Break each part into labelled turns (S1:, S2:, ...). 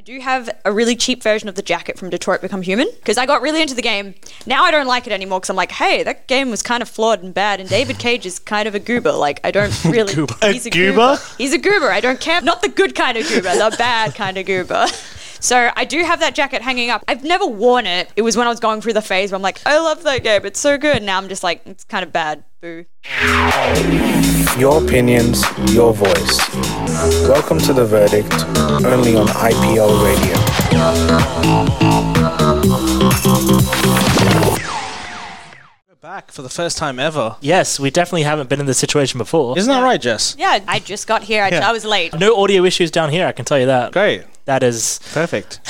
S1: do have a really cheap version of the jacket from Detroit Become Human because I got really into the game. Now I don't like it anymore because I'm like, hey, that game was kind of flawed and bad, and David Cage is kind of a goober. Like, I don't really.
S2: Goober.
S1: He's
S3: A goober?
S1: He's a goober. I don't care. Not the good kind of goober, the bad kind of goober. So I do have that jacket hanging up. I've never worn it. It was when I was going through the phase where I'm like, I love that game. It's so good. Now I'm just like, it's kind of bad. Boo.
S4: Your opinions, your voice. Welcome to The Verdict, only on IPL Radio.
S2: We're back for the first time ever.
S3: Yes, we definitely haven't been in this situation before.
S2: Isn't that right, Jess?
S1: Yeah, I just got here. I,
S2: Yeah.
S1: I was late.
S3: No audio issues down here, I can tell you that.
S2: Great.
S3: That is.
S2: Perfect.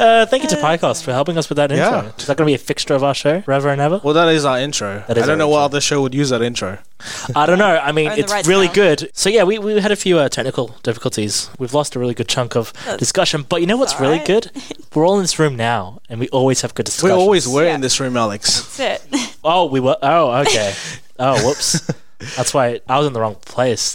S3: Uh, thank you to Pycast for helping us with that intro.
S2: Yeah.
S3: Is that going to be a fixture of our show forever and ever?
S2: Well, that is our intro.
S3: That is
S2: I don't
S3: our
S2: know what
S3: intro.
S2: other show would use that intro.
S3: I don't know. I mean,
S1: Own the
S3: it's
S1: rights
S3: really
S1: now.
S3: good. So yeah, we, we had a few uh, technical difficulties. We've lost a really good chunk of discussion, but you know what's
S1: all
S3: really
S1: right.
S3: good? We're all in this room now, and we always have good
S2: We
S3: discussions.
S2: always were
S1: Yeah.
S2: in this room, Alex.
S1: That's it.
S3: Oh, we were. Oh, okay. oh, whoops. That's why I was in the wrong place.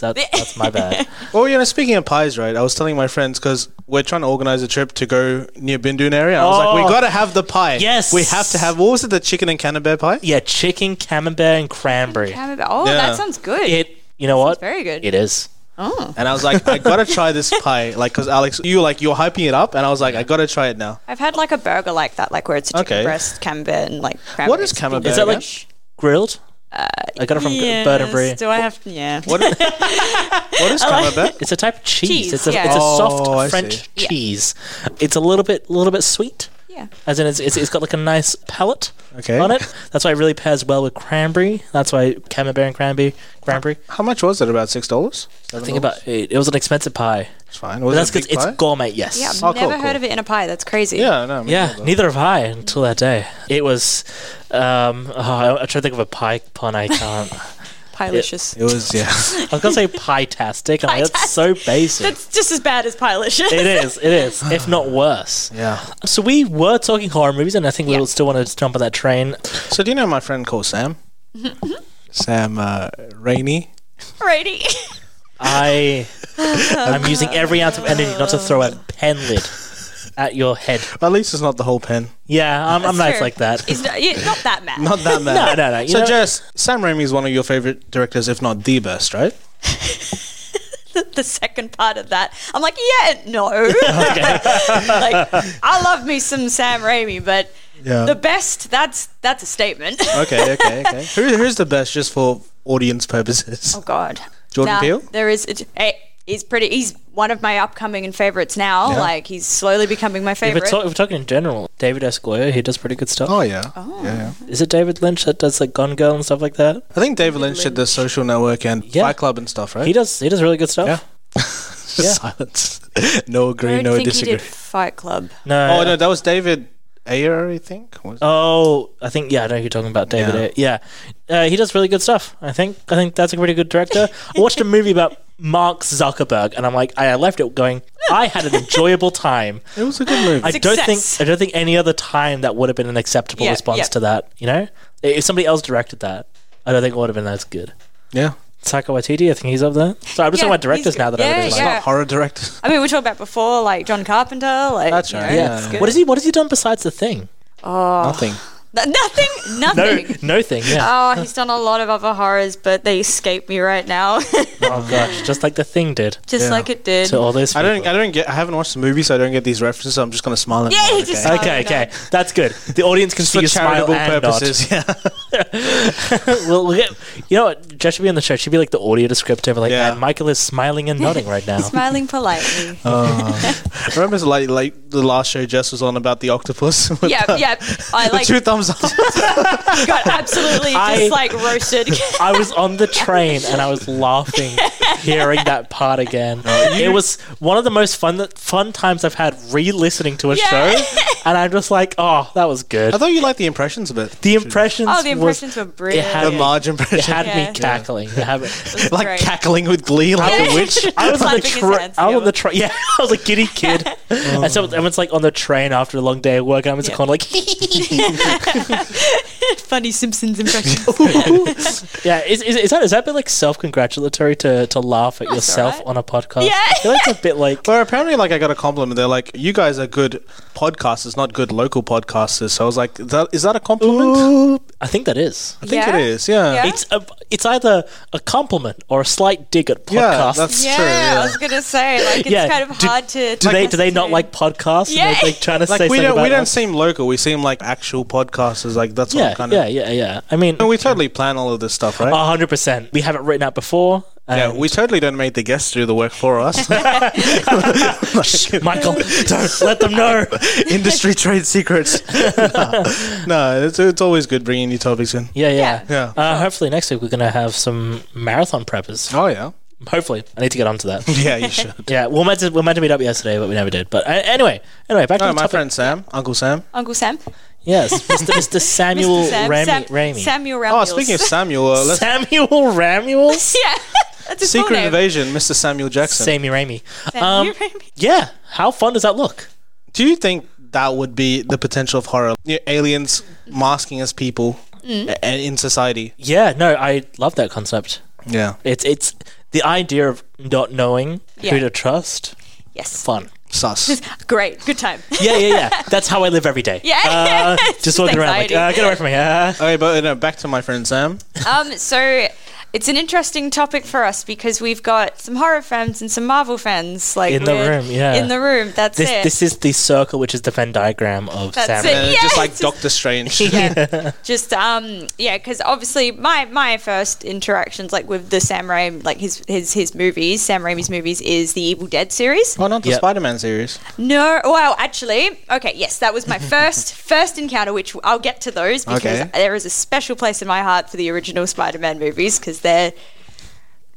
S3: That, that's my bad.
S2: Well, you know, speaking of pies, right? I was telling my friends because we're trying to organize a trip to go near Bindun area. I was like,
S3: Oh.
S2: we got to have the pie.
S3: Yes.
S2: We have to have, what was it, the chicken and camembert pie?
S3: Yeah, chicken, camembert, and cranberry.
S1: Oh,
S2: Yeah.
S1: that sounds good.
S3: It. You know what?
S1: very good.
S3: It is.
S1: oh.
S2: And I was like, I gotta try this pie, like, cause Alex, you were like, you're hyping it up, and I was like, I gotta try it now.
S1: I've had like a burger like that, like where it's chicken
S2: Okay.
S1: breast, camembert, and like cranberry.
S2: What is camembert?
S3: Is that like
S2: again?
S3: grilled?
S1: Uh,
S3: I got it from Bird and Brie.
S1: Do I have? Yeah.
S2: what? Is, what is camembert?
S3: It's a type of cheese.
S1: Cheese,
S3: it's a
S1: yeah.
S3: it's a soft
S2: Oh, I
S3: French
S1: Yeah.
S3: cheese. It's a little bit little bit sweet.
S1: Yeah.
S3: As in, it's, it's, it's got like a nice palate
S2: Okay.
S3: on it. That's why it really pairs well with cranberry. That's why camembert and cranberry. Cranberry.
S2: How much was it? About six dollars.
S3: I think about it. It was an expensive pie.
S2: It's fine.
S3: But
S2: Was
S3: that's
S2: it a
S3: because
S2: big
S3: it's
S2: pie?
S3: gourmet. Yes.
S1: Yeah. I've
S2: Oh, cool,
S1: never
S2: cool.
S1: heard of it in a pie. That's crazy.
S2: Yeah, no. I mean,
S3: Yeah, neither have I until that day. It was. Um, oh, I, I try to think of a pie pun. I can't.
S1: Pilicious.
S2: It was yeah.
S3: I was gonna say pie-tastic, and I, that's so basic.
S1: That's just as bad as pilicious.
S3: it is. It is, if not worse.
S2: yeah.
S3: So we were talking horror movies, and I think
S1: Yeah.
S3: we still want to jump on that train.
S2: So do you know my friend called Sam? Sam uh, Rainey.
S1: Brady.
S3: I, I'm using every ounce of energy not to throw a pen lid at your head.
S2: At least it's not the whole pen.
S3: Yeah, I'm, I'm
S1: That's
S3: nice
S1: fair.
S3: like that.
S1: It's not, yeah, not that mad.
S2: Not that
S3: No,
S2: bad.
S3: no, no. You
S2: So
S3: know,
S2: Jess, Sam Raimi is one of your favorite directors, if not the best, right?
S1: the second part of that. I'm like, yeah, no. like, I love me some Sam Raimi, but
S2: Yeah.
S1: the best. That's that's a statement.
S2: okay, okay, okay. Who, who's the best, just for audience purposes?
S1: Oh God.
S2: Jordan
S1: Nah,
S2: Peele?
S1: There is. It, hey, he's pretty. He's one of my upcoming and favorites now.
S2: Yeah.
S1: Like he's slowly becoming my
S3: if we're,
S1: favorite.
S3: talk- if we're talking in general, David S. Goyer, he does pretty good stuff.
S2: Oh yeah. Oh. yeah, yeah.
S3: Is it David Lynch that does like Gone Girl and stuff like that?
S2: I think David Lynch did the Social Network and
S3: Yeah.
S2: Fight Club and stuff, right?
S3: He does. He does really good stuff.
S2: Oh. Yeah. Silence. no
S1: I
S2: agree,
S1: don't
S2: no
S1: think
S2: disagree.
S1: he did Fight Club.
S3: No.
S2: Oh no, that was David Ayer, I think. Was-
S3: Oh, I think yeah, I know who you're talking about, David. Yeah, Uh, he does really good stuff. I think I think that's a pretty good director. I watched a movie about Mark Zuckerberg, and I'm like, I left it going. I had an enjoyable time.
S2: It was a good movie.
S3: I don't think
S1: Success.
S3: I don't think any other time that would have been an acceptable
S1: Yeah,
S3: response
S1: yeah.
S3: to that. You know, if somebody else directed that, I don't think it would have been as good.
S2: yeah.
S3: Taika Waititi, I think he's up there. So I'm just
S1: Yeah,
S3: talking about directors
S1: he's-
S3: now that I
S1: yeah,
S3: really
S2: It's
S3: like.
S1: yeah.
S2: not horror director.
S1: I mean, we talked about before, like John Carpenter. Like,
S2: That's
S1: you
S2: right,
S1: know,
S2: yeah.
S1: that's
S2: Yeah.
S1: good.
S3: What has he What has he done besides the thing?
S2: Nothing.
S1: N- nothing.
S3: No,
S1: Nothing.
S3: no thing. Yeah.
S1: Oh, he's done a lot of other horrors, but they escape me right now,
S3: oh gosh, just like the thing did
S1: just
S2: Yeah.
S1: like it did.
S3: to all those.
S2: I
S3: people.
S2: don't. I don't get. I haven't watched the movie, so I don't get these references. So I'm just gonna smile. And
S1: Yeah,
S2: nod,
S1: he just smiled.
S3: Okay,
S1: Oh, no.
S3: okay, that's good. The audience can
S2: Just
S3: see
S2: for
S3: you smile
S2: charitable
S3: and purposes.
S2: purposes. Yeah.
S3: Well, we'll get, you know what? Jess should be on the show. She'd be like the audio descriptive. Like,
S2: Yeah.
S3: and Michael is smiling and nodding right now.
S1: Smiling politely.
S3: Oh.
S2: I remember like like the last show Jess was on about the octopus. with
S1: yeah,
S2: the-
S1: yeah. I
S2: The
S1: like
S2: two thumbs up.
S1: got absolutely
S3: I-
S1: just like roasted.
S3: I was on the train and I was laughing hearing that part again. it was one of the most fun fun times I've had re-listening to a
S1: Yeah.
S3: show, and I'm just like, oh, that was good.
S2: I thought you liked the impressions a bit.
S3: The impressions.
S1: oh, the
S3: was-
S1: impressions were brilliant.
S3: had-
S2: The Marge
S3: it
S2: impression,
S3: had
S1: Yeah.
S3: me cackling. It had me-
S2: like
S1: great.
S2: cackling with glee, like a witch.
S3: I was on the
S1: Clapping his
S3: train.
S1: hands
S3: I was on
S1: together.
S3: the train. Yeah, I was a giddy kid. And so everyone's like on the train after a long day of work, and I'm just
S1: Yeah.
S3: kind of like,
S1: Funny Simpsons impression.
S3: Yeah, is, is, is that is that a bit like self congratulatory to, to laugh at yourself
S1: alright.
S3: on a podcast?
S1: Yeah.
S3: I feel like it's a bit like
S2: But apparently, like I got a compliment. They're like, "You guys are good podcasters, not good local podcasters." So I was like, that, "Is that a compliment?"
S3: Ooh, I think that is.
S2: I think
S1: Yeah.
S2: it is. Yeah,
S1: Yeah.
S2: yeah,
S3: It's a, it's either a compliment or a slight dig at podcasts.
S2: that's
S1: yeah,
S2: true.
S1: I
S2: Yeah.
S1: was gonna say like it's
S3: Yeah,
S1: kind of
S3: do-
S1: hard to.
S3: do they do they not
S1: to-
S3: like podcasts?
S1: Yeah.
S3: And they're like trying to say
S2: Like we
S3: something
S2: don't
S3: about
S2: we don't
S3: us?
S2: seem local. We seem like actual podcasters. Like that's
S3: yeah,
S2: what kind
S3: yeah,
S2: of.
S3: yeah, yeah. I mean,
S2: And we totally plan all of this stuff, right?
S3: hundred percent. We have it written out before.
S2: yeah,
S3: and-
S2: we totally don't make the guests do the work for us.
S3: Michael, don't let them know.
S2: Industry trade secrets. no, it's, it's always good bringing new topics in.
S3: Yeah, yeah.
S2: Yeah.
S3: Uh, hopefully next week we're gonna have some marathon preppers.
S2: Oh yeah,
S3: Hopefully, I need to get onto that.
S2: yeah, you should.
S3: yeah, we're meant to we're meant to meet up yesterday, but we never did. But uh, anyway, anyway, back to
S2: No,
S3: the
S2: my
S3: topic.
S2: friend Sam, Uncle Sam.
S1: Uncle Sam.
S3: Yes, Mr. Mr. Samuel
S1: Mr. Sam,
S3: Rami.
S1: Sam,
S3: Rami.
S1: Samuel Ramuels.
S2: Oh, speaking of Samuel, uh, let's
S3: Samuel Ramuels.
S1: yeah, that's a
S2: Secret
S1: cool name.
S2: Invasion, Mr. Samuel Jackson.
S3: Sammy Rami.
S1: Samuel
S3: Um,
S1: Ramuels.
S3: yeah. How fun does that look?
S2: Do you think that would be the potential of horror? You know, aliens masking as people a- and in society.
S3: Yeah. No, I love that concept.
S2: Yeah.
S3: It's it's the idea of not knowing
S1: Yeah.
S3: who to trust.
S1: yes,
S3: Fun.
S2: Sus.
S1: great, good time.
S3: Yeah, yeah, yeah. That's how I live every day.
S1: Yeah.
S3: Uh,
S1: It's
S3: just walking around like,
S1: anxiety.
S3: uh, get away from me. Uh,
S2: okay, but no, back to my friend Sam.
S1: Um, so it's an interesting topic for us because we've got some horror fans and some Marvel fans, like
S3: In the
S1: we're
S3: room, yeah.
S1: in the room. That's
S3: this
S1: it.
S3: this is the circle, which is the Venn diagram of
S1: That's
S3: Sam.
S1: it.
S2: Uh,
S1: Yeah,
S2: just like
S1: it's just-
S2: Doctor Strange.
S1: Just um, yeah, because obviously my my first interactions like with the Sam Raimi, like his his his movies, Sam Raimi's movies, is the Evil Dead series.
S2: oh, not the
S3: Yep.
S2: Spider Man series.
S1: No, well, actually, okay, yes, that was my first first encounter, which I'll get to those because
S2: Okay.
S1: there is a special place in my heart for the original Spider-Man movies because they're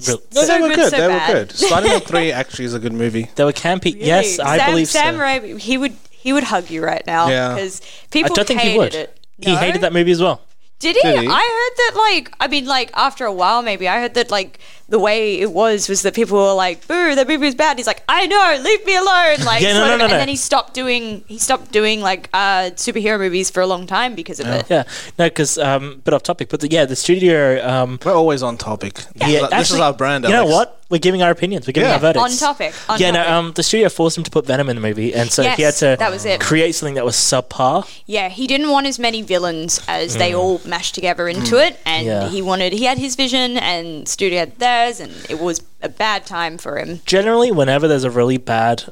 S3: Real-
S2: No,
S1: So
S2: they were
S1: good, so
S2: good. they
S1: bad.
S2: were good. Spider Man 3 actually is a good movie.
S3: They were campy. Yes,
S1: Really?
S3: I
S1: Sam,
S3: believe
S1: Sam
S3: so.
S1: Raimi, he would he would hug you right now
S2: Yeah.
S1: because
S3: I
S1: people
S3: don't think
S1: hated
S3: he would.
S1: it.
S3: He
S1: No?
S3: hated that movie as well.
S1: Did he?
S2: Did
S1: I heard
S2: he?
S1: that like I mean like after a while maybe I heard that like the way it was was that people were like boo that movie was bad. He's like I know leave me alone like
S3: Yeah,
S1: sort
S3: no, no,
S1: of-
S3: no,
S1: and
S3: no.
S1: then he stopped doing he stopped doing like uh, superhero movies for a long time because of it.
S3: Yeah, no, because um, bit off topic, but the, yeah, the studio. Um,
S2: We're always on topic. This, is,
S3: yeah,
S2: our- this is
S3: actually-
S2: our brand.
S3: You know
S2: Alex.
S3: what? We're giving our opinions. We're giving
S2: Yeah.
S3: our verdicts.
S1: On topic. On
S3: yeah,
S1: topic.
S3: no. Um, the studio forced him to put Venom in the movie, and so he had
S1: Yes,
S3: to
S1: that was it.
S3: create something that was subpar.
S1: Yeah, he didn't want as many villains as they all mashed together into it, and
S3: Mm. Yeah.
S1: he wanted he had his vision, and studio had theirs, and it was a bad time for him.
S3: generally whenever there's a really bad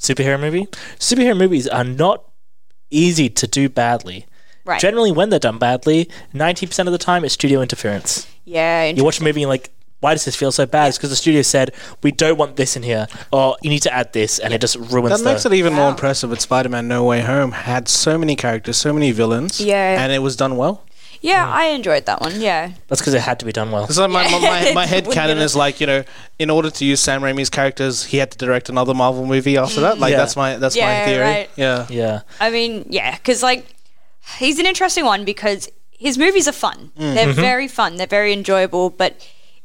S3: superhero movie, superhero movies are not easy to do badly.
S1: Right?
S3: Generally, when they're done badly, ninety percent of the time it's studio interference.
S1: yeah,
S3: You watch a movie and you're like, why does this feel so bad? It's because the studio said we don't want this in here, or you need to add this, and it just ruins.
S2: That
S3: the-
S2: makes it even
S1: Wow.
S2: more impressive that Spider Man No Way Home had so many characters, so many villains.
S1: Yeah.
S2: And it was done well.
S1: yeah. I enjoyed that one. Yeah,
S3: That's because it had to be done well.
S2: Because like my, my, my, my head
S1: Wouldn't
S2: canon
S1: it?
S2: is like you know, in order to use Sam Raimi's characters, he had to direct another Marvel movie after that. Like
S3: Yeah.
S2: that's my that's
S1: Yeah,
S2: my theory.
S1: right.
S2: Yeah,
S3: Yeah,
S1: I mean, yeah, because like he's an interesting one because his movies are fun.
S3: Mm.
S1: They're
S3: Mm-hmm.
S1: very fun. They're very enjoyable. But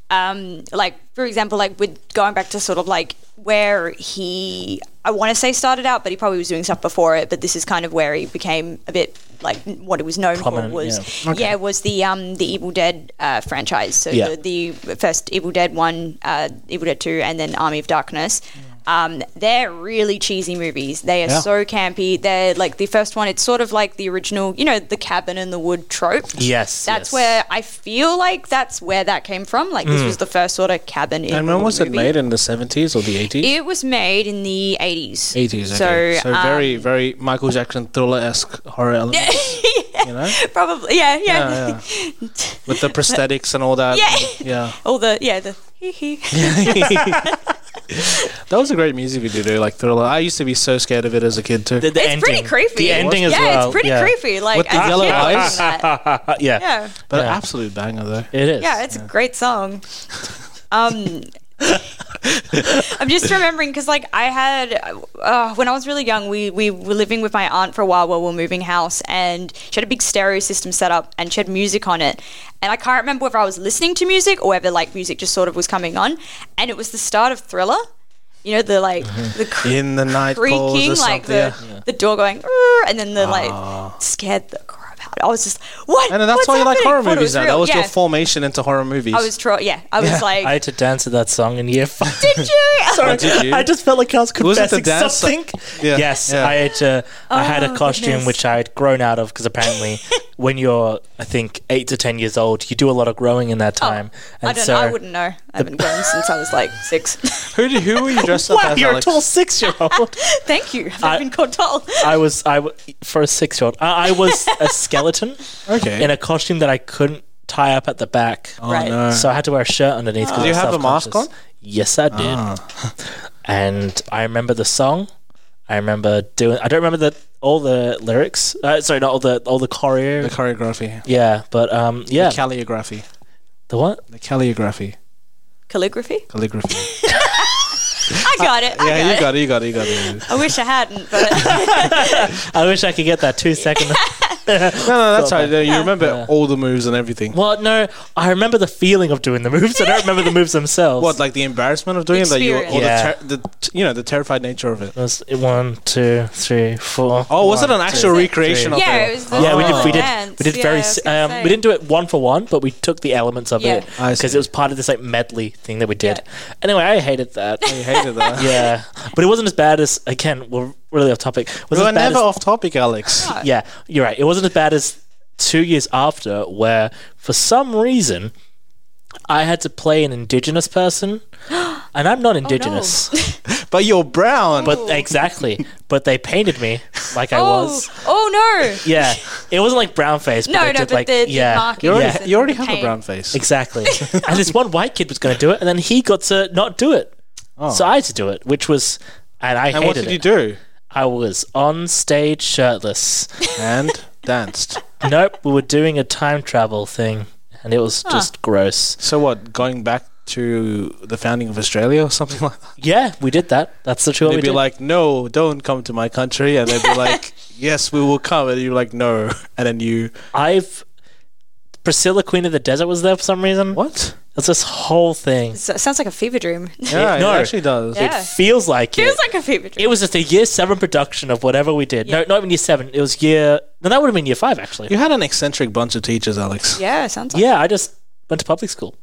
S1: um, like for example, like with going back to sort of like where he, I want to say started out, but he probably was doing stuff before it. But this is kind of where he became a bit like what it was known
S3: Prominent,
S1: for was yeah. was the um the Evil Dead uh, franchise. So
S3: Yeah.
S1: the, the first Evil Dead one, uh, Evil Dead two, and then Army of Darkness. Um, they're really cheesy movies. They are
S2: Yeah.
S1: so campy. They're like the first one. It's sort of like the original, you know, the cabin in the wood trope.
S3: yes,
S1: That's
S3: yes. Hmm.
S1: where I feel like that's where that came from. Like this was the first sort of cabin. in
S2: And
S1: the
S2: when
S1: wood
S2: was it
S1: movie.
S2: made in the seventies or the eighties?
S1: It was made in the eighties.
S2: Eighties.
S1: So,
S2: Okay. So,
S1: um,
S2: very very Michael Jackson thriller esque horror element. You know,
S1: probably. Yeah, yeah.
S2: yeah, yeah. with the prosthetics and all that.
S1: Yeah.
S2: Yeah.
S1: All the yeah the hee hee.
S2: That was a great music video, dude. Like thriller. I used to be so scared of it as a kid too.
S3: The- the
S1: it's pretty
S3: ending.
S1: creepy.
S3: The ending as
S1: yeah,
S3: well.
S1: it's pretty
S3: yeah.
S1: creepy. Like
S2: With the
S1: I can't
S2: yellow
S1: get over
S2: eyes.
S1: that.
S3: yeah.
S1: Yeah,
S2: but
S3: Yeah.
S2: absolute banger though.
S3: it is.
S1: yeah, it's a great song. Um, I'm just remembering because like I had uh, when I was really young, we we were living with my aunt for a while while we were moving house, and she had a big stereo system set up, and she had music on it, and I can't remember whether I was listening to music or whether like music just sort of was coming on, and it was the start of Thriller. You know the like
S2: Mm-hmm.
S1: the cr-
S2: In the night calls or
S1: creaking,
S2: something.
S1: like the,
S2: yeah. Ah.
S1: the door going, "Rrr," and then the like scared the crap out I was just what?
S2: And that's
S1: What's
S2: why you like
S1: happening?
S2: horror
S1: Thought it
S2: movies now.
S1: real.
S2: That was
S1: yeah.
S2: your formation into horror movies.
S1: I was tro- yeah. I was like,
S3: I had to dance to that song in year five.
S1: did you?
S3: Sorry,
S2: did you?
S3: I just felt like I was
S2: Was it the
S3: confessing
S2: dance
S3: something.
S2: Yeah,
S3: Yes,
S2: yeah.
S3: I had to, I had
S1: Oh,
S3: a costume
S1: goodness.
S3: which I had grown out of because apparently, when you're I think eight to ten years old, you do a lot of growing in that time,
S1: Oh, I don't. know. I wouldn't know. I haven't grown since I was like six.
S2: who did, who were you dressed up
S3: Wow,
S2: as?
S3: you're
S2: Alex?
S3: a tall six-year-old.
S1: Thank you. I've
S3: I-
S1: been called tall.
S3: I was I w- for a six year old. I, I was a skeleton
S2: Okay.
S3: in a costume that I couldn't tie up at the back,
S2: oh,
S1: Right.
S2: no.
S3: so I had to wear a shirt underneath. 'cause
S2: Did
S3: I
S2: you
S3: was
S2: have a mask Ah.
S3: self-conscious. Yes, I did. and I remember the song. I remember doing. I don't remember the all the lyrics. Uh, sorry, not all the all the choreo.
S2: the choreography.
S3: yeah, but um, yeah,
S2: The calligraphy.
S3: the what?
S2: The calligraphy.
S1: Calligraphy.
S2: Calligraphy.
S1: I got it. I
S2: yeah,
S1: got
S2: you
S1: it.
S2: got it. You got it. You got it.
S1: I wish I hadn't, but
S3: I wish I could get that two second.
S2: No, no, that's how you remember
S3: Yeah.
S2: all the moves and everything. What?
S3: well, no, I remember the feeling of doing the moves. I don't remember the moves themselves.
S2: like the embarrassment of doing it? Like you, or
S3: Yeah.
S2: the, ter- the, you know, the terrified nature of it.
S3: It was one, two, three, four.
S2: Oh, was it
S3: One,
S2: an actual
S3: two,
S2: recreation
S3: three.
S2: of
S1: yeah,
S2: the-
S1: it was the
S3: yeah, we
S1: little
S3: did. We did.
S1: dance.
S3: We did
S1: Oh. Yeah, I
S3: very.
S1: was
S3: s-
S1: gonna
S3: Um,
S1: say.
S3: we didn't do it one for one, but we took the elements of
S1: Yeah.
S3: it
S2: I
S3: because
S2: see.
S3: it was part of this like medley thing that we did. Anyway, I hated that.
S2: You hated that.
S3: yeah, but it wasn't as bad as again. We're really off topic. It
S2: We
S3: wasn't
S2: were
S3: as bad
S2: never
S3: as,
S2: off topic, Alex.
S3: yeah, you're right. It wasn't as bad as two years after, where for some reason I had to play an indigenous person, and I'm not indigenous,
S1: Oh,
S2: But you're brown.
S3: but exactly. But they painted me like I
S1: Oh,
S3: was.
S1: oh no.
S3: Yeah, it wasn't like brown face. But
S1: No,
S3: they
S1: no,
S3: did
S1: but
S3: like,
S1: the- the
S3: yeah,
S1: markings
S2: you already,
S3: yeah.
S1: and
S2: you already
S1: the
S2: have a
S1: paint.
S2: brown face.
S3: Exactly. and this one white kid was going to do it, and then he got to not do it. So I had to do it, which was, and
S2: Oh.
S3: I
S2: and
S3: hated
S2: what did
S3: it.
S2: you do?
S3: I was on stage shirtless.
S2: And danced.
S3: nope, we were doing a time travel thing, and it was just gross.
S2: So what? Going back to the founding of Australia or something like that?
S3: Yeah, we did that. That's the true.
S2: They'd
S3: we
S2: be
S3: did.
S2: like, "No, don't come to my country," and they'd be like, "Yes, we will come," and you're like, "No," and then you
S3: I've Priscilla, Queen of the Desert, was there for some reason.
S2: what?
S3: It's this whole thing.
S1: So, it sounds like a fever dream.
S2: Yeah,
S3: no.
S2: it actually does.
S1: Yeah.
S3: It feels like it.
S1: Feels like a fever dream.
S3: it was just a year seven production of whatever we did. No, not even year seven. It was year. No, that would have been year five actually.
S2: You had an eccentric bunch of teachers, Alex.
S1: yeah, it sounds like
S3: Yeah, I just went to public school.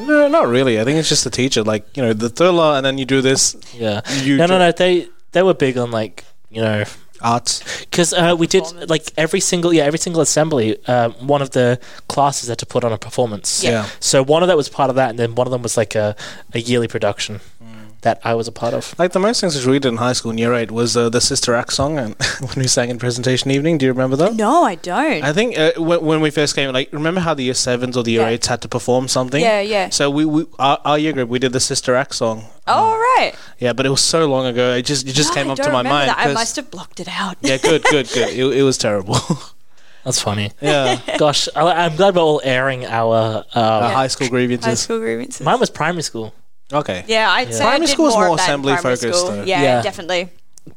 S2: No, not really. I think it's just the teacher. Like, you know, the thriller, and then you do this
S3: Yeah.
S2: You
S3: no,
S2: dr-
S3: no, no. They they were big on like you know
S2: arts.
S3: because uh, we did like every single yeah every single assembly uh, one of the classes had to put on a performance.
S2: Yeah.
S3: So one of that was part of that, and then one of them was like a, a yearly production
S2: Mm.
S3: that I was a part of.
S2: Like, the most things which we did in high school in year eight was uh, the Sister Act song and when we sang in presentation evening. Do you remember that?
S1: No, I don't.
S2: I think uh, when, when we first came, like, remember how the year sevens or the year
S1: Yeah.
S2: eights had to perform something?
S1: Yeah, yeah.
S2: So we, we our, our year group, we did the Sister Act song.
S1: oh, all right.
S2: Yeah, but it was so long ago. It just it just
S1: No,
S2: came
S1: I
S2: up
S1: don't
S2: to my
S1: remember
S2: mind.
S1: that. I
S2: 'cause-
S1: must have blocked it out.
S2: yeah, good, good, good. It, it was terrible.
S3: That's funny.
S2: yeah.
S3: Gosh, I, I'm glad we're all airing our. Um,
S2: Uh, high school
S1: High
S2: grievances.
S1: school grievances.
S3: Mine was primary school,
S2: Okay.
S1: yeah, I'd say
S2: Primary
S1: I did
S2: school is
S1: more
S2: more
S1: of that in
S2: assembly
S1: primary
S2: focused,
S1: school.
S2: though.
S1: Yeah,
S3: Yeah.
S1: definitely.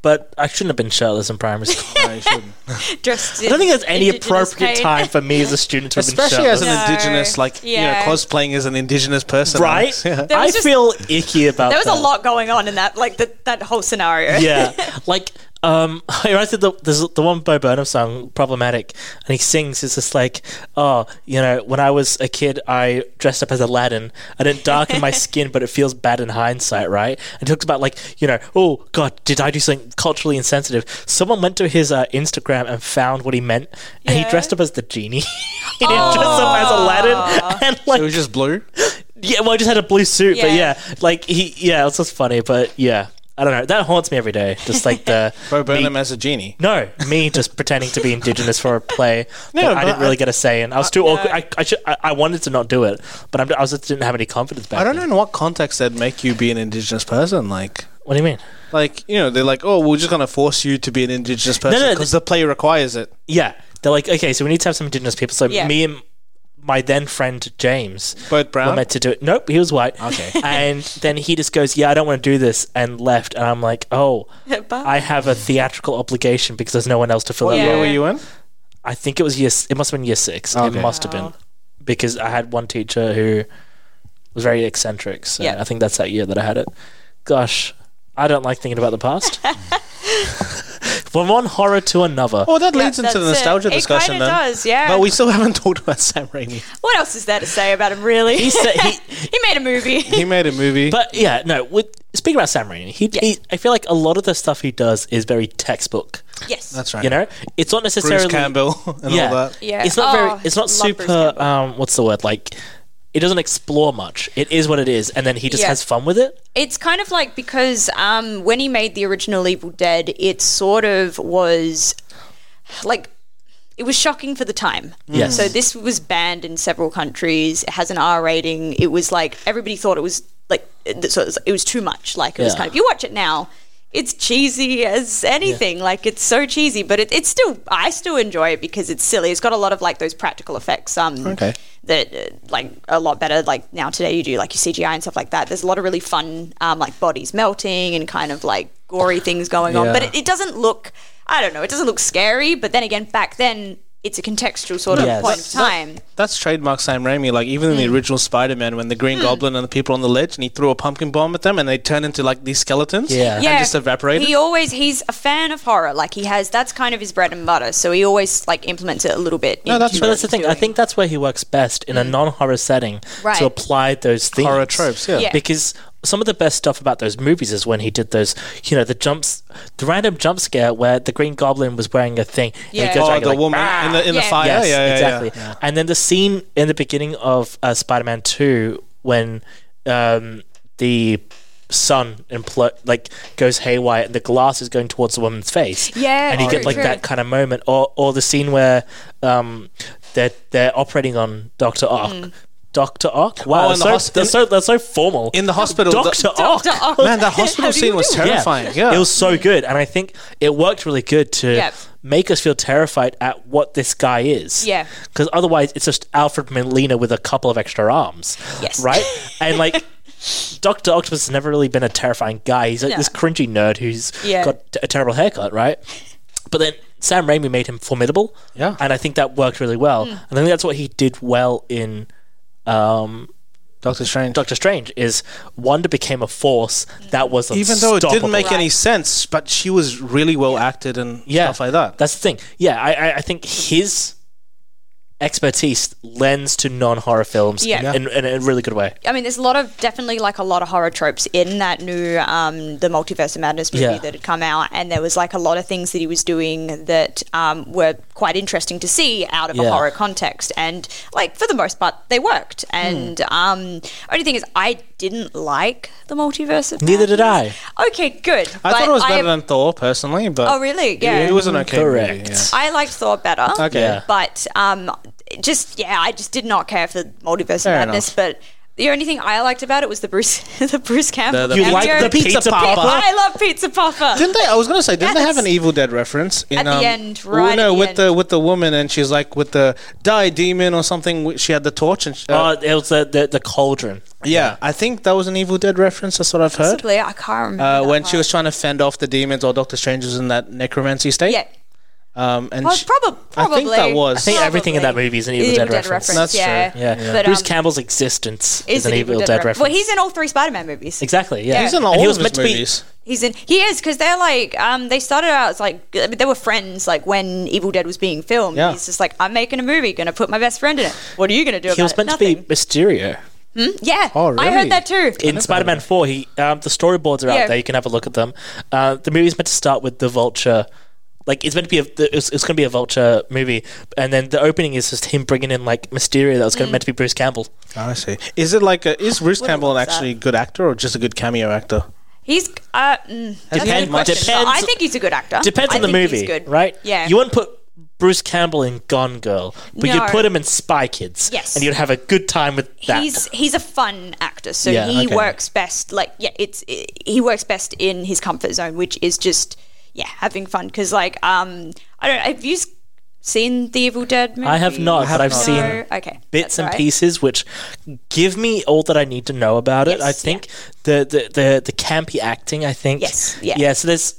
S3: but I shouldn't have been shirtless in primary school.
S2: No, you shouldn't.
S1: Dressed
S3: I don't think there's any
S1: indigenous
S3: appropriate
S1: paint.
S3: time for me as a student to have been shirtless.
S2: especially as an
S1: No.
S2: indigenous, like
S1: Yeah.
S2: you know, cosplaying as an indigenous person,
S3: right?
S2: Yeah.
S1: There
S3: I
S1: was just-
S3: feel icky about
S1: There was
S3: that.
S1: a lot going on in that, like the, that whole scenario.
S3: yeah, like um, it reminds me of the there's the one Bo Burnham song, problematic, and he sings. It's just like, oh, you know, when I was a kid, I dressed up as Aladdin. I didn't darken my skin, but it feels bad in hindsight, right? And he talks about like, you know, oh God, did I do something culturally insensitive? Someone went to his uh, Instagram and found what he meant, and he
S1: Yeah.
S3: dressed up as the genie. he didn't dress up as Aladdin, and like,
S2: It was just blue.
S3: yeah, well, I just had a blue suit, but
S1: Yeah.
S3: yeah, like he, yeah, it's just funny, but yeah, I don't know. That haunts me every day. Just like the
S2: Bo Burnham
S3: me-
S2: as a genie.
S3: no, me just pretending to be indigenous for a play that I
S2: but Uh,
S3: didn't really get a say in. I was too awkward. I, I, should, I, I wanted to not do it, but I'm, I was just didn't have any confidence back.
S2: I don't know
S3: then.
S2: in what context they'd make you be an indigenous person. Like,
S3: What do you mean?
S2: like you know, they're like, oh, we're just gonna force you to be an indigenous person
S3: no,
S2: because the play requires it.
S3: Yeah, they're like, okay, so we need to have some indigenous people. So
S1: Yeah.
S3: me and my then friend James
S2: Both brown?
S3: were meant to do it. Nope, he was white.
S2: Okay.
S3: and then he just goes, yeah, I don't want to do this, and left. And I'm like, oh,
S1: Bye.
S3: I have a theatrical obligation because there's no one else to fill
S2: What
S1: Yeah.
S3: that
S2: year
S3: role.
S2: were you in?
S3: I think it was year. It must have been year six.
S2: Okay.
S3: It must have been because I had one teacher who was very eccentric. So
S1: Yeah.
S3: I think that's that year that I had it. Gosh, I don't like thinking about the past. From one horror to another.
S2: Oh, that
S1: Yeah,
S2: leads into the
S1: that's it.
S2: nostalgia
S1: It
S2: discussion
S1: kinda
S2: then.
S1: does, yeah.
S2: But we still haven't talked about Sam Raimi.
S1: What else is there to say about him, really?
S3: He said he-
S1: He made a movie.
S2: He made a movie.
S3: But yeah, no. With speaking about Sam Raimi, he, he I feel like a lot of the stuff he does is very textbook.
S1: yes.
S2: that's right.
S3: You know, it's not necessarily
S2: Bruce Campbell and all that.
S1: Yeah.
S3: It's not
S1: Oh,
S3: very. It's not
S1: love Bruce
S3: super.
S1: Campbell.
S3: Um, what's the word? Like, it doesn't explore much. It is what it is, and then he just
S1: Yeah.
S3: has fun with it.
S1: It's kind of like because um, when he made the original Evil Dead, it sort of was like it was shocking for the time.
S3: Yes.
S1: So this was banned in several countries. It has an R rating. It was like everybody thought it was like it- so it was, it was too much. Like it was
S3: Yeah.
S1: kind of you watch it now. It's cheesy as anything. Like it's so cheesy, but it, it's still I still enjoy it because it's silly. It's got a lot of like those practical effects. Um,
S2: Okay.
S1: that uh, like a lot better like now today you do like your cgi and stuff like that there's a lot of really fun um, like bodies melting and kind of like gory things going on but
S2: Yeah.
S1: it, it doesn't look i don't know it doesn't look scary but then again back then it's a contextual sort of
S3: Yes.
S1: point of time
S2: That's trademark Sam Raimi. Like even in
S1: Hmm.
S2: the original Spider-Man, when the Green Goblin and the people on the ledge, and he threw a pumpkin bomb at them, and they turned into like these skeletons,
S3: Yeah.
S2: and just evaporated.
S1: he always he's a fan of horror like he has that's kind of his bread and butter so he always like implements it a little bit
S2: No, that's
S1: into
S3: But
S2: right.
S1: what
S3: that's the
S1: he's
S3: thing. I
S1: doing. Mm.
S3: think that's where he works best in a non-horror setting
S1: Right.
S3: to apply those themes.
S2: Horror tropes, yeah.
S1: Yeah.
S3: Because some of the best stuff about those movies is when he did those, you know, the jumps, the random jump scare where the Green Goblin was wearing a thing. And
S1: Yeah.
S3: he goes
S2: oh,
S3: around,
S2: the
S3: like,
S2: woman in the in the
S1: Yeah.
S2: fire.
S3: Yes,
S2: yeah, yeah, yeah.
S3: exactly. And then the scene in the beginning of uh, Spider-Man Two when um, the sun impl- like goes haywire and the glass is going towards the woman's face.
S1: Yeah,
S3: and you
S1: true,
S3: get like
S1: true.
S3: that kind of moment, or or the scene where um, they're they're operating on Doctor Ock.
S1: Mm.
S3: Doctor Ock. Wow,
S2: Oh,
S3: that's
S2: in the
S3: so,
S2: hos-
S3: that's so that's so formal.
S2: In the hospital, the-
S3: Doctor Ock.
S1: Dr. Ock.
S2: Man, that
S1: How
S2: hospital
S1: do
S2: scene
S1: you
S2: was
S1: do it?
S2: terrifying. Yeah,
S3: It was so good, and I think it worked really good to
S1: Yep.
S3: make us feel terrified at what this guy is.
S1: Yeah.
S3: because otherwise it's just Alfred Molina with a couple of extra arms.
S1: Yes.
S3: right, and like. Doctor Octopus has never really been a terrifying guy. He's like
S1: No.
S3: this cringy nerd who's
S1: Yeah.
S3: got t- a terrible haircut, right? But then Sam Raimi made him formidable,
S2: Yeah.
S3: and I think that worked really well.
S1: Hmm.
S3: And I think that's what he did well in um,
S2: Doctor Strange.
S3: Doctor Strange. Is Wanda became a force that was
S2: Even though it didn't
S3: unstoppable.
S2: make any
S1: Right.
S2: sense, but she was really well acted and
S3: yeah,
S2: stuff like that.
S3: That's the thing. Yeah, I, I, I think his expertise lends to non horror films
S1: Yeah. Yeah.
S3: in, in, in a really good way.
S1: I mean, there's a lot of definitely like a lot of horror tropes in that new um, the Multiverse of Madness movie
S3: Yeah.
S1: that had come out, and there was like a lot of things that he was doing that um, were quite interesting to see out of
S3: Yeah.
S1: a horror context, and like for the most part, they worked.
S2: Hmm.
S1: And um, only thing is, I didn't like the Multiverse of
S3: Neither did
S1: Madness. Okay, good.
S2: I thought
S1: But
S2: it was better
S1: I-
S2: than Thor, personally, but
S1: Oh, really?
S2: it-
S1: Yeah.
S2: it was an okay.
S3: Correct.
S2: Movie, yeah.
S1: I liked Thor better.
S2: Okay.
S3: Yeah.
S1: But um, just yeah, I just did not care for the multiverse
S2: Fair
S1: of madness.
S2: enough.
S1: But the only thing I liked about it was the Bruce the Bruce Campbell.
S2: The- the-
S3: You
S1: cameo.
S3: like the
S1: Pi-
S3: pizza puffer?
S1: I love pizza puffer.
S2: Didn't they? I was gonna say, didn't they have
S1: Yes.
S2: an Evil Dead reference in
S1: At the
S2: um,
S1: end,
S2: well,
S1: right at
S2: No,
S1: the
S2: with
S1: end.
S2: the with the woman, and she's like with the die demon or something. wh- She had the torch, and sh- uh,
S3: Uh, it was the, the, the cauldron.
S2: yeah, I think that was an Evil Dead reference. That's what I've heard.
S1: Possibly, I can't remember.
S2: Uh,
S1: that
S2: when she
S1: part.
S2: was trying to fend off the demons, or Doctor Strange was in that necromancy state.
S1: yeah,
S2: um, and
S1: well,
S2: she-
S1: probably
S2: I think
S1: probably
S2: that was.
S3: I think everything in that movie is an Evil, Dead, reference.
S2: That's
S1: yeah.
S3: Yeah.
S1: But,
S3: Bruce
S1: um,
S3: Campbell's existence
S1: Is
S3: is an Evil, Dead,
S1: ref-
S3: reference.
S1: Well, he's in all three Spider-Man movies.
S3: exactly. Yeah,
S2: he's in
S3: And
S2: all
S3: he
S2: of
S3: was
S2: his
S3: meant to be-
S2: movies.
S1: He's in. He is because they're like um, they started out as like g- they were friends like when Evil Dead was being filmed.
S2: Yeah.
S1: He's just like I'm making a movie, gonna put my best friend in it. What are you gonna do about
S3: he was
S1: it?
S3: meant
S1: Nothing. Mm,
S3: to be Mysterio.
S1: Yeah,
S2: Oh,
S1: I
S2: really?
S1: heard that too.
S3: In Spider-Man Four, he um, the storyboards are
S1: Yeah.
S3: out there. You can have a look at them. Uh, the movie's meant to start with the Vulture, like it's meant to be a the- it's, it's going to be a Vulture movie, and then the opening is just him bringing in like Mysterio that was
S1: Mm.
S3: going to meant to be Bruce Campbell.
S2: I see. Is it like a, is Bruce Campbell an
S1: love that.
S2: actually good actor or just a good cameo actor?
S1: He's uh, mm, that's a
S2: Depends-
S1: good question.
S3: depends-
S1: I think he's a good actor.
S3: Depends
S1: I
S3: on the
S1: think he's
S3: movie,
S1: good.
S3: right?
S1: Yeah.
S3: you wouldn't put Bruce Campbell in Gone Girl, but
S1: No.
S3: you'd put him in Spy Kids,
S1: Yes.
S3: and you'd have a good time with that.
S1: He's he's a fun actor, so
S3: Yeah,
S1: he
S2: okay.
S1: works best. Like yeah, it's i he works best in his comfort zone, which is just yeah having fun. Because like um, I don't know, have you s- seen the Evil Dead movie?
S3: I have not, but I've
S1: No?
S3: seen
S1: okay
S3: bits
S1: that's
S3: and
S1: all right.
S3: pieces which give me all that I need to know about it.
S1: Yes,
S3: I think the, the the the campy acting. I think
S1: Yes, yeah.
S3: yeah. So there's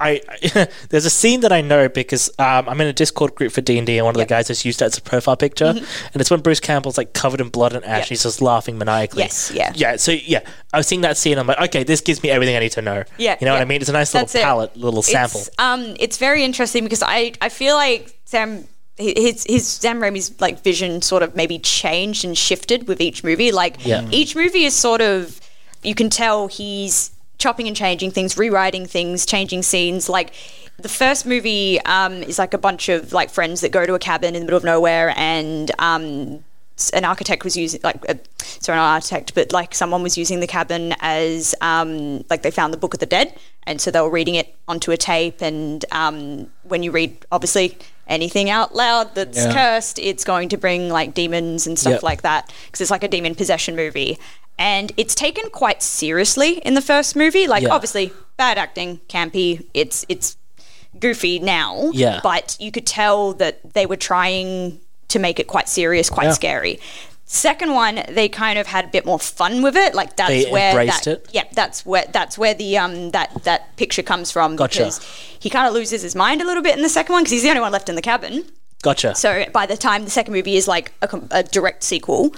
S3: I, there's a scene that I know because um, I'm in a Discord group for D and D, and one of the guys has used that as a profile picture,
S1: Mm-hmm.
S3: and it's when Bruce Campbell's like covered in blood and ash,
S1: Yep.
S3: he's just laughing maniacally.
S1: Yes, yeah.
S3: yeah. So yeah, I was seeing that scene. I'm like, okay, this gives me everything I need to know.
S1: Yeah,
S3: you know what
S1: yeah.
S3: I mean? It's a nice
S1: That's
S3: little
S1: it.
S3: palette, little sample.
S1: It's, um, it's very interesting because I, I feel like Sam hi- his his Sam Raimi's like vision sort of maybe changed and shifted with each movie. Like
S3: Yeah.
S1: each movie is sort of you can tell he's chopping and changing things, rewriting things, changing scenes. Like the first movie um, is like a bunch of like friends that go to a cabin in the middle of nowhere and um, s- an architect was using like a, sorry not an architect but like someone was using the cabin as um, like they found the book of the dead and so they were reading it onto a tape and um, when you read obviously anything out loud that's
S2: Yeah.
S1: cursed it's going to bring like demons and stuff
S3: Yep.
S1: like that because it's like a demon possession movie and it's taken quite seriously in the first movie like
S3: Yeah.
S1: obviously bad acting campy it's it's goofy now
S3: Yeah.
S1: but you could tell that they were trying to make it quite serious quite
S2: Yeah.
S1: scary. Second one, they kind of had a bit more fun with it. Like that's
S3: They
S1: where
S3: embraced
S1: that,
S3: it?
S1: Yeah, that's where that's where the um that that picture comes from.
S3: Gotcha.
S1: Because he kind of loses his mind a little bit in the second one because he's the only one left in the cabin.
S3: gotcha.
S1: So by the time the second movie is like a, com- a direct sequel,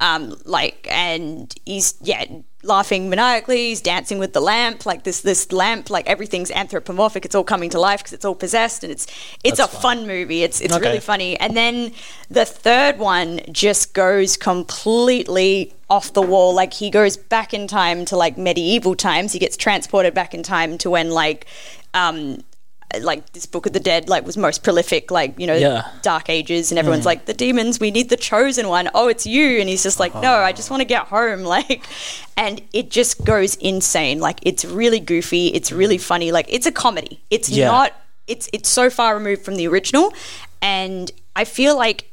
S1: um, like and he's yeah laughing maniacally, he's dancing with the lamp, like this this lamp, like everything's anthropomorphic. It's all coming to life because it's all possessed, and it's it's a fun movie. It's it's
S3: Okay.
S1: really funny. And then the third one just goes completely off the wall. Like he goes back in time to like medieval times. He gets transported back in time to when like. Um, like this book of the dead like was most prolific like you know
S3: Yeah.
S1: dark ages and everyone's like the demons we need the chosen one oh it's you and he's just like no i just want to get home like and it just goes insane like it's really goofy it's really funny like it's a comedy it's
S3: Yeah.
S1: not it's it's so far removed from the original and i feel like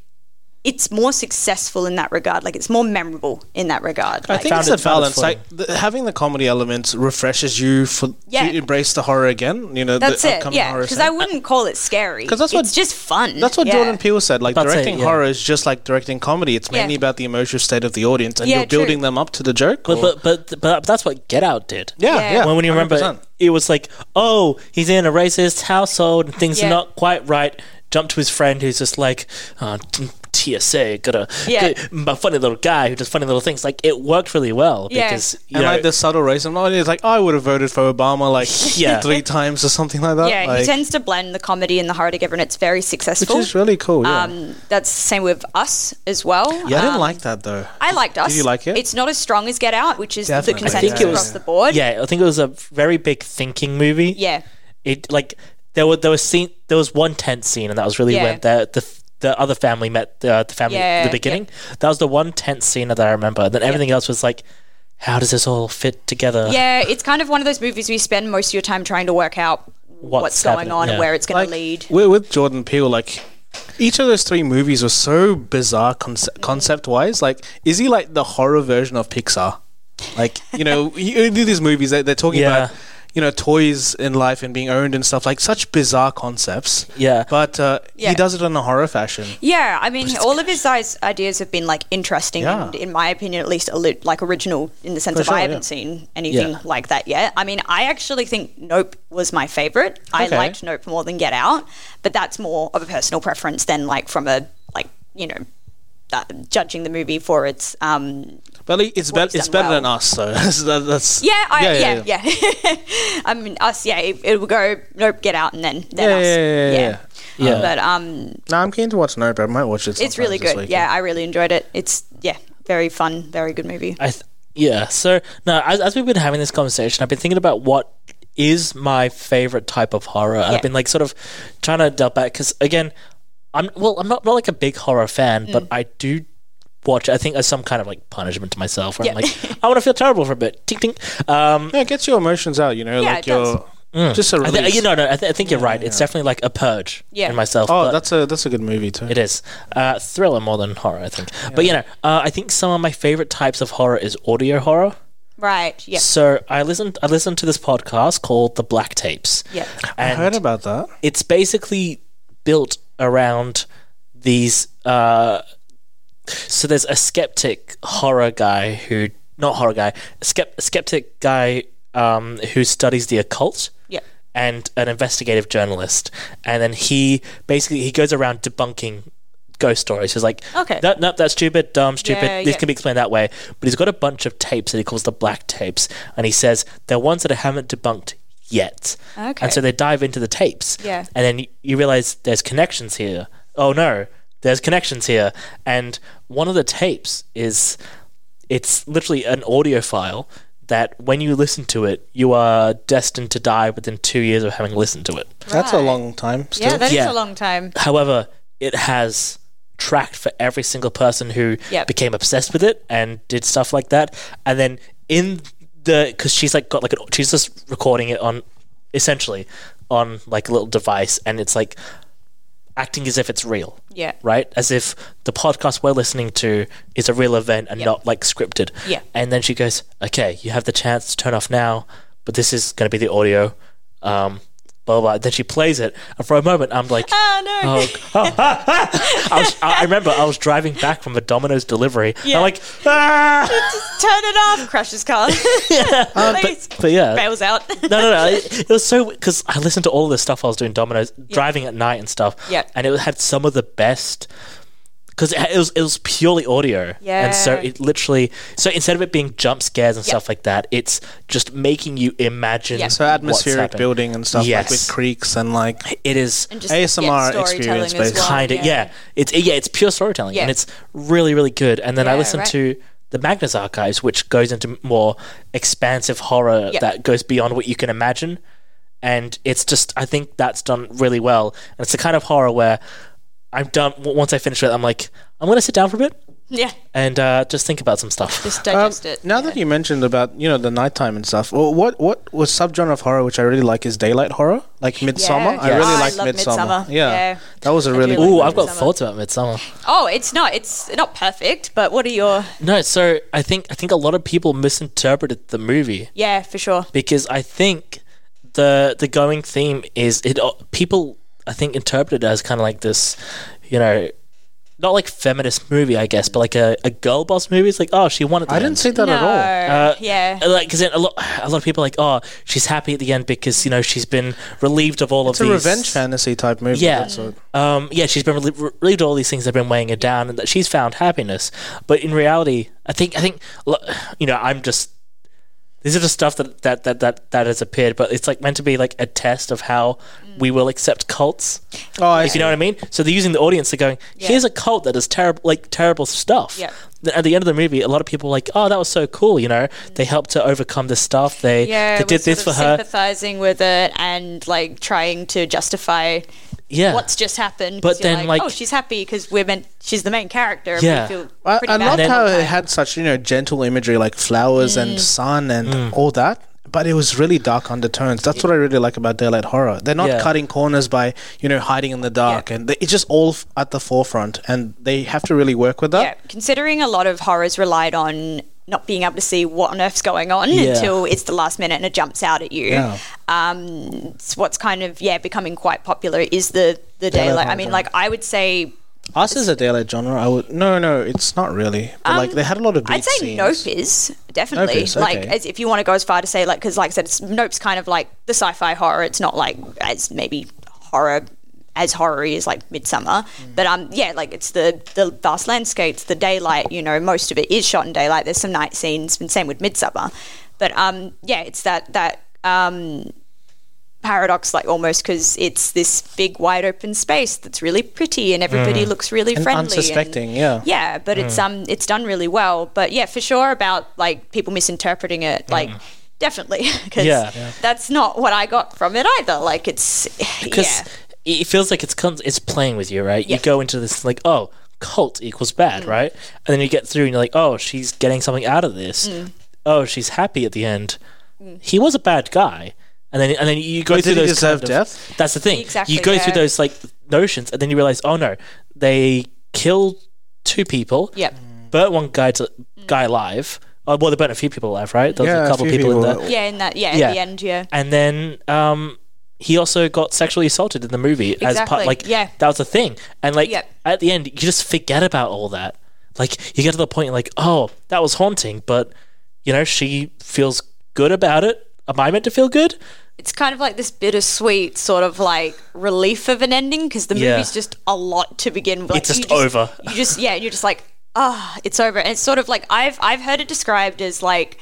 S1: it's more successful in that regard like it's more memorable in that regard
S2: I
S1: Like,
S2: think
S3: found
S2: it's
S3: it-
S2: a
S3: found it
S2: balance. Like th- having the comedy elements refreshes you for
S1: Yeah.
S2: to embrace the horror again. You know,
S1: that's
S2: the
S1: it
S2: upcoming
S1: yeah
S2: horror
S1: because
S2: scene.
S1: i wouldn't call it scary
S2: 'Cause that's what-
S1: it's just fun
S2: That's what
S1: Yeah.
S2: Jordan Peele said. Like
S3: That's it,
S2: directing
S3: yeah.
S2: horror is just like directing comedy. It's mainly
S1: Yeah.
S2: about the emotional state of the audience, and
S1: Yeah,
S2: you're building
S1: true.
S2: them up to the joke.
S3: but,
S2: or-
S3: but but but that's what Get Out did.
S2: yeah,
S1: Yeah.
S2: yeah.
S3: When, when you remember,
S2: 100%.
S3: it was like, oh, he's in a racist household and things
S1: Yeah.
S3: are not quite right. Jump to his friend who's just like, uh, t- TSA, got a
S1: Yeah.
S3: got a funny little guy who does funny little things. Like, it worked really well
S1: Yeah.
S3: because, you
S2: and
S3: know,
S2: like the subtle racism, oh, it's like I would have voted for Obama like
S3: Yeah.
S2: three times or something like that.
S1: yeah, he
S2: Like,
S1: tends to blend the comedy and the horror together, and it's very
S2: which
S1: successful.
S2: is really cool. Yeah,
S1: Um, that's the same with Us as well.
S2: yeah, I didn't
S1: Um,
S2: like that though.
S1: I liked Us.
S2: you like it?
S1: It's not as strong as Get Out, which is
S2: Definitely.
S1: the
S2: I
S1: consensus
S3: think it was-
S1: across the board.
S3: yeah, I think it was a very big thinking movie.
S1: Yeah.
S3: It, like, there were, there was scene, there was one tense scene and that was really
S1: Yeah.
S3: when the, the, the other family met the, the family
S1: Yeah,
S3: at the beginning. That was the one tense scene that I remember. Then everything else was like, how does this all fit together?
S1: Yeah, it's kind of one of those movies where you spend most of your time trying to work out what's, going
S3: happening,
S1: on
S3: yeah.
S1: and where it's going
S2: like,
S1: to lead.
S2: We're with Jordan Peele, like each of those three movies were so bizarre conce- concept wise. Like, is he like the horror version of Pixar? Like, you know, you do these movies that they're talking
S3: Yeah.
S2: about, you know, toys in life and being owned and stuff like such bizarre concepts.
S3: Yeah.
S2: but uh,
S1: Yeah.
S2: he does it in a horror fashion.
S1: Yeah, I mean, all of his guys' ideas have been like interesting,
S2: Yeah.
S1: and in my opinion, at least, a lit- like original in the sense
S2: For
S1: of
S2: sure,
S1: I
S2: yeah.
S1: haven't seen anything
S3: Yeah.
S1: like that yet. I mean, I actually think Nope was my favorite. I
S2: Okay.
S1: liked Nope more than Get Out, but that's more of a personal preference than like from a like you know. That, judging the movie for its um
S2: But like, it's
S1: Well,
S2: better.
S1: he's
S2: It's
S1: done
S2: better
S1: well.
S2: than us, so that's, that- that's
S1: yeah I, yeah yeah, I mean us yeah it, it will go nope get out and then then
S2: Yeah,
S1: us
S2: yeah, yeah, yeah,
S1: yeah.
S3: yeah.
S1: but um
S2: No, I'm keen to watch Nope. I might watch it.
S1: it's really
S2: sometime this
S1: good
S2: weekend.
S1: yeah I really enjoyed it it's yeah very fun very good movie
S3: I th- yeah. So no, as, as we've been having this conversation, I've been thinking about what is my favorite type of horror.
S1: Yeah.
S3: I've been like sort of trying to delve back because again, I'm well, I'm not, not like a big horror fan,
S1: Mm.
S3: but I do watch. I think as some kind of like punishment to myself, where I'm
S1: Yeah.
S3: like, I want to feel terrible for a bit. Tink tink. Um,
S2: Yeah, it gets your emotions out. You know,
S1: Yeah,
S2: like
S1: it does. Mm.
S2: your just a
S3: I
S2: release.
S3: th- you know, no, I, th- I think you're right. It's definitely like a purge
S1: Yeah.
S3: in myself.
S2: oh,
S3: but-
S2: that's a that's a good movie too.
S3: It is uh, thriller more than horror, I think. But you know, uh, I think some of my favorite types of horror is audio horror.
S1: right yeah
S3: So I listened. I listened to this podcast called The Black Tapes.
S1: Yeah.
S3: and
S2: I heard about that.
S3: it's basically built around these. Uh, so there's a skeptic horror guy who, not horror guy, skept, skeptic guy um, who studies the occult.
S1: Yeah.
S3: and an investigative journalist, and then he basically he goes around debunking ghost stories. He's like,
S1: Okay.
S3: that no, that's stupid, dumb, stupid.
S1: Yeah,
S3: this
S1: yeah.
S3: can be explained that way. But he's got a bunch of tapes that he calls the black tapes, and he says they're ones that I haven't debunked yet.
S1: Okay.
S3: And so they dive into the tapes.
S1: Yeah.
S3: And then you, you realize there's connections here. Oh no, there's connections here. And one of the tapes is it's literally an audio file that when you listen to it, you are destined to die within two years of having listened to it.
S2: That's a
S1: Right.
S2: long time still.
S1: Yeah, that is
S3: Yeah.
S1: a long time.
S3: However, it has tracked for every single person who
S1: Yep.
S3: became obsessed with it and did stuff like that. And then in the because she's like got like an, she's just recording it on essentially on like a little device, and it's like acting as if it's real.
S1: Yeah.
S3: Right? As if the podcast we're listening to is a real event and
S1: Yep.
S3: not like scripted.
S1: Yeah.
S3: And then she goes, Okay, you have the chance to turn off now, but this is gonna be the audio. Um blah blah blah. Then she plays it and for a moment I'm like
S1: Oh no.
S3: Oh, g- oh, ah, ah. I, was, I I remember I was driving back from a Domino's delivery.
S1: Yeah.
S3: I'm like, ah!
S1: Just turn it off. Crashes car. Please.
S3: Oh, But yeah, no,
S1: Bails out.
S3: no, no. It, it was so because I listened to all this stuff I was doing Domino's, driving at night and stuff.
S1: Yeah.
S3: and it had some of the best because it, it was it was purely audio. and so
S1: Yeah.
S3: it literally so instead of it being jump scares and
S1: Yeah.
S3: stuff like that, it's just making you imagine.
S1: Yeah.
S2: So
S3: what's
S2: atmospheric
S3: happened.
S2: building and stuff like
S3: Yes.
S2: with creeks and like
S3: It is
S1: And just,
S2: ASMR
S1: storytelling as
S2: experience based.
S1: well,
S3: kind of yeah. it's yeah it's pure storytelling
S1: Yeah.
S3: and it's really really good and then i
S1: Yeah,
S3: listened
S1: right.
S3: to the magnus archives which goes into more expansive horror
S1: Yeah.
S3: that goes beyond what you can imagine and it's just i think that's done really well and it's the kind of horror where i'm done w- once i finish it i'm like i'm gonna sit down for a bit
S1: Yeah.
S3: and uh, just think about some stuff
S1: Just
S2: Um,
S1: digest it.
S2: Now that you mentioned about you know the nighttime and stuff, well, what what was subgenre of horror which I really like is daylight horror, like Midsummer. I
S3: Yes.
S2: really
S3: Oh, I
S2: like
S1: love
S2: Midsummer.
S1: Midsommar.
S2: Yeah.
S1: Yeah.
S2: that was a
S1: I
S2: really.
S1: do like
S2: good
S3: Ooh,
S1: Midsummer.
S3: I've got
S1: Midsummer.
S3: thoughts about Midsummer.
S1: Oh, it's not. It's not perfect, but what are your?
S3: No, so I think I think a lot of people misinterpreted the movie.
S1: Yeah, for sure.
S3: because I think the the going theme is it uh, people I think interpret it as kind of like this, you know, not like feminist movie I guess, but like a, a girl boss movie. It's like oh she won at the
S2: I didn't
S3: end.
S2: see that
S1: no.
S2: at
S3: Uh,
S1: yeah.
S3: like because a lot a lot of people are like oh she's happy at the end because you know she's been relieved of all
S2: all. It's
S3: of
S2: a
S3: these
S2: revenge fantasy type movie.
S3: Yeah.
S2: that's what-
S3: um, yeah, she's been relie- relieved of all these things that have been weighing her down, and that she's found happiness. But in reality, I think I think lo- you know I'm just these are just stuff that that that that that has appeared, but it's like meant to be like a test of how
S1: Mm.
S3: we will accept cults.
S2: Oh, I
S3: If you know what I mean? So they're using the audience. They're going,
S1: Yeah.
S3: "Here's a cult that does terrible, like terrible stuff."
S1: Yeah.
S3: Th- At the end of the movie, a lot of people were like, "Oh, that was so cool!" You know, they helped her overcome this stuff. They
S1: Mm. yeah,
S3: they
S1: we're
S3: did
S1: sort
S3: this
S1: of
S3: for her.
S1: Sympathizing with it and like trying to justify
S3: Yeah,
S1: what's just happened. 'cause
S3: But
S1: you're
S3: then,
S1: like,
S3: like-
S1: oh, she's happy because we're meant. She's the main character. And
S3: Yeah.
S1: we feel
S2: I,
S1: pretty
S2: I
S1: bad
S2: loved
S1: the
S2: how
S1: whole
S2: it
S1: time.
S2: had such you know gentle imagery like flowers and
S1: Mm.
S2: sun and
S3: Mm.
S2: all that, but it was really dark undertones. That's what I really like about daylight horror. They're not
S3: Yeah.
S2: cutting corners by you know hiding in the dark, and they, it's just all f- at the forefront, and they have to really work with that.
S1: Yeah, considering a lot of horrors relied on not being able to see what on earth's going on
S3: Yeah.
S1: until it's the last minute and it jumps out at you.
S2: Yeah.
S1: Um, it's what's kind of yeah becoming quite popular is the the daylight. I
S2: horror
S1: mean,
S2: genre.
S1: like I would say
S2: Us is a daylight genre. I would no, no, it's not really. But like they had a lot of. Beach
S1: Um, I'd say
S2: scenes.
S1: Nope is definitely
S2: Nope is,
S1: like
S2: okay.
S1: as if you want to go as far to say like because like I said, it's, Nope's kind of like the sci-fi horror. It's not like as maybe horror as horror-y as like Midsummer,
S2: Mm.
S1: but um yeah, like it's the the vast landscapes, the daylight. You know, most of it is shot in daylight. There's some night scenes, and same with Midsummer, but um yeah, it's that that um paradox like almost because it's this big wide open space that's really pretty and everybody looks really
S2: Mm. And
S1: friendly and-
S2: unsuspecting, yeah.
S1: yeah, but it's
S3: Hmm.
S1: um it's done really well. But yeah, for sure about like people misinterpreting it, like definitely because
S3: Hmm. Yeah. Yeah.
S1: that's not what I got from it either. Like it's yeah.
S3: because it feels like it's con- it's playing with you, right?
S1: Yeah.
S3: You go into this like, oh, cult equals
S1: Mm.
S3: bad, right? And then you get through and you're like, oh, she's getting something out of this.
S1: Mm.
S3: Oh, she's happy at the end. He was a bad guy, and then and then you go
S2: Wait,
S3: through
S2: did he
S3: those
S2: deserve
S3: kind of-
S2: death?
S3: That's the thing.
S1: Exactly,
S3: you go through
S1: yeah.
S3: those like notions, and then you realize, oh no, they killed two people.
S1: Yep.
S3: burnt one guy to
S1: Mm.
S3: guy alive. Oh, well, they burnt a few people alive, right? There was
S2: Yeah,
S3: a
S2: a
S3: couple
S2: few
S3: people, in
S2: people
S3: there
S2: were-
S1: Yeah, in that yeah,
S3: Yeah.
S1: at the end, yeah.
S3: and then um, he also got sexually assaulted in the movie as part
S1: Exactly,
S3: like
S1: yeah.
S3: that was a thing and like
S1: Yep.
S3: at the end you just forget about all that like you get to the point like oh that was haunting but you know she feels good about it am i meant to feel good
S1: it's kind of like this bittersweet sort of like relief of an ending because the
S3: Yeah.
S1: movie's just a lot to begin with. Like,
S3: It's just
S1: you
S3: over.
S1: You just yeah, you're just like ah, it's over. And it's sort of like I've I've heard it described as like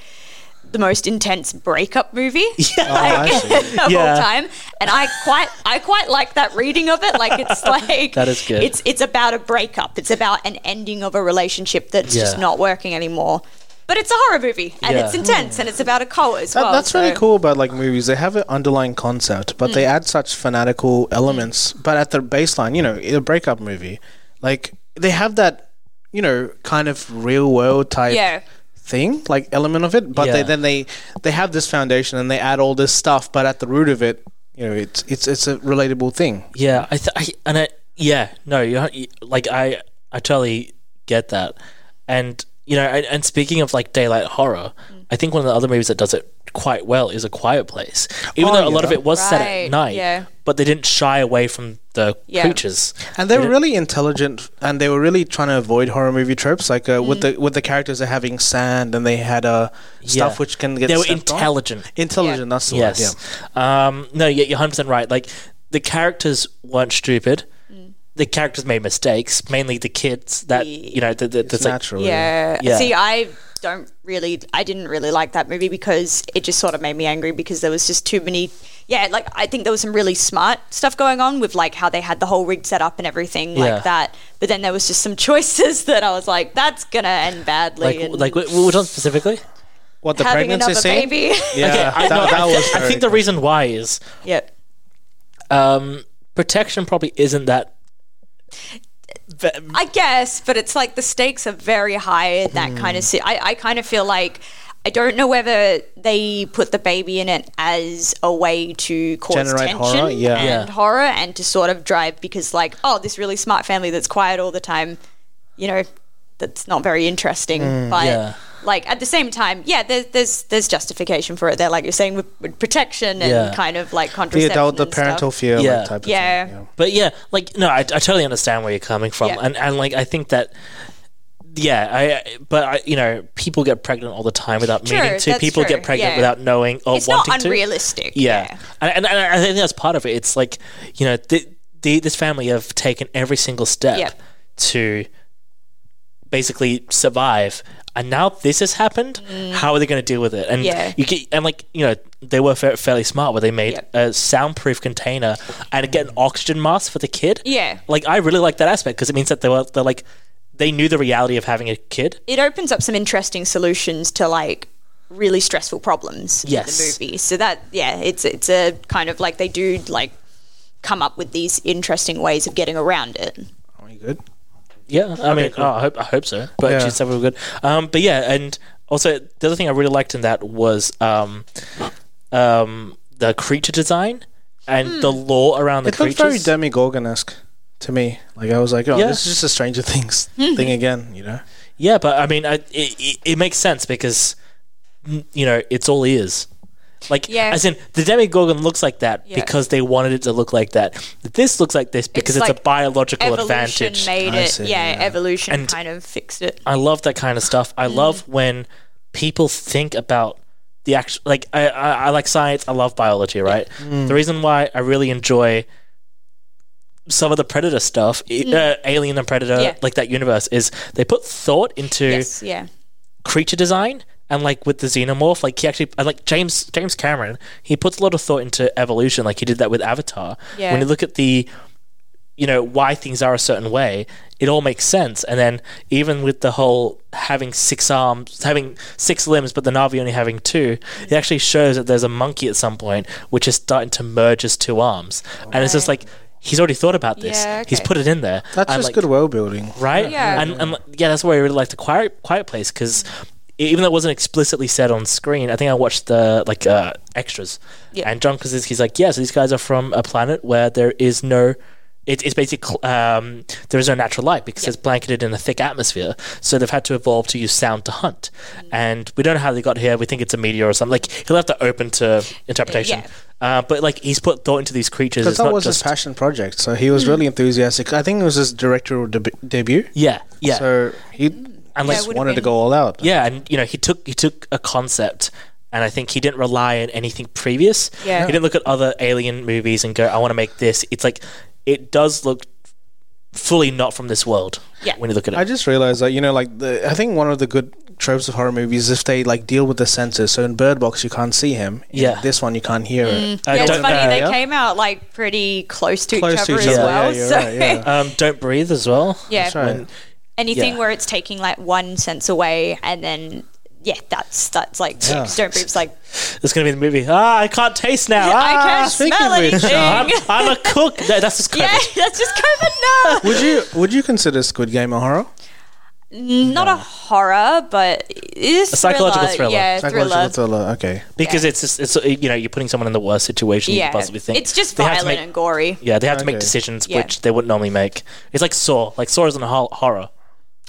S1: the most intense breakup movie
S2: Oh, I see.
S1: of
S3: Yeah.
S1: all time, and I quite I quite like that reading of it. Like it's like
S3: That is good.
S1: It's it's about a breakup. It's about an ending of a relationship that's just
S3: Yeah.
S1: not working anymore. But it's a horror movie and
S3: Yeah.
S1: it's intense and it's about a cult as
S2: That,
S1: well.
S2: that's really
S1: so- Mm.
S2: cool about like movies. They have an underlying concept, but they add such fanatical elements. But at the baseline, you know, in a breakup movie, like they have that, you know, kind of real world type
S1: Yeah.
S2: thing, like element of it. But they,
S3: Yeah.
S2: then they they have this foundation and they add all this stuff. But at the root of it, you know, it's it's it's a relatable thing.
S3: Yeah, I, th- I and I yeah no you you- like I I totally get that, and you know and, and speaking of like daylight horror,
S1: Mm.
S3: I think one of the other movies that does it quite well is A Quiet Place, even
S2: Oh,
S3: though a lot
S2: yeah.
S3: of it was set at
S1: Right,
S3: night.
S1: yeah.
S3: but they didn't shy away from the
S1: Yeah.
S3: creatures.
S2: And they were really intelligent, and they were really trying to avoid horror movie tropes. Like uh,
S1: Mm.
S2: with the with the characters, they're having sand, and they had uh, stuff
S3: Yeah.
S2: which can get
S3: They were
S2: stepped on.
S3: intelligent.
S2: Intelligent, that's the word,
S3: Yes.
S2: yeah.
S3: Um, no, yeah, you're 100% right. Like, the characters weren't stupid.
S1: Mm.
S3: The characters made mistakes, mainly the kids that, you know, the, the,
S2: It's
S3: that's like,
S2: natural.
S1: Yeah.
S3: Yeah.
S1: See, I don't really, I didn't really like that movie because it just sort of made me angry because there was just too many. Yeah, like I think there was some really smart stuff going on with like how they had the whole rig set up and everything
S3: Yeah.
S1: like that. But then there was just some choices that I was like, that's gonna end badly.
S3: like,
S1: and
S3: like, wh- which one specifically?
S2: What the
S1: having
S2: pregnancy
S1: another
S2: scene?
S1: baby.
S2: Yeah,
S3: I,
S2: that,
S3: no,
S2: that
S3: I, thi-
S2: was.
S3: I think the reason why is
S1: yep.
S3: um, protection probably isn't that.
S1: I guess, but it's like the stakes are very high in that kind of.
S2: Hmm.
S1: Si- I, I kind of feel like I don't know whether they put the baby in it as a way to cause
S2: Generate
S1: tension
S2: horror, yeah.
S1: and
S3: Yeah.
S1: horror, and to sort of drive because like, oh, this really smart family that's quiet all the time, you know, that's not very interesting,
S2: Hmm.
S1: but.
S3: yeah.
S1: Like at the same time, yeah. There's there's there's justification for it there, like you're saying with, with protection and
S3: Yeah.
S1: kind of like
S2: the
S1: contraception.
S2: adult, the
S1: and stuff.
S2: parental fear, like,
S3: Yeah.
S2: type of
S1: Yeah.
S2: thing.
S3: But yeah, like, no, I, I totally understand where you're coming from.
S1: Yeah.
S3: And, and, like, I think that. Yeah, I. But I, you know, people get pregnant all the time without
S1: True,
S3: meaning to.
S1: that's
S3: People
S1: true,
S3: get pregnant
S1: yeah.
S3: without knowing or
S1: It's not
S3: wanting to.
S1: unrealistic.
S3: Yeah, And, and, and I think that's part of it. It's like you know, th the, this family have taken every single step
S1: Yep.
S3: to basically survive, and now this has happened. How are they going to deal with it? And
S1: Mm. Yeah.
S3: you get, and like you know, they were fa- fairly smart where they made
S1: Yep.
S3: a soundproof container and get an oxygen mask for the kid.
S1: Yeah.
S3: like I really like that aspect because it means that they were they're like they knew the reality of having a kid.
S1: it opens up some interesting solutions to like really stressful problems
S3: Yes.
S1: in the movie. So that yeah, it's it's a kind of like they do like come up with these interesting ways of getting around it.
S2: Yeah. Are you good?
S3: Yeah, I mean, oh, I hope I hope so. But
S2: Yeah.
S3: she said we were good. Um, but yeah, and also the other thing I really liked in that was um, um, the creature design and the law around the
S2: Hmm. It looked very
S3: creatures.
S2: Demogorgon esque to me. Like I was like, oh,
S3: Yeah.
S2: this is just a Stranger Things
S1: Mm-hmm.
S2: thing again. You know,
S3: yeah, but I mean, I, it, it, it makes sense because mm, you know it's all ears. Like,
S1: Yeah.
S3: as in the Demigorgon looks like that
S1: Yeah.
S3: because they wanted it to look like that. This looks like this because it's, a
S1: like
S3: biological
S1: evolution
S3: advantage.
S1: made
S2: I
S1: it.
S2: see,
S1: yeah,
S2: yeah.
S1: evolution
S3: And-
S1: kind of fixed it.
S3: I love that kind of stuff. I love
S1: Mm-hmm.
S3: when people think about the actual like I, I, I like science. I love biology. Right. The reason why I really enjoy some of the Predator stuff, i- uh, Alien and Predator,
S1: Mm. Yeah.
S3: like that universe, is they put thought into
S1: Yes, yeah.
S3: creature design and like with the xenomorph like he actually and, like james james cameron he puts a lot of thought into evolution like he did that with avatar
S1: Yeah.
S3: when you look at the you know why things are a certain way it all makes sense and then even with the whole having six arms having six limbs but the navi only having two it actually shows that there's a monkey at some point which is starting to merge his two arms and it's just like he's already thought about this
S1: Yeah,
S3: he's
S1: okay.
S3: put it in there
S2: that's
S3: I'm
S2: just
S3: like,
S2: good world building.
S3: right?
S1: Yeah.
S3: and, and yeah, that's why I really liked the Quiet Quiet Place because even though it wasn't explicitly said on screen, I think I watched the like uh, extras,
S1: Yeah.
S3: and John Krasinski's like, yeah, so these guys are from a planet where there is no. It, it's basically cl- um, there is no natural light because it's blanketed in a thick atmosphere, so they've had to evolve to use sound to hunt, and we don't know how they got here. We think it's a meteor or something. Like he'll have to open to interpretation, uh, but like he's put thought into these creatures.
S2: Because
S3: It's
S2: that
S3: not
S2: was his
S3: just
S2: passion project, so
S1: Mm.
S2: he was really enthusiastic. I think it was his directorial deb- debut.
S3: yeah, yeah.
S2: So he
S3: And,
S1: Yeah,
S3: like,
S1: it
S2: just
S1: would've
S2: wanted to
S1: been-
S2: go all out.
S3: Yeah, and you know he took he took a concept And I think he didn't rely on anything previous.
S1: Yeah.
S3: He didn't look at other alien movies and go, I want to make this. It's like, it does look fully not from this world
S1: Yeah.
S3: when you look at it.
S2: I just realized that you know, like the, I think one of the good tropes of horror movies is if they like deal with the senses. So in Bird Box, you can't see him. In
S3: Yeah.
S2: this one you can't hear it.
S3: I
S1: yeah, it's
S3: don't-
S1: funny.
S3: uh,
S1: they
S2: yeah.
S1: came out like pretty close to
S2: Close
S1: each
S2: to
S1: other
S2: each
S1: as
S2: other,
S1: well.
S2: yeah, you're
S1: so
S2: right, yeah.
S3: um, don't breathe as well.
S1: yeah,
S2: That's right.
S1: anything
S3: yeah.
S1: where it's taking like one sense away and then yeah, that's that's like
S2: Yeah.
S1: don't breathe. Like
S3: It's gonna be the movie. Ah, I can't taste now.
S1: I
S3: Ah,
S1: can't
S2: speaking
S1: smell
S2: of which, uh,
S1: anything.
S3: I'm, I'm a cook. No, that's just
S1: yeah,
S3: crazy.
S1: that's just COVID now.
S2: Would you would you consider Squid Game a horror?
S1: Not a horror, but it is
S3: A psychological thriller.
S1: Yeah,
S2: Psychological
S1: thriller.
S2: thriller. Okay.
S3: because it's just, it's you know you're putting someone in the worst situation you
S1: Yeah,
S3: could possibly think.
S1: it's just
S3: They have to
S1: violent
S3: make-
S1: and gory.
S3: Yeah, they have to make
S2: Okay.
S3: decisions
S1: Yeah.
S3: which they wouldn't normally make. It's like Saw. Like Saw isn't a hor- horror.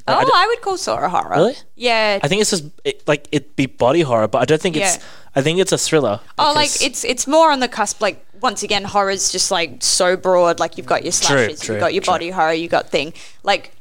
S1: Oh,
S3: I d-
S1: I, would call Saw a horror.
S3: Really?
S1: Yeah.
S3: I think it's just it, like it'd be body horror, but I don't think it's.
S1: Yeah.
S3: I think it's a thriller.
S1: Oh,
S3: because-
S1: like it's it's more on the cusp. Like once again, horror's just like so broad. Like you've got your slashes,
S3: true,
S1: you've got your
S3: true.
S1: body horror, you've got thing. Like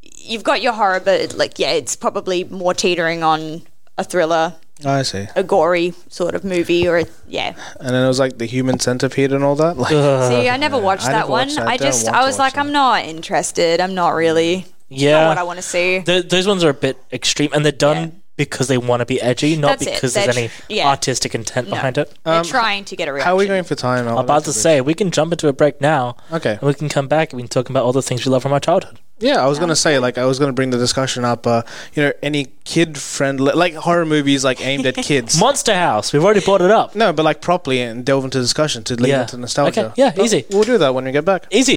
S1: you've got your horror, but like yeah, it's probably more teetering on a thriller,
S2: I see.
S1: a gory sort of movie, or a, yeah.
S2: And then it was like the human centipede and all that. Like,
S1: See, I never watched
S2: Uh,
S1: that
S2: I never
S1: one.
S2: watched that.
S1: I
S2: Don't
S1: just
S2: want
S1: I
S2: to
S1: was
S2: watch
S1: like, I'm not interested. I'm not really
S3: yeah.
S1: what I want to see.
S3: Th- those ones are a bit extreme, and they're done
S1: Yeah.
S3: because they want to be edgy, not
S1: That's it.
S3: because
S1: They're
S3: there's any
S1: tr- yeah.
S3: artistic intent behind it.
S1: They're trying to get a reaction.
S2: Um, how are we going for time?
S3: I'm about to say we can jump into a break now.
S2: Okay.
S3: And we can come back and we can talk about all the things we love from our childhood.
S2: Yeah, I was gonna say like I was gonna bring the discussion up. Uh, you know, any kid friendly like horror movies like aimed at kids.
S3: Monster House. We've already brought it up.
S2: no, but like properly and delve into discussion to lean
S3: Yeah.
S2: into nostalgia.
S3: Okay, yeah, easy.
S2: We'll do that when we get back.
S3: Easy.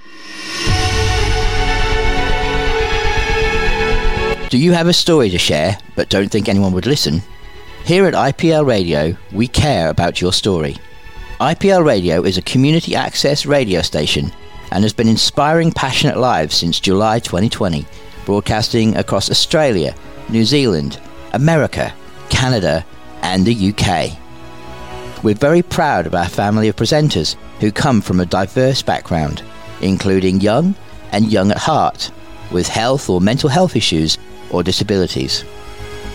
S5: Do you have a story to share but don't think anyone would listen? Here at IPL Radio, we care about your story. IPL Radio is a community access radio station and has been inspiring passionate lives since July 2020, broadcasting across Australia, New Zealand, America, Canada, and the UK. We're very proud of our family of presenters who come from a diverse background, including young and young at heart, with health or mental health issues or disabilities.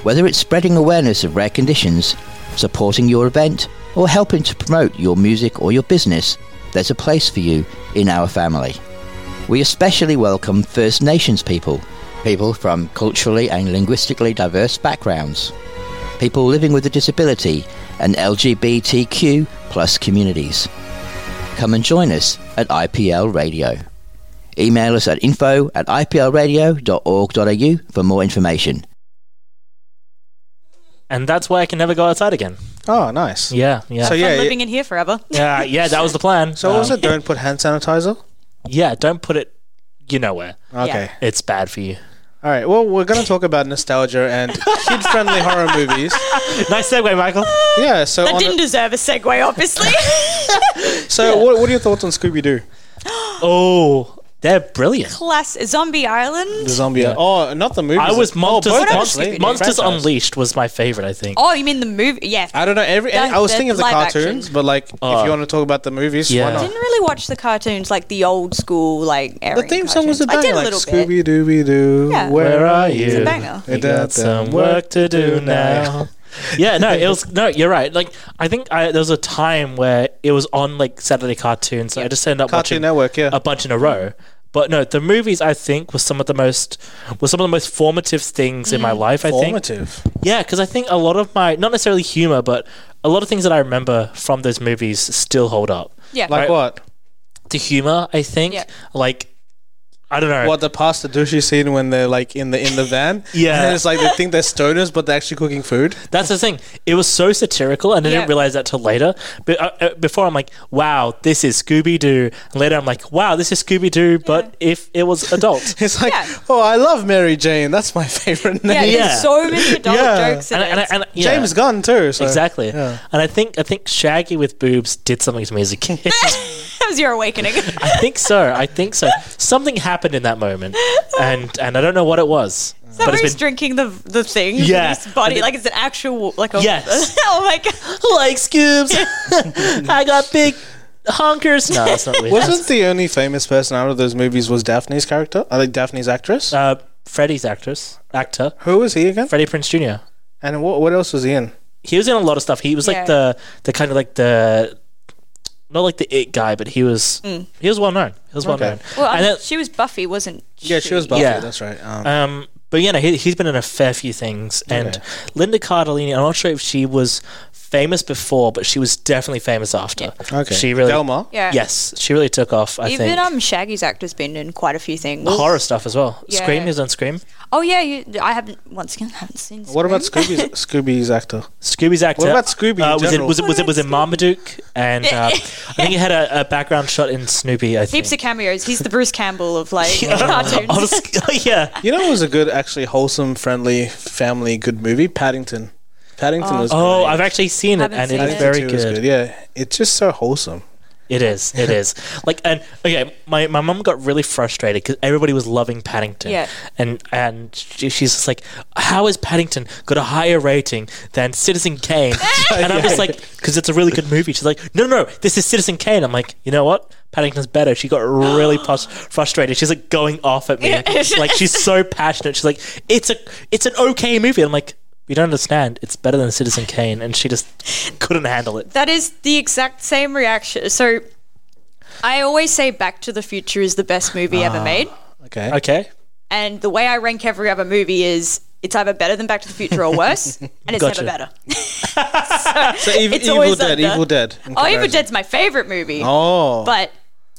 S5: Whether it's spreading awareness of rare conditions, supporting your event, or helping to promote your music or your business, there's a place for you in our family. We especially welcome First Nations people, people from culturally and linguistically diverse backgrounds people living with a disability, and LGBTQ plus communities. Come and join us at IPL Radio. Email us at info at iplradio.org.au for more information.
S3: And that's why I can never go outside again.
S2: Oh, nice.
S3: Yeah, yeah.
S2: So
S1: I'm
S2: yeah,
S1: living in here forever.
S3: yeah, yeah, that was the plan.
S2: So what was
S3: Um,
S2: it? Don't put hand sanitizer.
S3: Yeah, don't put it you know where.
S2: Okay.
S3: It's bad for you.
S2: All right. Well, we're gonna talk about nostalgia and kid-friendly horror movies.
S3: Nice segue, Michael.
S2: Yeah. So,
S1: That
S2: on
S1: didn't
S2: the-
S1: deserve a segue, obviously.
S2: so what, what are your thoughts on Scooby Doo,
S3: Oh, they're brilliant.
S1: Class Zombie Island.
S2: the zombie? Oh, not the movie.
S3: I was Monsters,
S2: both
S3: Monsters,
S2: actually.
S3: Monsters
S2: Franchise.
S3: Unleashed was my favorite, I think.
S1: Oh, you mean the movie? Yeah.
S2: I don't know. Every
S1: That-
S2: I was
S1: the
S2: thinking of the
S1: live
S2: cartoons,
S1: action.
S2: but like
S3: Oh.
S2: if you want to talk about the movies,
S3: Yeah.
S2: why not?
S1: didn't really watch the cartoons like the old school like
S2: The
S1: airing
S2: theme song was a
S1: cartoons.
S2: banger,
S1: I did a
S2: like
S1: little bit.
S2: Scooby Dooby Doo.
S1: Yeah.
S3: Where are you?
S1: It's a banger.
S2: We
S3: We got some work to do now. yeah, no, it was no. You're right. Like I think I, there was a time where it was on like Saturday cartoons. So I just ended up
S2: Cartoon
S3: watching
S2: Network, yeah.
S3: a bunch in a row. But no, the movies I think were some of the most were some of the most formative things in my life. I think
S2: Formative.
S3: yeah, because I think a lot of my not necessarily humor, but a lot of things that I remember from those movies still hold up.
S1: Yeah.
S2: Like
S3: Right.
S2: what?
S3: The humor, I think,
S1: Yeah.
S3: like I don't know.
S2: What the pasta douchey scene when they're like in the in the van?
S3: Yeah.
S2: and it's like they think they're stoners, but they're actually cooking food.
S3: That's the thing. It was so satirical, and I
S1: Yeah.
S3: didn't realize that till later. But uh, uh, before, I'm like, "Wow, this is Scooby Doo." Later, I'm like, "Wow, this is Scooby Doo." But if it was adult,
S2: It's like,
S1: Yeah.
S2: oh, I love Mary Jane. That's my favorite
S1: yeah,
S2: name.
S3: Yeah.
S1: there's so many adult
S2: Yeah.
S1: jokes in
S3: and, I-
S1: it.
S3: and, I- and I- yeah,
S2: James Gunn too. So.
S3: exactly.
S2: Yeah.
S3: And I think I think Shaggy with boobs did something to me as a kid.
S1: that was your awakening.
S3: I think so. I think so. Something happened in that moment, and and I don't know what it was.
S1: That
S3: but
S1: where
S3: it's
S1: he's
S3: been
S1: drinking the the thing.
S3: Yeah.
S1: His body
S3: And it-
S1: like it's an actual like a.
S3: Yes.
S1: oh my god.
S3: like Scoobs. I got big honkers. No, that's not weird.
S2: Wasn't the only famous person out of those movies was Daphne's character? I think Daphne's actress.
S3: uh, Freddie's actress actor
S2: Who was he again?
S3: Freddie Prince Jr.
S2: And what what else was he in?
S3: he was in a lot of stuff. He was
S1: Yeah.
S3: like the the kind of like the not like the it guy, but he was he was well known. He was well
S2: Okay.
S3: known.
S1: Mm. Well, I
S3: and
S1: mean,
S3: then-
S1: she was Buffy, wasn't she?
S2: Yeah, she was Buffy.
S3: Yeah.
S2: That's right. Um,
S3: um, but yeah, no, he, he's been in a fair few things. And Linda Cardellini, I'm not sure if she was famous before, but she was definitely famous after.
S2: okay.
S3: She really
S2: Delmar.
S1: Yeah.
S3: Yes, she really took off. I
S1: Even
S3: think
S1: um, Shaggy's actor's been in quite a few things.
S3: horror stuff as well.
S1: Yeah.
S3: Scream, he was on Scream.
S1: Oh yeah, you, I haven't once again I haven't seen.
S2: What about
S1: Scream.
S2: Scooby's, Scooby's actor?
S3: Scooby's actor.
S2: What about Scooby in
S3: Uh, was it
S2: general?
S3: was it was it was in Marmaduke and uh, I think he had a, a background shot in Snoopy. I think.
S1: Heaps of cameos. He's the Bruce Campbell of like cartoons.
S3: Oh, Sc- oh, yeah.
S2: You know, it was a good, actually wholesome, friendly, family, good movie. Paddington. Paddington was.
S3: Oh,
S2: great.
S3: I've actually seen it,
S1: Haven't
S3: and
S1: seen
S3: it is
S1: it.
S3: very
S2: Paddington 2 was
S3: good.
S2: Yeah, it's just so wholesome.
S3: It is. It is. Like and okay, my my mom got really frustrated because everybody was loving Paddington.
S1: Yeah.
S3: And and she, she's just like, how has Paddington got a higher rating than Citizen Kane? and I'm just like, because it's a really good movie. She's like, no, no, no, this is Citizen Kane. I'm like, you know what? Paddington's better. She got really pus- frustrated. She's like going off at me. like she's so passionate. She's like, it's a it's an okay movie. I'm like. You don't understand. It's better than Citizen Kane, and she just couldn't handle it.
S1: That is the exact same reaction. So I always say Back to the Future is the best movie
S3: Ah.
S1: ever made.
S2: Okay.
S3: Okay,
S1: And the way I rank every other movie is it's either better than Back to the Future or worse, and it's
S3: Gotcha.
S1: never better.
S2: So Ev-
S1: It's
S2: Evil
S1: always
S2: Dead.
S1: under.
S2: Evil Dead. in
S1: Oh, Evil
S2: comparison.
S1: Dead's my favorite movie.
S2: Oh.
S1: But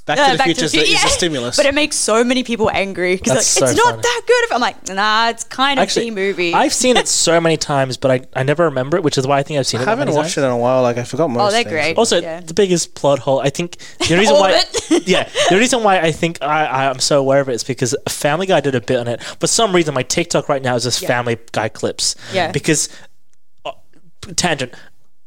S2: Back
S1: uh,
S2: to the Future is, the- is a
S1: yeah.
S2: stimulus.
S1: But it makes so many people angry because like,
S3: That's so
S1: it's not
S3: funny.
S1: that good. If I'm like, nah, it's kind of the movie.
S3: I've seen it so many times, but I, I never remember it, which is why I think I've seen
S2: I
S3: it.
S2: haven't watched it in a while. Like I forgot most.
S1: oh, they're
S2: things.
S1: great.
S3: Also,
S1: yeah.
S3: the biggest plot hole. I think the reason
S1: All of
S3: why,
S1: it?
S3: yeah, the reason why I think I, I'm so aware of it is because Family Guy did a bit on it. For some reason, my TikTok right now is just Family Guy clips.
S1: Yeah.
S3: Because uh, tangent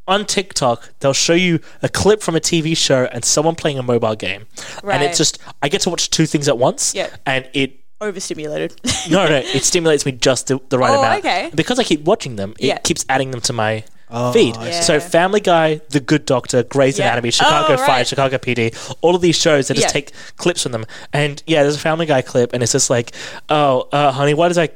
S3: on TikTok, they'll show you a clip from a TV show and someone playing a mobile game, and
S1: Right.
S3: it's just I get to watch two things at once.
S1: Yeah.
S3: And it
S1: overstimulated.
S3: no, no, it stimulates me just the, the right
S1: Oh,
S3: amount.
S1: okay.
S3: Because I keep watching them, it
S1: Yeah.
S3: keeps adding them to my feed.
S1: see.
S3: So
S1: Yeah.
S3: Family Guy, The Good Doctor, Grey's
S1: Yeah.
S3: Anatomy, Chicago
S1: Oh,
S3: Fire,
S1: right.
S3: Chicago PD, all of these shows, they just
S1: Yeah.
S3: take clips from them. And yeah, there's a Family Guy clip, and it's just like, oh, uh, honey, why does I,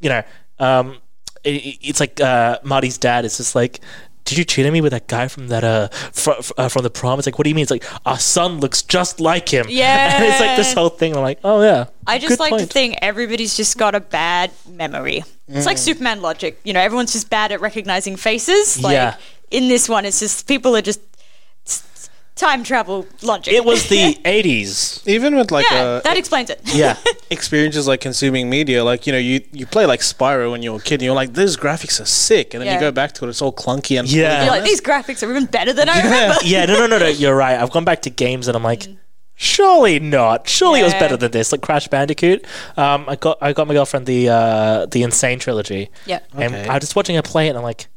S3: you know, um, it, it- it's like uh, Marty's dad is just like, did you cheat on me with that guy from that uh, fr- fr- uh from the prom? It's like, what do you mean? It's like our son looks just like him. and it's like this
S1: Yeah.
S3: whole thing. I'm like, oh yeah.
S1: I just
S3: Good
S1: like
S3: point.
S1: to think everybody's just got a bad memory. It's like
S3: Mm.
S1: Superman logic. You know, everyone's just bad at recognizing faces. Like
S3: Yeah.
S1: in this one, it's just people are just it's- it's time travel logic.
S3: It was the 80s.
S2: Even with like
S1: yeah,
S2: uh,
S1: that explains it.
S3: Yeah.
S2: experiences like consuming media, like you know, you you play like Spyro when you're a kid, and you're like, these graphics are sick, and then you
S1: Yeah.
S2: go back to it, it's all clunky and
S3: Yeah.
S1: You're like, these graphics are even better than I remember.
S3: yeah, no, no, no, no. You're right. I've gone back to games and I'm like, surely not. Surely it was
S1: Yeah.
S3: better than this. Like Crash Bandicoot. Um, I got I got my girlfriend the uh, the Insane trilogy.
S1: Yeah. Mm.
S3: And
S2: Okay.
S3: I was just watching her play it and I'm like,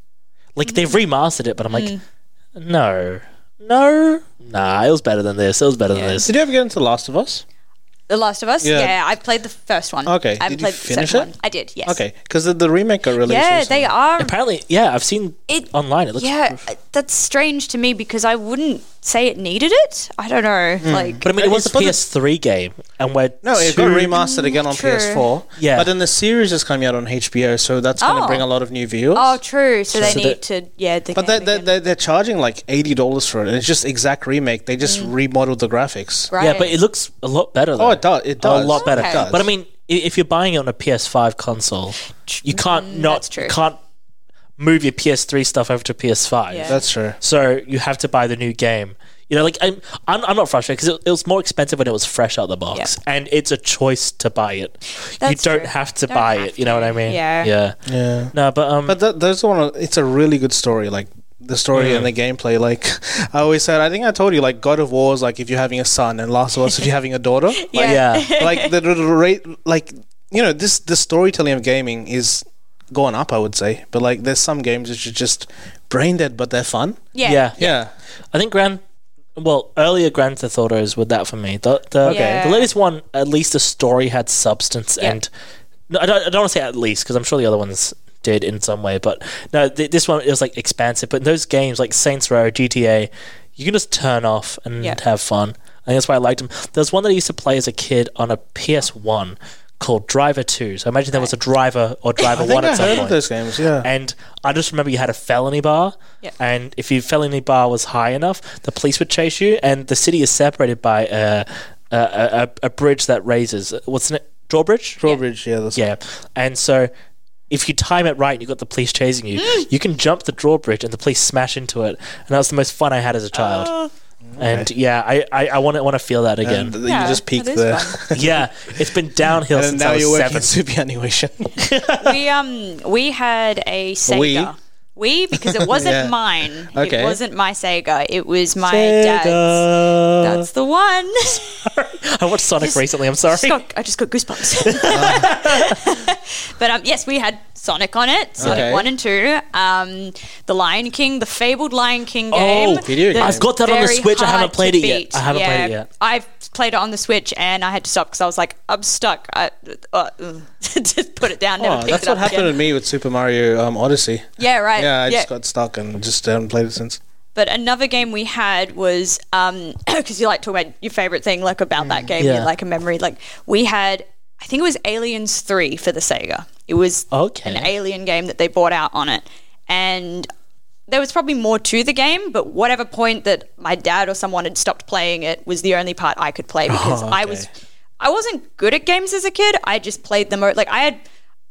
S3: like they've remastered it, but I'm like, no, no, nah. It was better than this. It was better than this.
S2: Did you ever get into Last of Us?
S1: The Last of Us.
S2: Yeah.
S1: Yeah. I played the first one.
S2: Okay,
S1: I
S2: did you
S1: played
S2: finish
S1: the second
S2: it?
S1: one. I did. Yes.
S2: Okay, because the, the remake got released.
S1: Yeah,
S2: recently.
S1: they are.
S3: Apparently, yeah, I've seen
S1: It-
S3: it online. It looks
S1: Yeah, uh, that's strange to me because I wouldn't say it needed it. I don't know. Like,
S3: Hmm. But I mean, it
S2: It's
S3: was a
S2: supposed to-
S3: PS3 game, and we're
S2: No, it got
S3: two-
S2: remastered again on
S1: True.
S2: PS4.
S3: Yeah.
S2: but then the series is coming out on HBO, so that's going to
S1: Oh.
S2: bring a lot of new viewers.
S1: oh, true. So, they
S3: So
S1: need to. Yeah, the
S2: but
S1: game
S2: they, they,
S1: again.
S2: they, they're charging like eighty dollars for it, and it's just exact remake. They just remodeled the graphics.
S1: Mm. right.
S3: Yeah, but it looks a lot better. Though.
S2: Oh, it does. It does
S3: a lot better.
S1: Okay.
S2: It does.
S3: But I mean, i- if you're buying it on a PS5 console, you can't not
S1: mm, that's true.
S3: can't move your PS3 stuff over to PS5.
S1: Yeah.
S2: that's true.
S3: So you have to buy the new game. You know, like I'm, I'm, I'm not frustrated because it, it was more expensive when it was fresh out the box, and it's a choice to buy it.
S1: That's
S3: you don't
S1: true.
S3: have to
S1: Don't
S3: buy
S1: have
S3: it. You know what I mean?
S1: Yeah.
S3: Yeah.
S2: Yeah.
S3: No, but um,
S2: But that, that's the one. It's a really good story. Like the story and the gameplay. Like I always said, I think I told you. Like God of War is like if you're having a son, and Last of Us if you're having a daughter. Like,
S3: yeah.
S2: Like the, the, the rate. Like you know, this the storytelling of gaming is gone up. I would say, but like there's some games which are just brain dead, but they're fun.
S1: yeah.
S3: yeah,
S2: Yeah.
S3: I think Grand, well, earlier Grand Theft Autos were that for me. The the,
S1: Okay.
S3: the latest one, at least the story had substance, and no, I don't, I don't want to say at least because I'm sure the other ones did in some way, but no, th- this one it was like expansive. But in those games like Saints Row, GTA, you can just turn off and
S1: Yeah.
S3: have fun. I think that's why I liked them. There's one that I used to play as a kid on a PS One called Driver 2. So I imagine there was a Driver or Driver
S2: I think
S3: 1
S2: I
S3: at some
S2: heard
S3: point.
S2: of those games. Yeah.
S3: And I just remember you had a felony bar,
S1: Yeah.
S3: and if your felony bar was high enough, the police would chase you. And the city is separated by a a, a, a bridge that raises uh, what's it drawbridge.
S2: Drawbridge. Yeah. that's
S3: Yeah, and so if you time it right, and you got the police chasing you. you can jump the drawbridge, and the police smash into it. And that was the most fun I had as a child.
S1: Uh,
S3: and yeah, I I, I want to want to feel that again.
S2: And
S1: Yeah,
S2: you just peak
S1: that is
S2: there.
S1: fun.
S3: yeah, it's been downhill
S2: And
S3: since
S2: now
S3: I was
S2: you're working
S3: seven.
S2: in superannuation.
S1: we um we had a Sega.
S2: We?
S1: We, because it wasn't
S2: Yeah.
S1: mine.
S2: Okay.
S1: It wasn't my Sega. It was my dad's.
S3: Sega.
S1: That's the one.
S3: I watched Sonic
S1: Just-
S3: recently. I'm
S1: just
S3: sorry.
S1: got- I just got goosebumps. but um, yes, we had Sonic on it, Sonic
S2: Okay.
S1: One and Two, um, the Lion King, the fabled Lion King game.
S2: Oh, video game.
S1: that's
S3: I've got that on the
S1: very
S3: Switch. I haven't
S1: hard to
S3: played it yet.
S1: beat.
S3: I haven't played it
S1: Yeah,
S3: yet.
S1: I've played it on the Switch and I had to stop because I was like, I'm stuck. I uh, uh, just put it down. Never
S2: Oh,
S1: picked
S2: that's
S1: it up
S2: what happened
S1: again.
S2: to me with Super Mario um, Odyssey.
S1: Yeah, right.
S2: Yeah, I just got stuck and just haven't played it since.
S1: But another game we had was um 'cause because you like talk about your favorite thing like about that game,
S3: Yeah.
S1: you like a memory. Like we had, I think it was Aliens Three for the Sega. It was
S3: Okay.
S1: an Alien game that they bought out on it, and there was probably more to the game. But whatever point that my dad or someone had stopped playing it was the only part I could play because I was, I wasn't good at games as a kid. I just played them o- like I had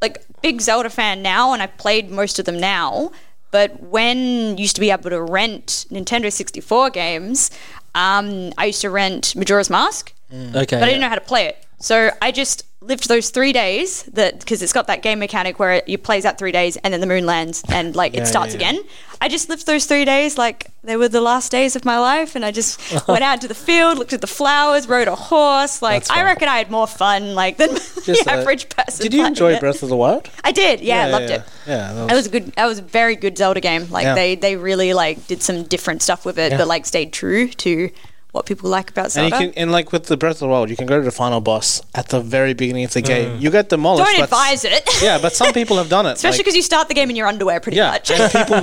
S1: like big Zelda fan now, and I've played most of them now. But when you used to be able to rent Nintendo 64 games, um, I used to rent Majora's Mask,
S3: okay.
S1: but I didn't know how to play it. So I just lived those three days that because it's got that game mechanic where it, you plays out three days and then the moon lands and like it starts
S2: yeah.
S1: again. I just lived those three days like they were the last days of my life, and I just went out to the field, looked at the flowers, rode a horse. Like
S3: That's
S1: I
S3: fun.
S1: reckon I had more fun like than
S2: Just
S1: the
S2: that.
S1: average person.
S2: Did you
S1: playing
S2: enjoy
S1: it.
S2: Breath of the Wild?
S1: I did. Yeah, I loved
S2: yeah.
S1: it.
S2: Yeah, that
S1: That was a good. That was a very good Zelda game. Like
S2: Yeah.
S1: they they really like did some different stuff with it,
S2: Yeah.
S1: but like stayed true to what people like about
S2: And,
S1: Zelda.
S2: you can, and like with the Breath of the Wild, you can go to the final boss at the very beginning of the game. You get demolished.
S1: Don't
S2: but-
S1: advise it.
S2: Yeah, but some people have done it.
S1: especially
S2: like-
S1: because you start the game in your underwear, pretty
S2: yeah,
S1: much.
S2: and people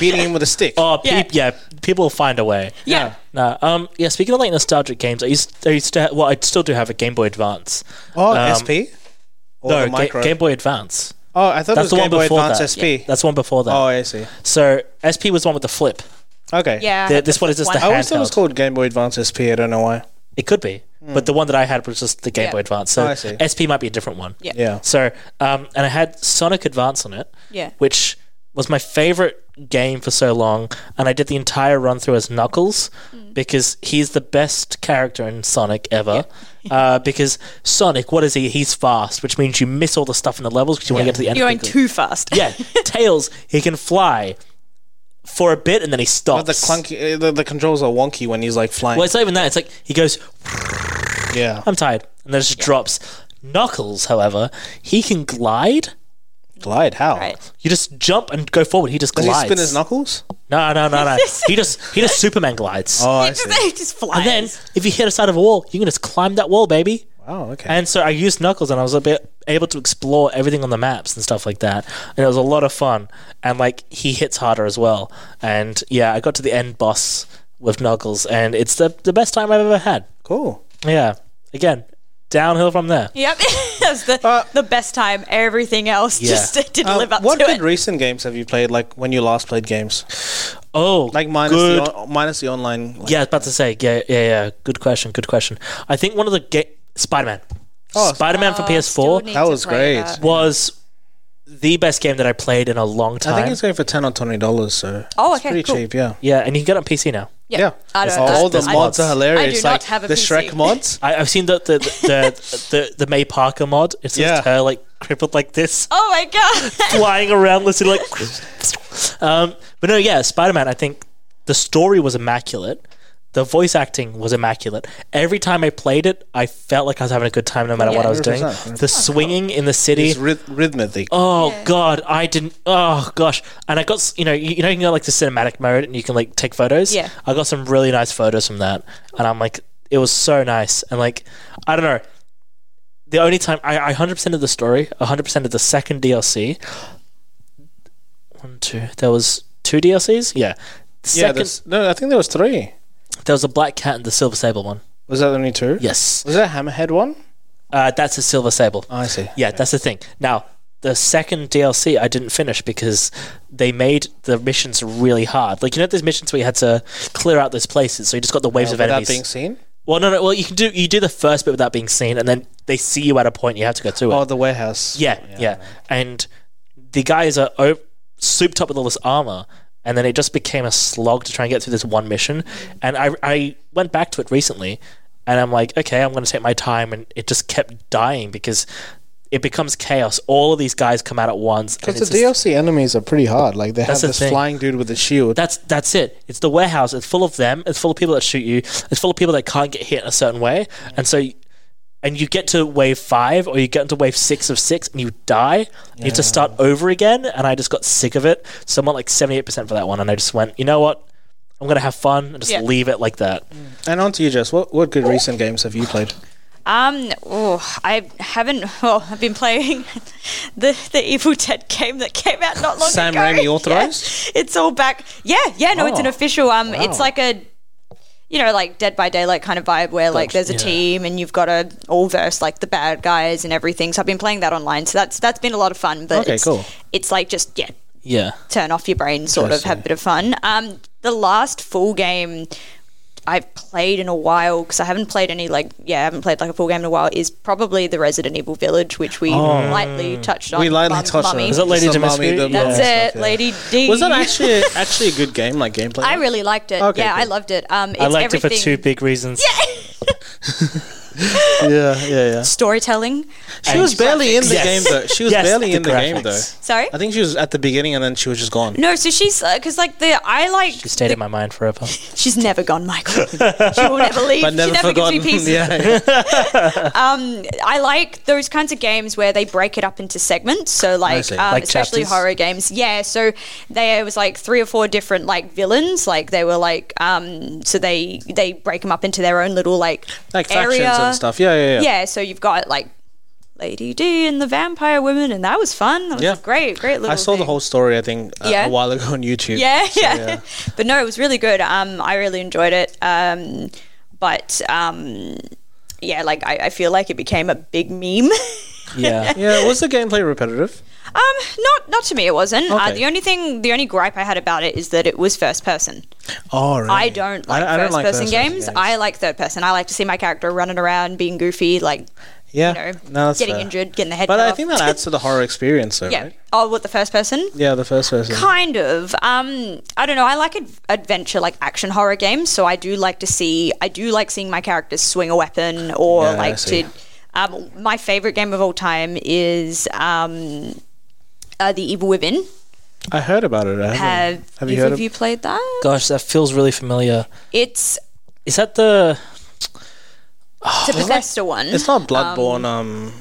S2: beating him with a stick.
S3: Oh,
S1: Yeah.
S3: peop yeah. People will find a way.
S1: Yeah.
S3: No. Um. Yeah. Speaking of like nostalgic games, I used I used to ha- well, I still do have a Game Boy Advance.
S2: oh,
S3: um,
S2: SP. Or
S3: no,
S2: the micro.
S3: Ga- Game Boy Advance.
S2: oh, I thought it
S3: That's
S2: was
S3: the
S2: Game
S3: one
S2: Boy
S3: before
S2: Advance
S3: that.
S2: SP.
S3: That's the one before that.
S2: Oh, I see.
S3: So SP was the one with the flip.
S2: Okay.
S1: yeah.
S3: The- this one is just the
S2: I always thought it
S3: handheld.
S2: was called Game Boy Advance SP. I don't know why.
S3: It could be, but the one that I had was just the Game
S1: Yeah.
S3: Boy Advance.
S2: Oh,
S3: So
S2: I see.
S3: SP might be a different one.
S1: Yeah.
S2: Yeah.
S3: So, um, and I had Sonic Advance on it.
S1: Yeah.
S3: Which was my favorite game for so long, and I did the entire run through as Knuckles because he's the best character in Sonic ever. uh, because Sonic, what is he? He's fast, which means you miss all the stuff in the levels because you want to get to the end.
S1: You're going
S3: quickly.
S1: too fast.
S3: yeah. Tails, he can fly for a bit and then he stops.
S2: But the clunky, uh, the, the controls are wonky when he's like flying.
S3: Well, it's not even that. It's like he goes
S2: yeah,
S3: I'm tired. And then it just drops. Knuckles, however, he can glide.
S2: glide. How?
S1: Right.
S3: You just jump and go forward. He just
S2: Does
S3: glides.
S2: he spin his knuckles?
S3: No, no, no, no. he just he just Superman glides.
S2: Oh, I
S1: It just,
S2: see.
S1: it just flies.
S3: and then if you hit a side of a wall, you can just climb that wall, baby.
S2: Wow. Oh, Okay.
S3: And so I used Knuckles, and I was a bit able to explore everything on the maps and stuff like that. And it was a lot of fun. And like he hits harder as well. And yeah, I got to the end boss with Knuckles, and it's the the best time I've ever had.
S2: cool.
S3: Yeah. Again, downhill from there.
S1: yep, that was the, the best time. Everything else
S3: Yeah.
S1: just didn't
S2: Um,
S1: live up
S2: Uh, what
S1: to
S2: good
S1: it.
S2: recent games have you played? Like when you last played games,
S3: Oh,
S2: like minus
S3: good
S2: the on- minus the online. Like,
S3: Yeah, I was about to say. Yeah, yeah, yeah. Good question. Good question. I think one of the ga- Spider Man.
S2: Oh,
S3: Spider Man for PS4
S2: That was great.
S3: was the best game that I played in a long time.
S2: I think it's going for ten or twenty dollars. So
S1: Oh,
S2: it's
S1: okay,
S2: pretty
S1: cool.
S2: cheap. Yeah.
S3: yeah, and you can get it on PC now.
S1: Yeah, I
S2: Yeah.
S1: don't.
S2: Oh,
S1: I-
S2: all the
S1: I-
S2: mods are hilarious.
S1: I do
S2: It's
S1: not
S2: like
S1: have a
S2: the
S1: PC.
S2: Shrek mods.
S3: I, I've seen the the the, the, the May Parker mod. It's just
S2: Yeah.
S3: her like crippled like this,
S1: Oh my god!
S3: flying around, listening like. um, but no, yeah, Spider Man. I think the story was immaculate. The voice acting was immaculate. Every time I played it, I felt like I was having a good time, no matter
S1: Yeah.
S3: what I was doing.
S2: 100%.
S3: The swinging in the city,
S2: It's ryth- rhythmic.
S3: Oh god, I didn't. Oh gosh, and I got s- you know you, you know you can go like the cinematic mode and you can like take photos.
S1: Yeah.
S3: I got some really nice photos from that, and I'm like, it was so nice, and like I don't know. The only time I, I 100% of the story, 100% of the second DLC. One, two. There was two DLCs. Yeah.
S2: yeah.
S3: The second,
S2: there's- No, I think there was three.
S3: there was a black cat and the silver sable one.
S2: Was that only two?
S3: Yes.
S2: Was that Hammerhead one?
S3: Uh, that's a Silver Sable.
S2: I see.
S3: Yeah, that's the thing. Now, the second DLC I didn't finish because they made the missions really hard. Like you know, those missions where you had to clear out those places, so you just got the waves of
S2: Uh, Without
S3: enemies.
S2: being seen?
S3: well, no, no. Well, you can do you do the first bit without being seen, and then they see you at a point. You have to go to it.
S2: Oh, the warehouse.
S3: Yeah, yeah. And the guys are o- souped up with all this armor, and then it just became a slog to try and get through this one mission. And I, I went back to it recently, and I'm like, okay, I'm going to take my time, and it just kept dying because it becomes chaos. All of these guys come out at once. and
S2: Because
S3: it's
S2: the
S3: just-
S2: DLC enemies are pretty hard. Like, they have
S3: That's the
S2: this
S3: thing.
S2: flying dude with a shield.
S3: That's that's it. It's the warehouse. It's full of them. It's full of people that shoot you. It's full of people that can't get hit a certain way. And so, and you get to wave five or you get into wave six of six and you die. You have to start over again. And I just got sick of it. So I'm at like seventy eight percent for that one. And I just went, you know what? I'm gonna have fun and just
S1: Yeah. Mm.
S3: leave it like that.
S2: and on to you, Jess. What, what good recent games have you played?
S1: Um, oh, I haven't. Oh, I've been playing the the Evil Dead game that came out not long
S2: Sam
S1: ago.
S2: Raimi
S1: Yeah.
S2: authorized?
S1: it's all back. Yeah, yeah. No, it's an
S2: Oh,
S1: official. Um,
S2: wow.
S1: it's like a, you know, like Dead by Daylight kind of vibe where like there's a
S3: yeah.
S1: team and you've got to all verse like the bad guys and everything. So I've been playing that online. So that's that's been a lot of fun. But
S2: Okay,
S1: it's,
S2: cool.
S1: It's like just yeah,
S3: Yeah.
S1: turn off your brain, sort of have a bit of fun. Um, the last full game I've played in a while because I haven't played any like yeah, I haven't played like a full game in a while is probably the Resident Evil Village, which we lightly touched on.
S2: Oh. We lightly
S1: Mum-
S2: touched on
S1: Mummy.
S2: it.
S3: Is it Lady
S2: Some mummy,
S3: Dimitri?
S2: the mum
S1: That's
S2: stuff,
S1: it,
S2: yeah.
S1: Lady D.
S2: Was that actually actually a good game, like gameplay?
S1: I really liked it.
S2: Okay,
S1: yeah, I
S2: cool.
S1: loved it. Um, it's
S3: I liked
S1: everything.
S3: it for two big reasons.
S2: yeah, yeah, yeah.
S1: Storytelling.
S2: She was barely in the
S3: Yes.
S2: game though. She was
S3: Yes,
S2: barely
S3: the
S2: in the game though.
S3: graphics.
S1: Sorry.
S2: I think she was at the beginning and then she was just gone.
S1: no, so she's because like the I like
S3: It stayed in my mind forever.
S1: she's never gone, Michael. she will never leave.
S2: But never
S1: she never
S2: forgotten.
S1: gives me peace.
S2: yeah, yeah.
S1: I like those kinds of games where they break it up into segments. So like,
S2: see.
S1: um,
S3: Like
S1: especially
S3: chapters?
S1: horror games. Yeah. So there was like three or four different like villains. Like they were like, um, so they they break them up into their own little like
S2: like factions
S1: area.
S2: and stuff. Yeah, yeah, yeah.
S1: Yeah. So you've got like Lady D and the Vampire Women, and that was fun. That was
S2: Yeah.
S1: a great, great little.
S2: I saw the
S1: thing.
S2: whole story. I think uh,
S1: Yeah.
S2: a while ago on YouTube.
S1: Yeah, yeah. But no, it was really good. Um, I really enjoyed it. Um, but um, yeah, like I, I feel like it became a big meme.
S3: Yeah.
S2: Yeah, was the gameplay repetitive?
S1: Um, not not to me. It wasn't. Uh,
S2: Okay.
S1: the only thing, the only gripe I had about it is that it was first person.
S2: Oh, really?
S1: I don't like
S2: I
S1: first
S2: don't like
S1: person
S2: first-person
S1: games.
S2: games.
S1: I like third person. I like to see my character running around, being goofy, like
S2: Yeah,
S1: you know,
S2: no, that's
S1: getting
S2: fair.
S1: injured, getting the head.
S2: But
S1: cut
S2: I
S1: off.
S2: think that adds to the horror experience, though.
S1: yeah.
S2: Right?
S1: Oh, what the first person?
S2: Yeah, the first person.
S1: Kind of. Um, I don't know. I like ad- adventure, like action horror games. So I do like to see. I do like seeing my characters swing a weapon or
S2: Yeah, I
S1: like
S2: see.
S1: to. Um, my favorite game of all time is um, uh, The Evil Within.
S2: I heard about it. I
S1: Have,
S2: haven't. Have you
S1: either
S2: heard
S1: of
S2: of
S1: you played that?
S3: Gosh, that feels really familiar.
S1: It's
S3: Is that the Oh,
S1: it's a Bethesda one.
S2: It's not Bloodborne. Um,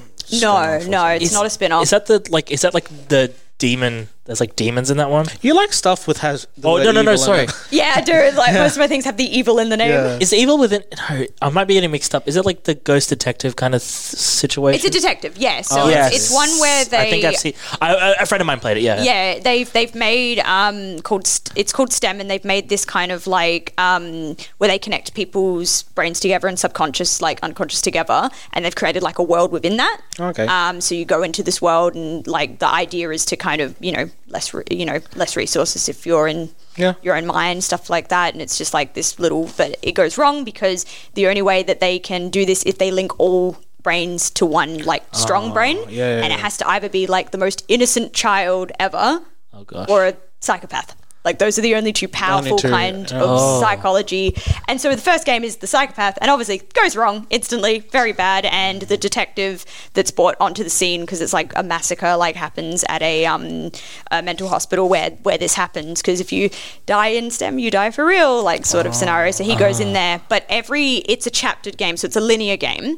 S1: no, no, it's
S3: Is-
S1: not a spin-off.
S3: Is that the like? Is that like the demon? There's like demons in that one.
S2: you like stuff with has. the
S3: Oh
S2: word
S3: no no
S2: evil
S3: no!
S2: in
S3: Sorry,
S2: it.
S1: yeah, I do. Like most of my things have the evil in the name.
S2: Yeah.
S3: is evil within? No, I might be getting mixed up. Is it like the ghost detective kind of th- situation?
S1: It's a detective. Yeah, so
S3: Oh,
S1: it's,
S3: yes.
S1: it's one where they
S3: I think I've seen. I, I, a friend of mine played it. Yeah.
S1: yeah they've they've made um called st- it's called stem and they've made this kind of like um where they connect people's brains together and subconscious like unconscious together and they've created like a world within that
S2: Okay.
S1: um so you go into this world and like the idea is to kind of you know less re- you know less resources if you're in
S2: Yeah.
S1: your own mind stuff like that and it's just like this little but it goes wrong because the only way that they can do this if they link all brains to one like strong
S2: Ah.
S1: brain
S2: yeah, yeah,
S1: and it
S2: yeah.
S1: has to either be like the most innocent child ever
S3: Oh gosh.
S1: or a psychopath. Like those are the only two powerful
S2: two,
S1: kind
S2: yeah. Oh.
S1: of psychology. And so the first game is the psychopath, and obviously goes wrong instantly, very bad. And the detective that's brought onto the scene because it's like a massacre, like happens at a um a mental hospital where where this happens. Because if you die in STEM, you die for real, like sort of scenario. So he goes
S2: Ah.
S1: in there, but every it's a chaptered game, so it's a linear game,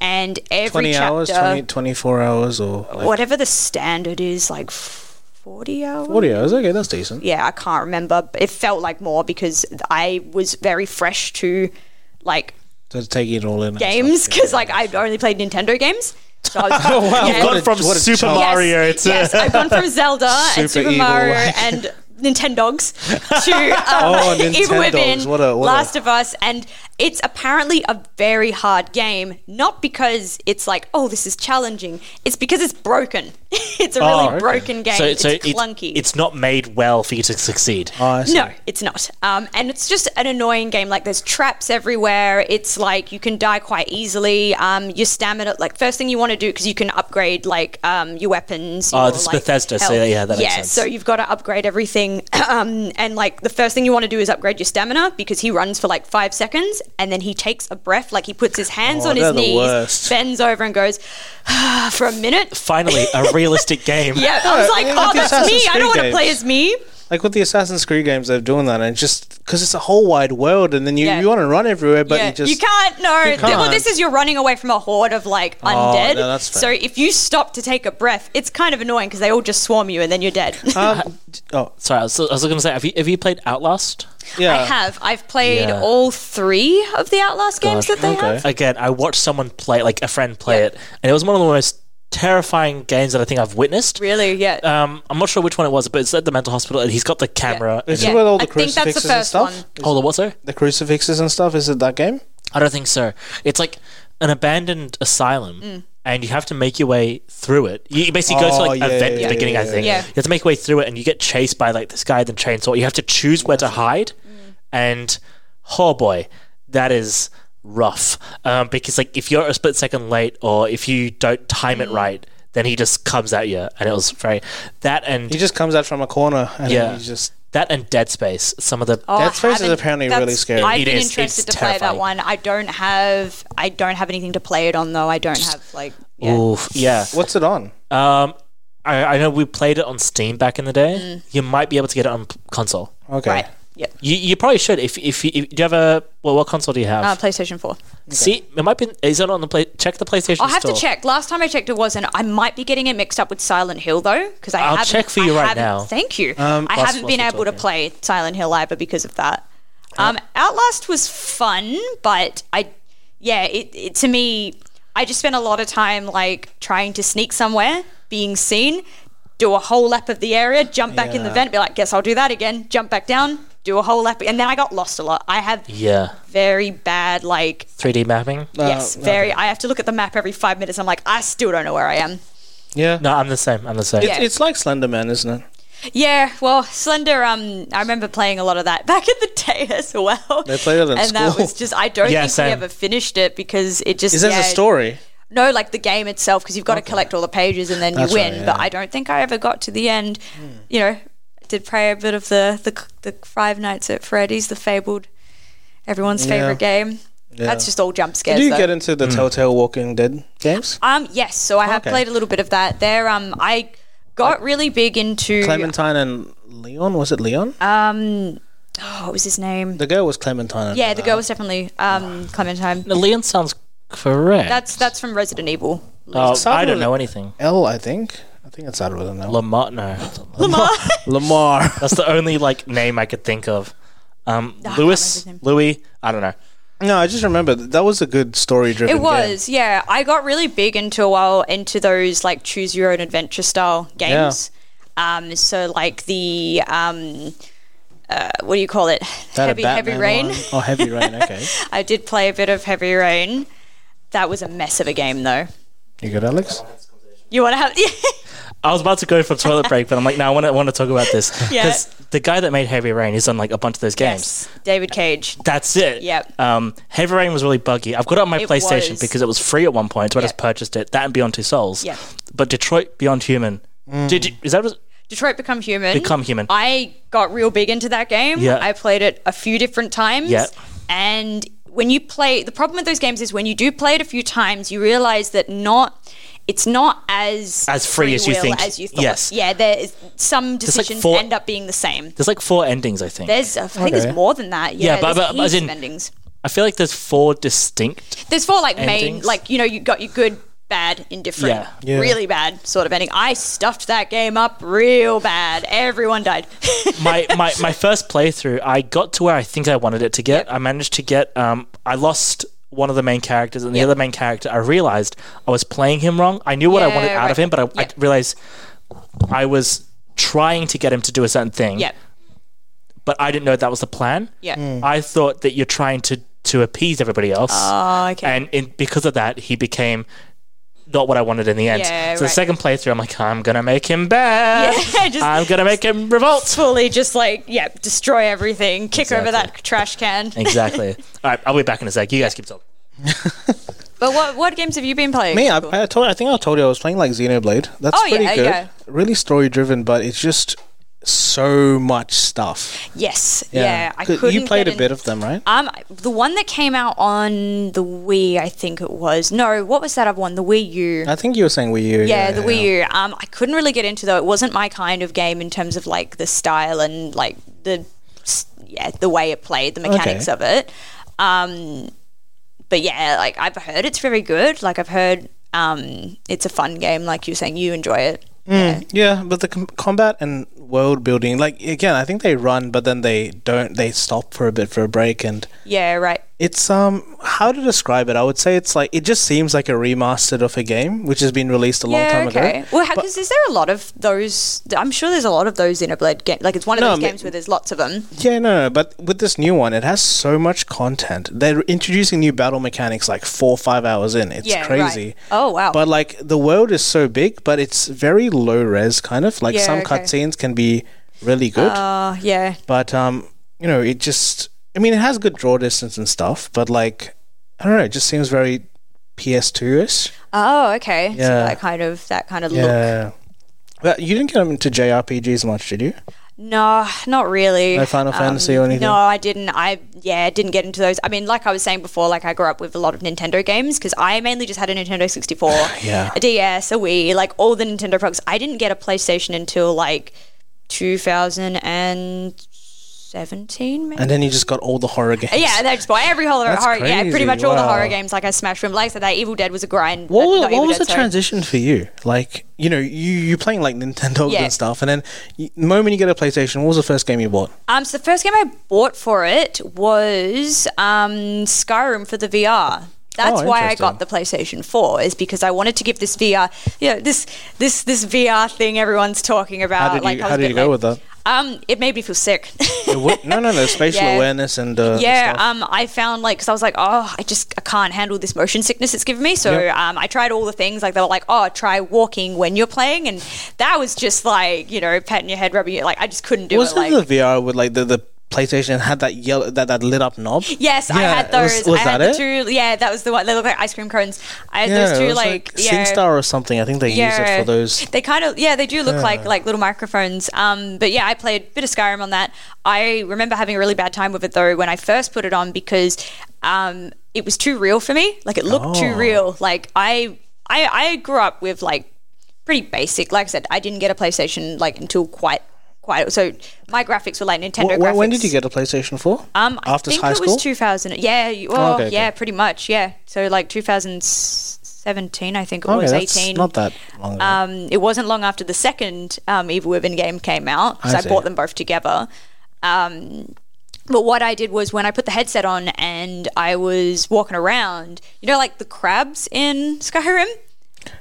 S1: and every
S2: 20
S1: chapter,
S2: Oh, hours, 20, 24 hours, or like
S1: whatever the standard is, like forty hours.
S2: 40 hours. Okay, that's decent.
S1: yeah, I can't remember. But it felt like more because I was very fresh to like
S2: So to take it all in. and stuff,
S1: games
S2: yeah.
S1: because like I've only played Nintendo games. So I was,
S2: Oh,
S1: Yeah.
S3: Gone from
S2: what a
S3: Super
S2: chunk.
S3: Mario
S1: yes,
S3: to
S1: yes, I've gone from Zelda and
S2: Super
S1: Super
S2: evil.
S1: Mario and Nintendogs to um,
S2: Oh,
S1: Evil
S2: Nintendogs,
S1: Within,
S2: Oh, what a- what a-
S1: Last of Us, and It's apparently a very hard game, not because it's like, oh, this is challenging. It's because it's broken. it's a really
S2: Oh,
S3: okay.
S1: broken game.
S3: So,
S1: it's
S3: so it's-
S1: clunky.
S3: It's, not made well for you to succeed.
S2: Oh, I see.
S1: No, it's not. Um, and it's just an annoying game. Like there's traps everywhere. It's like you can die quite easily. Um, your stamina, like first thing you want to do, because you can upgrade like um, your weapons.
S3: Oh,
S1: your,
S3: this is
S1: like,
S3: Bethesda, so
S1: health.
S3: yeah, that makes
S1: yeah,
S3: sense.
S1: So you've got to upgrade everything. um, and like the first thing you want to do is upgrade your stamina because he runs for like five seconds and then he takes a breath. Like he puts his hands
S2: Oh,
S1: on his
S2: they're the
S1: knees,
S2: worst.
S1: bends over and goes for a minute.
S3: Finally, a realistic game.
S1: Yeah, I was
S2: No,
S1: like,
S2: I mean,
S1: oh,
S2: like the
S1: that's me.
S2: Assassin's
S1: I don't want
S2: Creed
S1: to play
S2: games.
S1: as me.
S2: Like with the Assassin's Creed games, they're doing that, and it's just because it's a whole wide world, and then you,
S1: Yeah.
S2: you want to run everywhere, but
S1: yeah,
S2: you just
S1: can't. No, Th- well,
S2: can't. Oh,
S1: this is you're running away from a horde of like undead.
S2: no, that's
S1: so
S2: fair.
S1: if you stop to take a breath, it's kind of annoying because they all just swarm you and then you're dead.
S2: Um, d- oh
S3: Sorry, I was, I was going to say, have you, have you played Outlast?
S2: yeah,
S1: I have. I've played
S3: Yeah.
S1: all three of the Outlast games that they have.
S3: Again, I watched someone play, like a friend play it, and it was one of the most terrifying games that I think I've witnessed.
S1: Really? Yeah.
S3: Um, I'm not sure which one it was, but it's at the mental hospital, and he's got the camera.
S2: It's
S1: Yeah.
S2: with all
S1: I
S2: the
S1: think that's the
S2: crucifixes and
S1: first
S2: stuff.
S1: one.
S3: Oh, the what, sir?
S2: The crucifixes and stuff. Is it that game?
S3: I don't think so. It's like an abandoned asylum, and you have to make your way through it. You you basically go to
S2: Oh,
S3: like
S2: yeah,
S3: a vent at
S2: yeah,
S3: the beginning,
S2: yeah,
S3: I think.
S1: yeah. Yeah.
S3: You have to make your way through it, and you get chased by like this guy with the chainsaw. You have to choose where to hide, and oh boy, that is rough. Um, because like if you're a split second late, or if you don't time it right, then he just comes at you, and it was very that and
S2: He just comes out from a corner, and
S3: Yeah.
S2: you just
S3: that and Dead Space. Some of the
S1: Oh, I
S2: Dead Space is
S1: haven't-
S2: apparently
S1: that's-
S2: really scary.
S1: I've
S3: It
S1: been
S3: is,
S1: interested
S3: it's
S1: to play that
S3: terrifying.
S1: one. I don't have. I don't have anything to play it on though. I don't have like. Yeah.
S3: Oof, yeah.
S2: what's it on?
S3: Um, I, I know we played it on Steam back in the day.
S1: Mm.
S3: You might be able to get it on p- console.
S2: Okay,
S1: Right. Yep.
S3: You, you probably should if if, you- if do you have a well, what console do you have?
S1: Uh, PlayStation Four.
S3: See, it might be is it on the play? Check the PlayStation.
S1: I'll have
S3: store.
S1: to check. Last time I checked, it wasn't. I might be getting it mixed up with Silent Hill though, because I
S3: I'll
S1: haven't-
S3: check for you
S1: I
S3: right
S1: haven't-
S3: now.
S1: Thank you. I
S3: whilst-
S1: haven't
S3: whilst
S1: been
S3: we're
S1: able to
S3: talking. Uh,
S1: play Silent Hill either because of that. Um, Outlast was fun, but I, yeah, it, it to me, I just spent a lot of time like trying to sneak somewhere, being seen, do a whole lap of the area, jump back in the
S2: Yeah.
S1: vent, be like, guess I'll do that again, jump back down, do a whole lap, and then I got lost a lot. I have
S3: Yeah,
S1: very bad like
S3: 3D mapping.
S1: yes, very. I have to look at the map every five minutes. I'm like, I still don't know where I am.
S2: yeah.
S3: No, I'm the same. I'm the same.
S1: Yeah.
S2: It's like Slender Man, isn't it?
S1: Yeah, well, Slender. Um, I remember playing a lot of that back in the day as well.
S2: They played it in
S1: and that
S2: school.
S1: was just. I don't
S3: Yeah,
S1: think we
S3: same.
S1: ever finished it because it just.
S2: Is that
S1: yeah,
S2: a story?
S1: No, like the game itself, because you've got to collect all the pages and then
S2: That's
S1: you win. But
S2: right, yeah. Hmm.
S1: I don't think I ever got to the end. You know, I did play a bit of the the, the Five Nights at Freddy's, the fabled, everyone's
S2: Yeah.
S1: favorite game. That's just all jump scares.
S2: Do you
S1: though.
S2: get into the Telltale Walking Dead games?
S1: Um, yes. So I have
S2: Okay.
S1: played a little bit of that. There, um, I got really big into.
S2: Clementine and Leon was it Leon?
S1: Um, oh, what was his name?
S2: the girl was Clementine. and-
S1: yeah, the girl was definitely um Clementine.
S3: No, Leon sounds correct.
S1: That's that's from Resident Evil.
S3: Oh, I
S2: Sounded-
S3: don't know anything.
S2: L, I think. I think it's started with an L.
S3: Lamont, no.
S2: Lamar.
S3: That's the only like name I could think of. Um,
S1: Ah, can't
S3: Lewis,
S1: remember
S3: Louis. I don't know.
S2: no, I just remember that that was a good story-driven.
S1: It was, yeah. I got really big into a while into those like choose your own adventure style games. Um, so like the um, uh, what do you call it?
S2: That a
S1: heavy heavy
S2: Batman
S1: rain.
S2: one? Oh, heavy rain. Okay,
S1: I did play a bit of heavy rain. That was a mess of a game though.
S2: you good, Alex?
S1: You want to have?
S3: I was about to go for toilet break, but I'm like, no, I want to want to talk about this
S1: Yeah.
S3: because the guy that made Heavy Rain, he's done like a bunch of those games.
S1: yes, David Cage.
S3: That's it.
S1: Yep.
S3: Um, Heavy Rain was really buggy. I've got it on my
S1: It
S3: PlayStation
S1: was.
S3: because it was free at one point, so I
S1: Yep.
S3: just purchased it. That and Beyond Two Souls.
S1: Yep.
S3: But Detroit Beyond Human. Did you, is that was
S1: Detroit Become Human.
S3: Become Human.
S1: I got real big into that game.
S3: Yeah.
S1: I played it a few different times.
S3: Yeah.
S1: And when you play, the problem with those games is when you do play it a few times, you realize that not. It's not as
S3: As free as you
S1: will
S3: think.
S1: As you thought.
S3: Yes.
S1: Yeah. There is, some
S3: like,
S1: decisions
S3: four-
S1: end up being the same.
S3: there's like four endings, I think.
S1: There's, I think, there's
S2: Okay.
S1: more than that. Yeah.
S3: Yeah, but-
S1: there's
S3: but- but as
S1: heaps
S3: in-
S1: of endings.
S3: I feel like there's four distinct.
S1: There's four like main,
S3: Endings?
S1: like you know, you got your good, bad, indifferent,
S3: Yeah.
S2: Yeah.
S1: really bad sort of ending. I stuffed that game up real bad. Everyone died.
S3: My, my my first playthrough, I got to where I think I wanted it to get. I managed to get. Um, I lost one of the main characters, and the
S1: Yep.
S3: other main character, I realized I was playing him wrong. I knew what I
S1: Yeah,
S3: wanted out of
S1: right.
S3: him, but I,
S1: Yep.
S3: I realized I was trying to get him to do a certain thing.
S1: yep.
S3: but I didn't know that was the plan.
S1: Yeah.
S2: Mm.
S3: I thought that you're trying to to appease everybody else.
S1: Oh, okay.
S3: And in, because of that, he became not what I wanted in the end.
S1: Yeah,
S3: so the
S1: right.
S3: second playthrough, I'm like, I'm gonna make him bad.
S1: Yeah, just-
S3: I'm gonna make him revolt.
S1: fully just like yeah, destroy everything, kick over
S3: Exactly.
S1: that trash can.
S3: Exactly. All right, I'll be back in a sec. You guys keep talking.
S1: But what what games have you been playing?
S2: Me, uh, I,
S1: Cool.
S2: I told. I think I told you I was playing like Xenoblade. That's
S1: Oh, yeah,
S2: pretty good.
S1: yeah.
S2: Really story driven, but it's just so much stuff.
S1: yes, yeah, I could
S2: you played a bit of them, right?
S1: Um, the one that came out on the Wii, I think it was. No, what was that other one? The Wii U.
S2: I think you were saying Wii U.
S1: yeah, the Wii U. Um, I couldn't really get into though. It wasn't my kind of game in terms of like the style and like the s- yeah the way it played, the mechanics
S2: Okay.
S1: of it. Um, but yeah, like I've heard it's very good. Like I've heard um, it's a fun game. Like you're saying, you enjoy it.
S2: Yeah, but the com- combat and world building, like again, I think they run, but then they don't. They stop for a bit for a break, and
S1: Yeah, right.
S2: it's um, how to describe it? I would say it's like it just seems like a remastered of a game which has been released a long
S1: yeah,
S2: time
S1: okay.
S2: ago.
S1: Well, because is there a lot of those? I'm sure there's a lot of those in a Blade game. Like it's one of
S2: No,
S1: those
S2: I mean-
S1: games where there's lots of them.
S2: Yeah, no, no, but with this new one, it has so much content. They're introducing new battle mechanics like four or five hours in. It's
S1: Yeah, right.
S2: crazy.
S1: Oh, wow.
S2: But like the world is so big, but it's very low res kind of. Like
S1: Yeah,
S2: some
S1: okay.
S2: cutscenes can be really good,
S1: Uh, yeah.
S2: but um, you know, it just. I mean, it has good draw distance and stuff, but like, I don't know, it just seems very PS2 ish.
S1: Oh, okay. So
S2: Yeah.
S1: that kind of that kind of look.
S2: Yeah. But you didn't get into JRPGs much, did you?
S1: No, not really. Um,
S2: No Final Fantasy or anything?
S1: No, I didn't. I yeah, didn't get into those. I mean, like I was saying before, like I grew up with a lot of Nintendo games because I mainly just had a Nintendo 64,
S2: Yeah.
S1: a DS, a Wii, like all the Nintendo products. I didn't get a PlayStation until like 2017, maybe.
S2: And then you just got all the horror games.
S1: yeah, and I just bought every horror,
S2: That's
S1: horror yeah, pretty
S2: crazy,
S1: much all the horror
S2: wow.
S1: games. Like I smashed them. Like I said, that Evil Dead was a grind.
S2: What,
S1: uh,
S2: was-
S1: not Evil
S2: what was
S1: Dead,
S2: the
S1: sorry.
S2: transition for you? Like, you know, you you playing like Nintendo
S1: Yeah.
S2: and stuff, and then y- the moment you get a PlayStation, what was the first game you bought?
S1: Um, so the first game I bought for it was um, Skyrim for the VR. That's
S2: Oh,
S1: why I
S2: interesting.
S1: got the PlayStation 4 is because I wanted to give this VR, you know, this this this VR thing everyone's talking about.
S2: How did
S1: Uh, like,
S2: you
S1: I was
S2: How
S1: a
S2: did
S1: bit
S2: you go
S1: like-
S2: with that?
S1: Um, it made me feel sick.
S2: It wa- no, no, no. Spatial
S1: Yeah.
S2: awareness and uh,
S1: yeah,
S2: stuff.
S1: um, I found like because I was like, oh, I just I can't handle this motion sickness it's given me. So um, I tried all the things like they were like, oh, try walking when you're playing, and that was just like you know patting your head, rubbing it. Like I just couldn't do
S2: was
S1: it. Like,
S2: the VR with like the the PlayStation had that yellow that that lit up knob?
S1: Yes, I
S2: Yeah,
S1: had
S2: was-
S1: those.
S2: was
S1: I had
S2: that
S1: the two. Yeah, that was the one. They look like ice cream cones. I had
S2: Yeah,
S1: those
S2: it
S1: two,
S2: was
S1: like, yeah.
S2: SingStar or something. I think they use it for those.
S1: They kind of yeah, they do look like like little microphones. Um, but yeah, I played a bit of Skyrim on that. I remember having a really bad time with it though when I first put it on because um, it was too real for me. Like it looked too
S2: Oh.
S1: real. Like I I I grew up with like pretty basic. Like I said, I didn't get a PlayStation like until quite quite so my graphics were like Nintendo
S2: Wh- wh- when
S1: graphics.
S2: did you get a PlayStation 4?
S1: Um, I
S2: After
S1: think
S2: high
S1: it
S2: school? Oh,
S1: was 2000. Yeah, you- well,
S2: okay,
S1: yeah,
S2: okay.
S1: pretty much. Yeah, so like 2017, I think it
S2: okay,
S1: was
S2: that's
S1: 18.
S2: not that long ago.
S1: Um, it wasn't long after the second um, Evil Within game came out, so I,
S2: see.
S1: bought them both together. Um, but what I did was when I put the headset on and I was walking around, you know, like the crabs in Skyrim.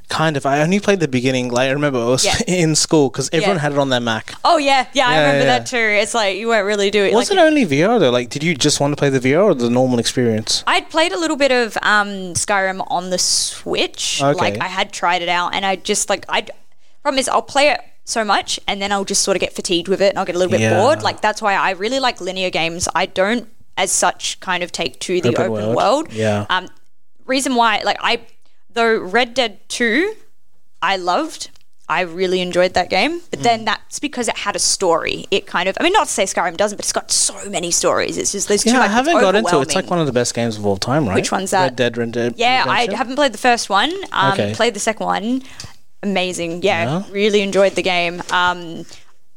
S2: kind of. I only played the beginning. Like I remember it was
S1: Yeah.
S2: in school because everyone
S1: Yeah.
S2: had it on their Mac.
S1: Oh yeah, yeah, I
S2: Yeah,
S1: remember
S2: yeah.
S1: that too. It's like you weren't really doing.
S2: Was
S1: like,
S2: it only VR though? Like, did you just want to play the VR or the normal experience?
S1: I'd played a little bit of um, Skyrim on the Switch.
S2: Okay.
S1: Like I had tried it out, and I just like I problem is I'll play it so much, and then I'll just sort of get fatigued with it, and I'll get a little bit
S2: Yeah.
S1: bored. Like that's why I really like linear games. I don't, as such, kind of take to the
S2: Open
S1: open,
S2: world.
S1: world.
S2: Yeah.
S1: Um, reason why, like I, though Red Dead Two, I loved. I really enjoyed that game, but then
S2: Mm.
S1: that's because it had a story. It kind of, I mean, not to say Skyrim doesn't, but it's got so many stories. It's just there's too
S2: Yeah,
S1: much.
S2: I
S1: It's
S2: haven't got into it. It's like
S1: overwhelming.
S2: one of the best games of all time, right?
S1: Which one's that?
S2: Red Dead Red Dead
S1: Yeah, I
S2: Redemption?
S1: haven't played the first one. Um,
S2: Okay.
S1: Played the second one. Amazing. Yeah, really enjoyed the game. Um,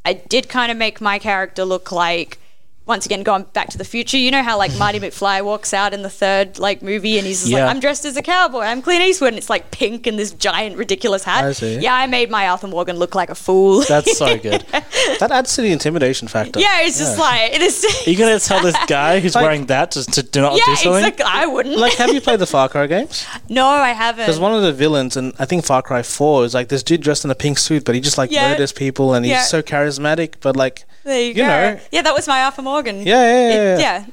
S1: I did kind of make my character look like. Once again, going back to the future, you know how like Marty McFly walks out in the third like movie, and he's just
S3: Yeah.
S1: like, "I'm dressed as a cowboy. I'm Clint Eastwood," and it's like pink and this giant ridiculous hat.
S2: I see.
S1: Yeah, I made my Arthur Morgan look like a fool.
S3: That's so good.
S2: That adds to the intimidation factor.
S1: yeah, it's just like it is.
S3: Are you gonna tell this guy who's wearing that to, to do not
S1: yeah,
S3: do something?
S1: exactly. I wouldn't.
S2: Like, have you played the Far Cry games?
S1: no, I haven't.
S2: Because one of the villains, and I think Far Cry Four, is like this dude dressed in a pink suit, but he just like
S1: Yeah.
S2: murders people, and he's
S1: Yeah.
S2: so charismatic. But like,
S1: there you,
S2: you
S1: go.
S2: know.
S1: yeah, that was my Arthur Morgan.
S2: yeah, yeah, yeah, yeah.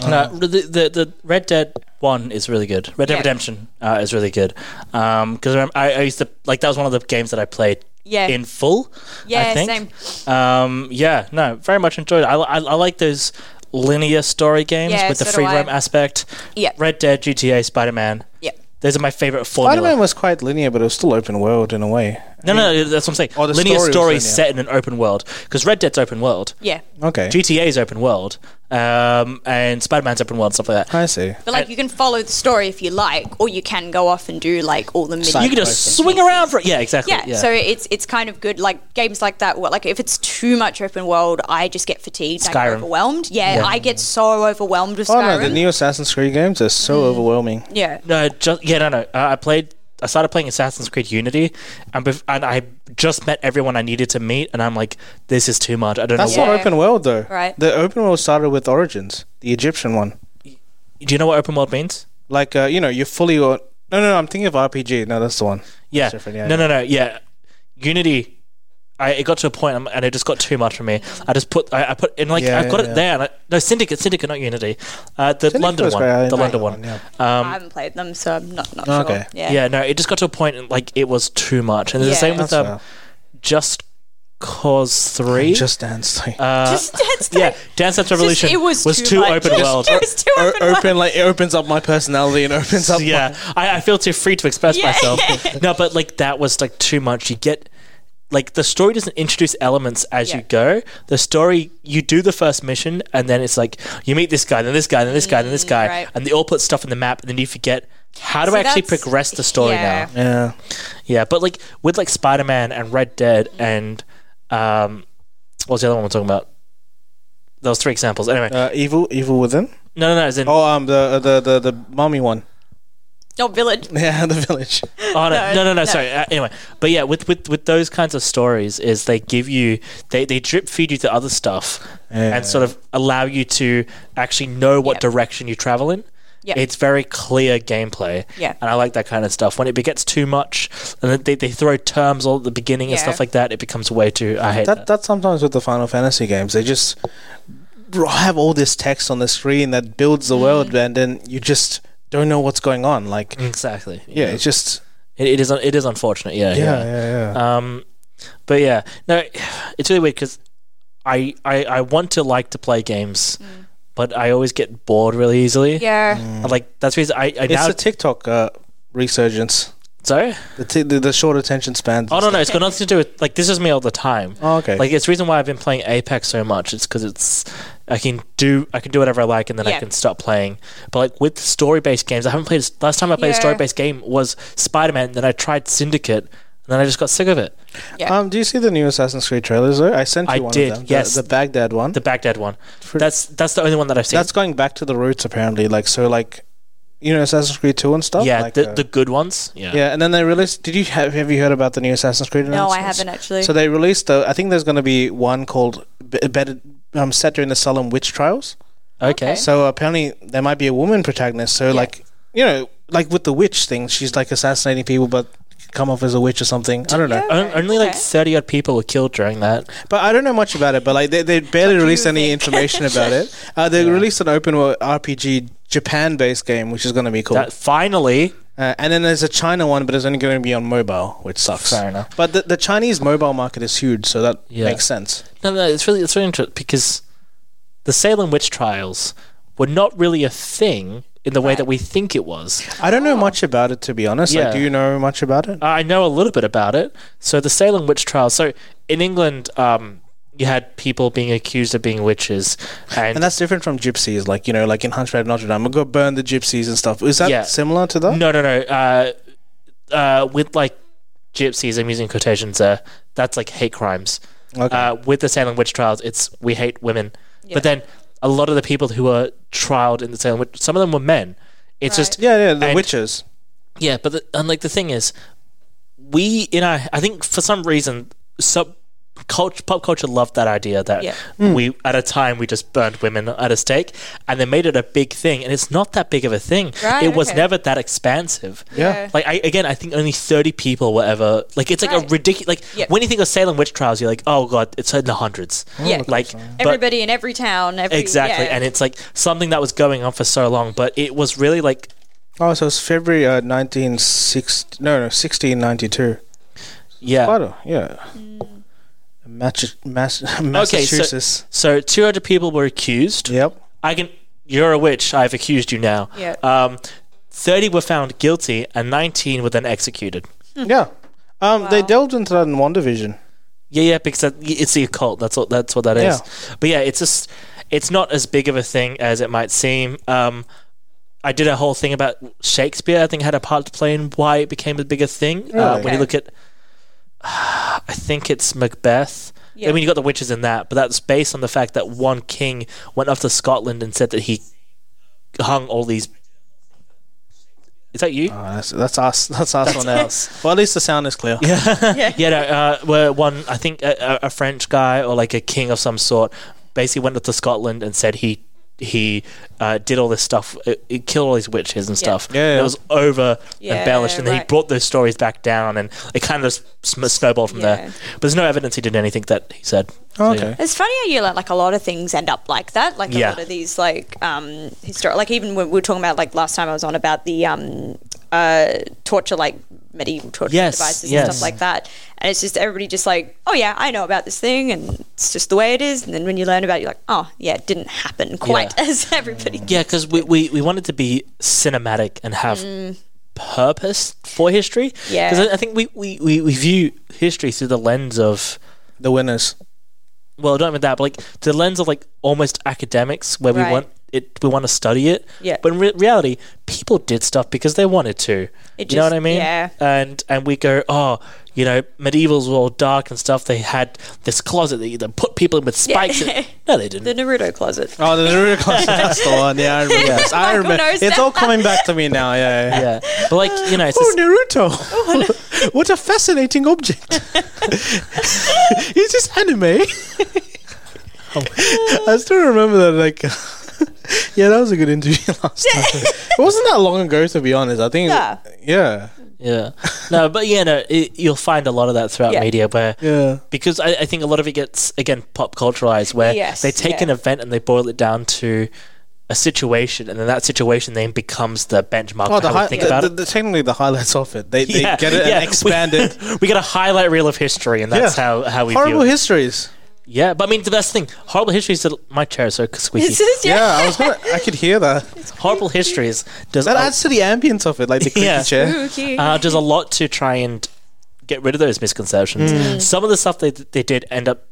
S1: yeah.
S3: No, the, the the Red Dead One is really good. Red Dead
S1: Yeah.
S3: Redemption uh, is really good. Um, because I, I used to like that was one of the games that I played.
S1: Yeah.
S3: In full.
S1: Yeah,
S3: I think. same. Um, yeah, no, very much enjoyed. It. I, I I like those linear story games
S1: Yeah,
S3: with the
S1: so do
S3: free
S1: I.
S3: roam aspect.
S1: Yeah.
S3: Red Dead, GTA, Spider Man.
S1: Yeah.
S3: Those are my favorite formula.
S2: Spider Man was quite linear, but it was still open world in a way.
S3: no, no, no, that's what I'm saying.
S2: Oh, the story
S3: linear
S2: was
S3: story
S2: linear.
S3: set in an open world because Red Dead's open world.
S1: Yeah.
S2: Okay.
S3: GTA is open world, um, and Spider Man's open world, stuff like that.
S2: I see.
S1: But like you can follow the story if you like, or you can go off and do like all the mini.
S3: you can just swing around for yeah, exactly.
S1: Yeah, so it's it's kind of good. Like games like that, where, like if it's too much open world, I just get fatigued. I
S3: Skyrim.
S1: get overwhelmed. Yeah, I get so overwhelmed with
S2: Oh
S1: Skyrim. Mm.
S2: no, the new Assassin's Creed games are so overwhelming.
S1: yeah,
S3: no, just yeah, no, no. Uh, I played. I started playing Assassin's Creed Unity, and bef- and I just met everyone I needed to meet, and I'm like, this is too much. I don't
S2: That's
S3: know.
S1: Yeah.
S2: not open world though.
S1: Right.
S2: The open world started with Origins, the Egyptian one.
S3: What, do you know what open world means?
S2: Like uh, you know, you're fully. O- no, no, no, I'm thinking of RPG. No, that's the one.
S3: Yeah.
S2: It's different, yeah,
S3: no, no, no. Yeah. Unity. I, it got to a point um, and it just got too much for me. I just put I, I put and like
S2: Yeah,
S3: I've got
S2: yeah,
S3: it
S2: yeah.
S3: there. And I, no, Syndicate, Syndicate, not Unity. Uh, the
S2: Syndicate
S3: London
S2: was
S3: one,
S2: great, I
S3: the
S2: enjoyed
S3: London
S2: that
S3: one.
S2: one,
S1: I haven't played them, so I'm not not
S2: Okay.
S1: sure. Yeah.
S3: Um, Yeah, no, it just got to a point and, like it was too much. And it's the
S1: Yeah.
S3: same with
S2: That's
S3: um,
S2: fair.
S3: Just Cause Three.
S2: Just Dance. Like,
S3: uh,
S1: Just dance.
S3: yeah, Dance Dance Revolution
S1: it was too
S3: too
S1: much.
S3: open world.
S1: it was too
S2: o-
S1: open. world.
S2: open like it opens up my personality and opens up.
S3: yeah, I, I feel too free to express
S1: Yeah.
S3: myself. no, but like that was like too much. You get like the story doesn't introduce elements as you
S1: Yeah.
S3: go. The story you do the first mission and then it's like you meet this guy, then this guy, then this guy, then this guy,
S1: Mm, right.
S3: and they all put stuff in the map, and then you forget how do
S1: So
S3: I actually
S1: that's-
S3: progress the story
S1: yeah.
S3: now?
S2: My, yeah.
S3: Yeah, but like with like Spider Man and Red Dead
S1: Mm-hmm.
S3: and um, what's the other one we're talking about? Those three examples. Anyway,
S2: Uh, evil, evil within.
S3: no, no, no. As in, oh,
S2: Oh, um, the uh, the the the mummy one.
S1: Not village.
S2: Yeah, the village.
S3: Oh, no, no, no, no,
S1: no.
S3: Sorry. Uh, anyway, but yeah, with, with with those kinds of stories, is they give you they they drip feed you to other stuff and sort of allow you to actually know what
S1: Yep.
S3: direction you travel in.
S1: Yep.
S3: It's very clear gameplay,
S1: Yeah.
S3: and I like that kind of stuff. When it gets too much, and then they, they throw terms all at the beginning and
S1: Yeah.
S3: stuff like that, it becomes way too. I hate
S2: That
S3: that.
S2: that's sometimes with the Final Fantasy games. They just r- have all this text on the screen that builds the world, and then you just don't know what's going on. Like,
S3: Exactly.
S2: yeah, it's just
S3: It, it is. un- It is unfortunate. Yeah.
S2: yeah, yeah, yeah.
S3: Um, but yeah, no, it's really weird because I, I I want to like to play games, but I always get bored really easily.
S1: Mm. Yeah.
S3: And, like that's the reason I, I
S2: it's
S3: now
S2: the TikTok uh, resurgence.
S3: sorry.
S2: The, t- the the short attention span.
S3: Oh no no, it's got nothing to do with like this is me all the time.
S2: Oh, okay.
S3: Like it's the reason why I've been playing Apex so much. It's because it's I can do I can do whatever I like and then I
S1: Yeah.
S3: can stop playing. But like with story based games, I haven't played. Last time I played a
S1: Yeah.
S3: story based game was Spider Man. Then I tried Syndicate, and then I just got sick of it.
S1: Yeah.
S2: Um, do you see the new Assassin's Creed trailers though? I sent you
S3: I
S2: one
S3: did,
S2: of them.
S3: yes.
S2: the, the Baghdad one.
S3: The Baghdad one. That's that's the only one that I've seen.
S2: That's going back to the roots apparently. Like so, like you know, Assassin's Creed Two and stuff.
S3: yeah,
S2: like,
S3: the,
S2: uh,
S3: the good ones. Oh, Yeah.
S2: Yeah, and then they released. Did you have have you heard about the new Assassin's Creed?
S1: No, I
S2: announcements?
S1: haven't actually.
S2: So they released. The, I think there's going to be one called B- better um, set during the Solemn Witch Trials.
S3: Okay.
S1: Okay.
S2: So apparently there might be a woman protagonist. So like you know, like with the witch thing, she's like assassinating people, but come off as a witch or something. I don't know,
S3: On- Only like
S1: Okay.
S3: thirty odd people were killed during that.
S2: but I don't know much about it. But like they, they barely released any information about it. Uh, they released an open world RPG Japan-based game, which is going to be cool.
S3: That finally,
S2: Uh, and then there's a China one, but it's only going to be on mobile, which sucks.
S3: Fair enough.
S2: But the, the Chinese mobile market is huge, so that
S3: Yeah.
S2: makes sense.
S3: no, no, it's really it's really interesting because the Salem witch trials were not really a thing in the way that we think it was.
S2: I don't know much about it, to be honest.
S3: Yeah.
S2: Like, do you know much about it?
S3: I know a little bit about it. So the Salem witch trials. So in England, um, you had people being accused of being witches, and,
S2: and that's different from gypsies, like, you know, like in Hunchback of Notre Dame, we go burn the gypsies and stuff. Is that
S3: Yeah.
S2: similar to that?
S3: no, no, no. Uh, uh, with like gypsies, I'm using quotations there. That's like hate crimes.
S2: Okay.
S3: Uh, with the Salem witch trials, it's we hate women. But then a lot of the people who were trialed in the Salem witch, some of them were men. It's just
S2: yeah, yeah, the
S3: and-
S2: witches.
S3: yeah, but the, and like the thing is, we in our I think for some reason sub cult- pop culture loved that idea that
S1: Yeah.
S3: we at a time we just burned women at a stake and they made it a big thing and it's not that big of a thing
S1: Right,
S3: it was
S1: okay.
S3: never that expansive
S1: Yeah.
S3: like I, again i think only 30 people were ever like it's like a
S1: Right.
S3: ridiculous like
S1: Yeah.
S3: when you think of salem witch trials you're like oh god it's in the hundreds
S1: Yeah. look,
S3: like but-
S1: Everybody in every town. Every,
S3: exactly
S1: yeah.
S3: and it's like something that was going on for so long but it was really like
S2: Oh, so it's February uh, 1960. No, no, 1692.
S3: yeah
S2: Butter, yeah.
S1: Mm.
S2: Match, mass, Massachusetts.
S3: so 200 people were accused
S2: Yep.
S3: I can. You're a witch. I've accused you now.
S1: Yeah.
S3: Um, Thirty were found guilty, and nineteen were then executed.
S2: Yeah. Um, They
S1: Hmm. Wow.
S2: delved into that in WandaVision.
S3: Yeah, yeah, because that, it's the occult. That's what that's what that is. But yeah, it's just it's not as big of a thing as it might seem. Um, I did a whole thing about Shakespeare. I think had a part to play in why it became a bigger thing. Uh,
S2: Really?
S3: When you
S1: Okay.
S3: look at, I think it's Macbeth.
S1: Yeah.
S3: I mean, you got the witches in that, but that's based on the fact that one king went off to Scotland and said that he hung all these. Is that you?
S2: Oh, that's, that's us. That's us on ours. Well, at least the sound is clear. Yeah.
S3: yeah, no, uh, where one I think a, a a French guy or like a king of some sort basically went up to Scotland and said he he uh, did all this stuff, uh, he killed all these witches and stuff.
S2: Yeah, yeah.
S3: And it was over embellished,
S1: Yeah,
S3: and then he
S1: right.
S3: brought those stories back down, and it kind of sm- snowballed from
S1: Yeah.
S3: there. But there's no evidence he did anything that he said. So,
S2: Oh, Okay.
S1: It's funny how you let like a lot of things end up like that. Like a
S3: Yeah.
S1: lot of these like um historic like even when we were talking about like last time I was on about the um uh torture like medieval torture
S3: Yes,
S1: devices and
S3: yes.
S1: stuff like that. And it's just everybody just like, Oh yeah, I know about this thing and it's just the way it is and then when you learn about it you're like, Oh yeah, it didn't happen quite as everybody
S3: Yeah, because we, we, we wanted to be cinematic and have purpose for history.
S1: Mm. Yeah.
S3: Because I, I think we, we, we, we view history through the lens of
S2: The winners.
S3: well, not even that, but like the lens of like almost academics, where we
S1: Right.
S3: want it, we want to study it.
S1: Yeah.
S3: But in re- reality, people did stuff because they wanted to.
S1: It
S3: you know
S1: just-
S3: what I mean?
S1: yeah.
S3: And and we go, oh, you know, medievals were all dark and stuff. They had this closet that you that put people in with spikes. in. No, they didn't.
S1: The Naruto closet.
S2: Oh, the Naruto concert. That's the one. Yeah, I remember. this. I remember.
S1: knows
S2: It's all coming back to me now. Yeah. yeah.
S3: yeah. But like you know, it's
S2: Oh,
S3: just,
S2: Naruto! what a fascinating object. Is this anime? I still remember that. Like, yeah, that was a good interview last time. it wasn't that long ago, to be honest. I think.
S1: Yeah.
S2: Yeah.
S3: yeah. No, but yeah, no. It, you'll find a lot of that throughout
S1: Yeah.
S3: media where
S2: Yeah.
S3: because I, I think a lot of it gets again pop culturalized where
S1: Yes,
S3: they take
S1: yeah.
S3: an event and they boil it down to a situation and then that situation then becomes the benchmark
S2: Oh,
S3: for
S2: the,
S3: how we
S2: hi-
S3: think
S2: the-
S3: about
S2: the-
S3: it
S2: the- technically the highlights of it. They, they
S3: Yeah,
S2: get it
S3: yeah.
S2: and expand it.
S3: we, we get a highlight reel of history and that's
S2: Yeah.
S3: how, how we
S2: Horrible
S3: view it.
S2: histories.
S3: yeah but i mean that's the thing horrible histories that my chair is so squeaky
S1: This is-
S2: Yeah, I was gonna. I could hear that.
S3: horrible histories does
S2: That
S3: a-
S2: adds to the ambience of it, like the creaky
S3: Yeah.
S2: chair.
S1: Spooky.
S3: uh, does a lot to try and get rid of those misconceptions
S1: Mm.
S3: some of the stuff they, they did end up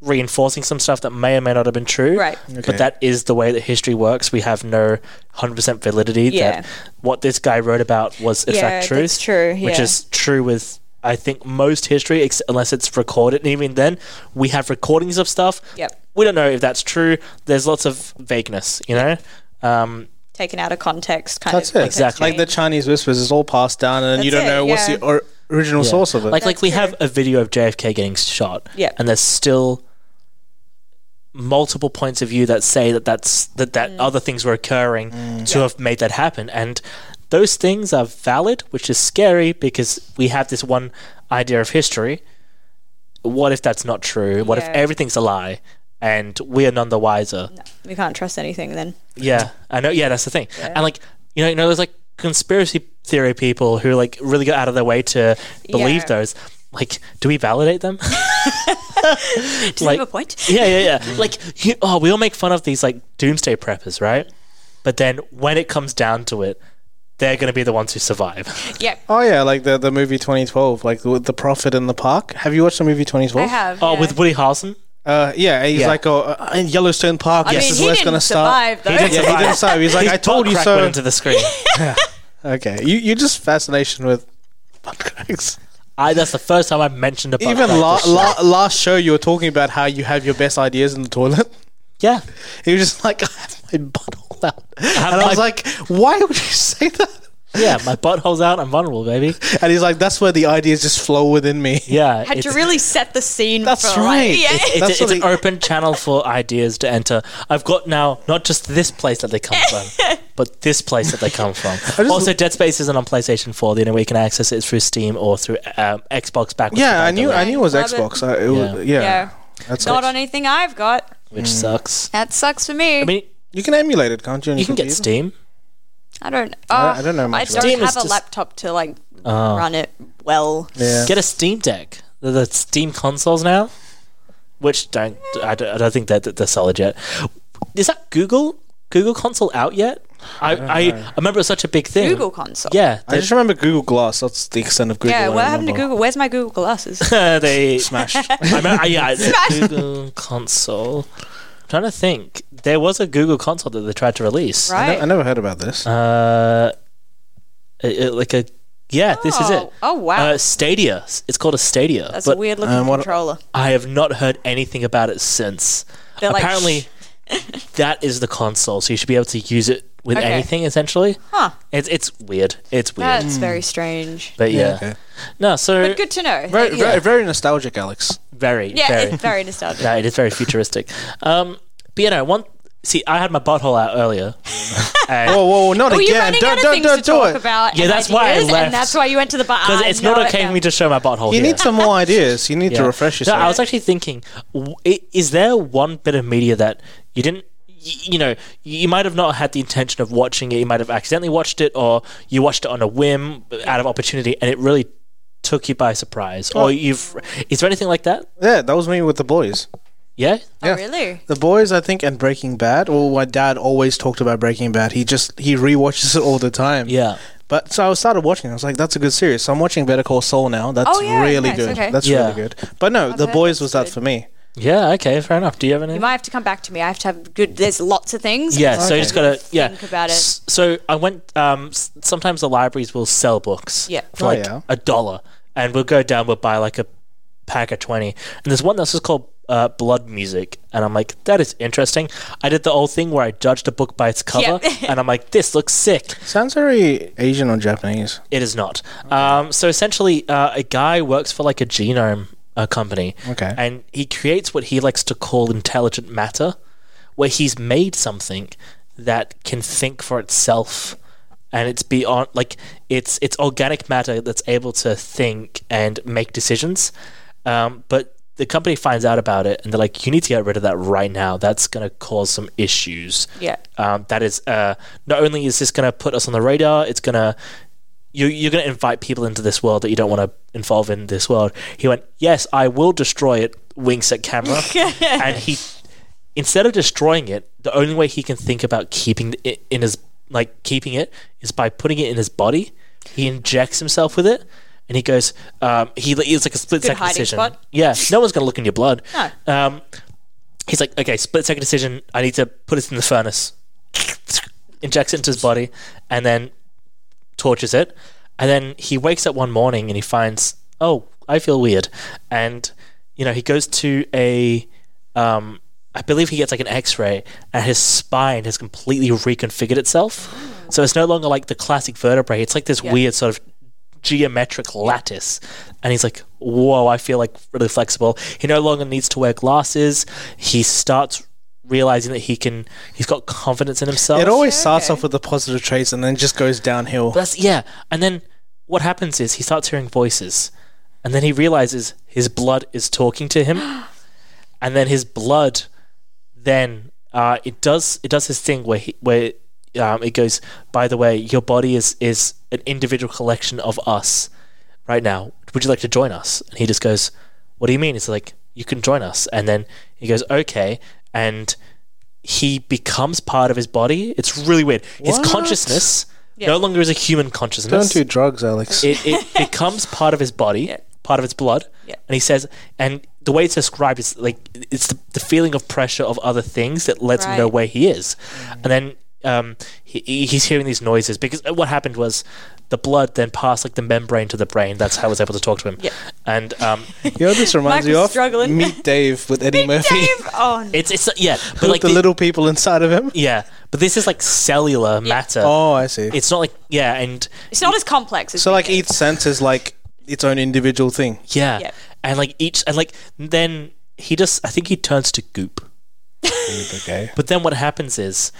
S3: reinforcing some stuff that may or may not have been true
S1: Right.
S2: Okay.
S3: But that is the way that history works. We have no 100% validity
S1: Yeah.
S3: that what this guy wrote about was in
S1: Yeah,
S3: fact truth.
S1: that's true,
S3: Which
S1: yeah.
S3: is true with, I think, most history, ex- unless it's recorded. And even then, we have recordings of stuff.
S1: Yep.
S3: We don't know if that's true. There's lots of vagueness, you know? Um,
S1: Taken out of context kind
S2: That's
S1: of
S2: it.
S1: context
S3: Exactly.
S2: Like the
S1: change.
S2: Chinese whispers is all passed down, and you
S1: That's
S2: don't
S1: it,
S2: know what's
S1: yeah.
S2: the or- original source of it.
S3: Like, like we
S1: true.
S3: have a video of JFK getting shot.
S1: Yep.
S3: And there's still multiple points of view that say that that's that,
S1: Mm.
S3: that other things were occurring to have made that happen and those things are valid which is scary because we have this one idea of history what if that's not true what if
S1: Yeah.
S3: everything's a lie and we are none the wiser
S1: we can't trust anything then.
S3: yeah, I know. Yeah, that's the thing. And like, you know, you know, there's like conspiracy theory people who like really go out of their way to believe
S1: Yeah.
S3: those. Like, do we validate them?
S1: Do
S3: Like-
S1: you have a point?
S3: yeah, yeah, yeah. like, you, oh, we all make fun of these like doomsday preppers, right? But then when it comes down to it, they're going to be the ones who survive.
S1: Yeah.
S2: Oh yeah, like the the movie 2012, like with the prophet in the park. Have you watched the movie 2012?
S1: I have.
S3: Oh,
S1: yeah.
S3: with Woody Harrelson.
S2: Uh, yeah, he's
S3: Yeah.
S2: like, oh, uh, in Yellowstone Park.
S1: I
S2: this
S1: mean,
S2: is
S1: he
S2: where it's
S1: didn't
S2: gonna start.
S1: survive though.
S3: didn't
S2: Yeah, he didn't say. He's like,
S3: His
S2: I told
S3: butt
S2: you
S3: crack
S2: so.
S3: Went into the screen.
S2: okay, you you just fascination with butt cracks.
S3: I, that's the first time I mentioned a butt
S2: Even
S3: crack
S2: la-
S3: this year.
S2: la- last show, you were talking about how you have your best ideas in the toilet.
S3: yeah.
S2: He was just like, I have my butt all out,
S3: have
S2: and I was
S3: my-
S2: like, why would you say that?
S3: Yeah, my butthole's out. I'm vulnerable, baby.
S2: And he's like, that's where the ideas just flow within me.
S3: Yeah.
S1: Had to
S3: it's-
S1: really set the scene.
S2: That's
S1: for,
S2: right.
S1: Like, yeah.
S2: It's-
S3: It's,
S2: That's
S3: a, it's
S2: what
S3: an
S2: they-
S3: open channel for ideas to enter. I've got now not just this place that they come from, but this place that they come from. also, Dead Space isn't on PlayStation 4. The only way you can access it is through Steam or through um, Xbox backwards.
S2: Yeah, I knew. I
S1: Right.
S2: knew it was
S1: Love it.
S2: Xbox. I, it was- yeah.
S3: Yeah.
S1: Yeah.
S2: That's
S1: Not
S2: it.
S1: on anything I've got.
S3: which sucks.
S1: That sucks for me.
S3: I
S1: I,
S3: mean,
S2: You can emulate it, can't you? on
S3: you
S2: your
S3: can get
S2: computer?
S3: Steam.
S1: don't.
S2: I-
S1: oh,
S2: I don't know
S1: I
S2: much about Oh.
S1: don't
S3: Steam is
S1: have a
S3: just-
S1: laptop to like run it well.
S2: Yeah.
S3: Get a Steam Deck. The, the Steam consoles now, which don't I don't, I don't think that that they're solid yet. Is that Google Google console out yet? I I, I remember it's such a big thing.
S1: Google console.
S3: Yeah,
S2: I just remember Google Glass. That's the extent of Google.
S1: Yeah.
S2: I
S1: What happened to
S2: remember.
S1: Google? Where's my Google glasses?
S3: Uh, they smashed. I mean, I, yeah, Google console. I'm trying to think. There was a Google console that they tried to release.
S2: I, ne- I
S1: Right.
S2: never heard about this.
S3: Uh, it- it- like a yeah, this is it.
S1: Oh, oh, wow.
S3: Uh, Stadia. It's called a Stadia.
S1: That's
S3: but
S1: a weird looking
S2: um, what-
S1: controller.
S3: I have not heard anything about it since.
S1: They're like,
S3: Apparently, that is the console, so you should be able to use it with
S1: Okay.
S3: anything essentially.
S1: Huh.
S3: It's it's weird. It's weird.
S1: That's very strange.
S3: but yeah,
S2: okay.
S3: no. So
S1: But good to know.
S2: Hmm. Very,
S1: that-
S2: very, very nostalgic, Alex.
S3: very
S1: yeah,
S3: very.
S1: it's very nostalgic.
S3: No, it is very futuristic. Um, but you know, one. See, I had my butthole out earlier. and-
S2: Whoa, whoa, whoa, not
S1: Well, Oh, you're
S2: again!
S1: running
S2: Don't,
S1: out of
S2: don't,
S1: things
S2: don't
S1: to
S2: do
S1: talk
S2: it.
S1: about.
S3: Yeah,
S1: and
S3: that's why I
S1: ideas,
S3: left.
S1: And that's why you went to the bar.
S3: Because
S1: I
S3: it's not
S1: know it
S3: okay
S1: now.
S3: for me to show my butthole
S2: You
S3: here.
S2: need some more ideas. You need
S3: Yeah.
S2: to refresh
S3: No,
S2: yourself.
S3: I was actually thinking, w- i- is there one bit of media that you didn't, y- you know, you might have not had the intention of watching it, you might have accidentally watched it, or you watched it on a whim out of opportunity, and it really took you by surprise? Or you've, is there anything like that?
S2: yeah, that was me with the boys.
S3: Yeah?
S1: Oh, really?
S2: The boys, I think, and Breaking Bad. Well, my dad always talked about Breaking Bad. He just he rewatches it all the time.
S3: Yeah.
S2: But so I started watching. I was like, "That's a good series." So I'm watching Better Call Saul now. That's
S1: Oh, yeah,
S2: really
S1: nice,
S2: good.
S1: okay.
S2: That's
S3: Yeah.
S2: really good. But no, The
S1: heard
S2: Boys
S1: that's
S2: was that
S1: good.
S2: for me.
S3: Yeah, okay, fair enough. Do you have any?
S1: You might have to come back to me. I have to have good. There's lots of things.
S3: Yeah, so you just gotta yeah.
S1: Think about it.
S3: S- So I went. Um, s- sometimes the libraries will sell books.
S1: Yeah.
S3: for
S2: Oh,
S3: like
S2: yeah.
S3: a dollar, and we'll go down. We'll buy like a pack of twenty, and there's one that's just called uh, Blood Music, and I'm like, that is interesting. I did the old thing where I judged a book by its cover,
S1: Yeah.
S3: and I'm like, this looks sick.
S2: Sounds very Asian or Japanese.
S3: It is not. Um, so essentially, uh, a guy works for like a genome uh, company.
S2: Okay.
S3: And he creates what he likes to call intelligent matter, where he's made something that can think for itself, and it's beyond like it's it's organic matter that's able to think and make decisions. Um, but the company finds out about it, and they're like, "You need to get rid of that right now. That's going to cause some issues."
S1: Yeah.
S3: um, that is uh, not only is this going to put us on the radar, it's going to you, you're going to invite people into this world that you don't want to involve in this world. He went, yes, I will destroy it. Winks at camera, and he instead of destroying it, the only way he can think about keeping it in his like keeping it is by putting it in his body. He injects himself with it, and he goes. Um, he it's like a split
S1: good
S3: second
S1: hiding
S3: decision.
S1: spot.
S3: Yeah, no one's gonna look in your blood.
S1: No.
S3: Um, he's like, okay, split second decision. I need to put it in the furnace. Injects it into his body, and then tortures it. And then he wakes up one morning and he finds, oh, I feel weird. And, you know, he goes to a, um, I believe he gets like an x ray and his spine has completely reconfigured itself. So it's no longer like the classic vertebrae. It's like this weird sort of geometric lattice. And he's like, whoa, I feel like really flexible. He no longer needs to wear glasses. He starts realizing that he can, he's got confidence in himself.
S2: It always starts off with the positive traits and then just goes downhill.
S3: But that's yeah. And then what happens is he starts hearing voices, and then he realizes his blood is talking to him, and then his blood, then uh, it does it does this thing where he, where um, it goes. By the way, your body is is an individual collection of us right now. Would you like to join us? And he just goes, What do you mean? It's like, You can join us. And then he goes, Okay. And he becomes part of his body. It's really weird. His consciousness no longer is a human
S2: Don't
S3: consciousness.
S2: do drugs, Alex.
S3: it, it becomes part of his body, part of his blood.
S1: Yeah.
S3: And he says, and the way it's described is like, it's the, the feeling of pressure of other things that lets him know
S1: Right. Mm.
S3: where he is. And then um, he- he, he's hearing these noises because what happened was the blood then passed like the membrane to the brain. That's how it was able to talk to him.
S1: Yeah.
S3: and um,
S2: You know, this reminds me
S1: Mike was
S2: of
S1: struggling.
S2: Meet Dave with Eddie Murphy.
S1: Dave. Oh,
S3: it's it's yeah, but
S2: With
S3: like
S2: the
S3: thi-
S2: little people inside of him.
S3: yeah, but this is like cellular matter.
S2: Oh, I see.
S3: It's not like yeah, and
S1: it's not as complex. As
S2: so,
S1: we
S2: like,
S1: think.
S2: each sense is like its own individual thing.
S3: yeah,
S1: Yep.
S3: and like each and like then he just I think he turns to goop.
S2: Okay.
S3: But then what happens is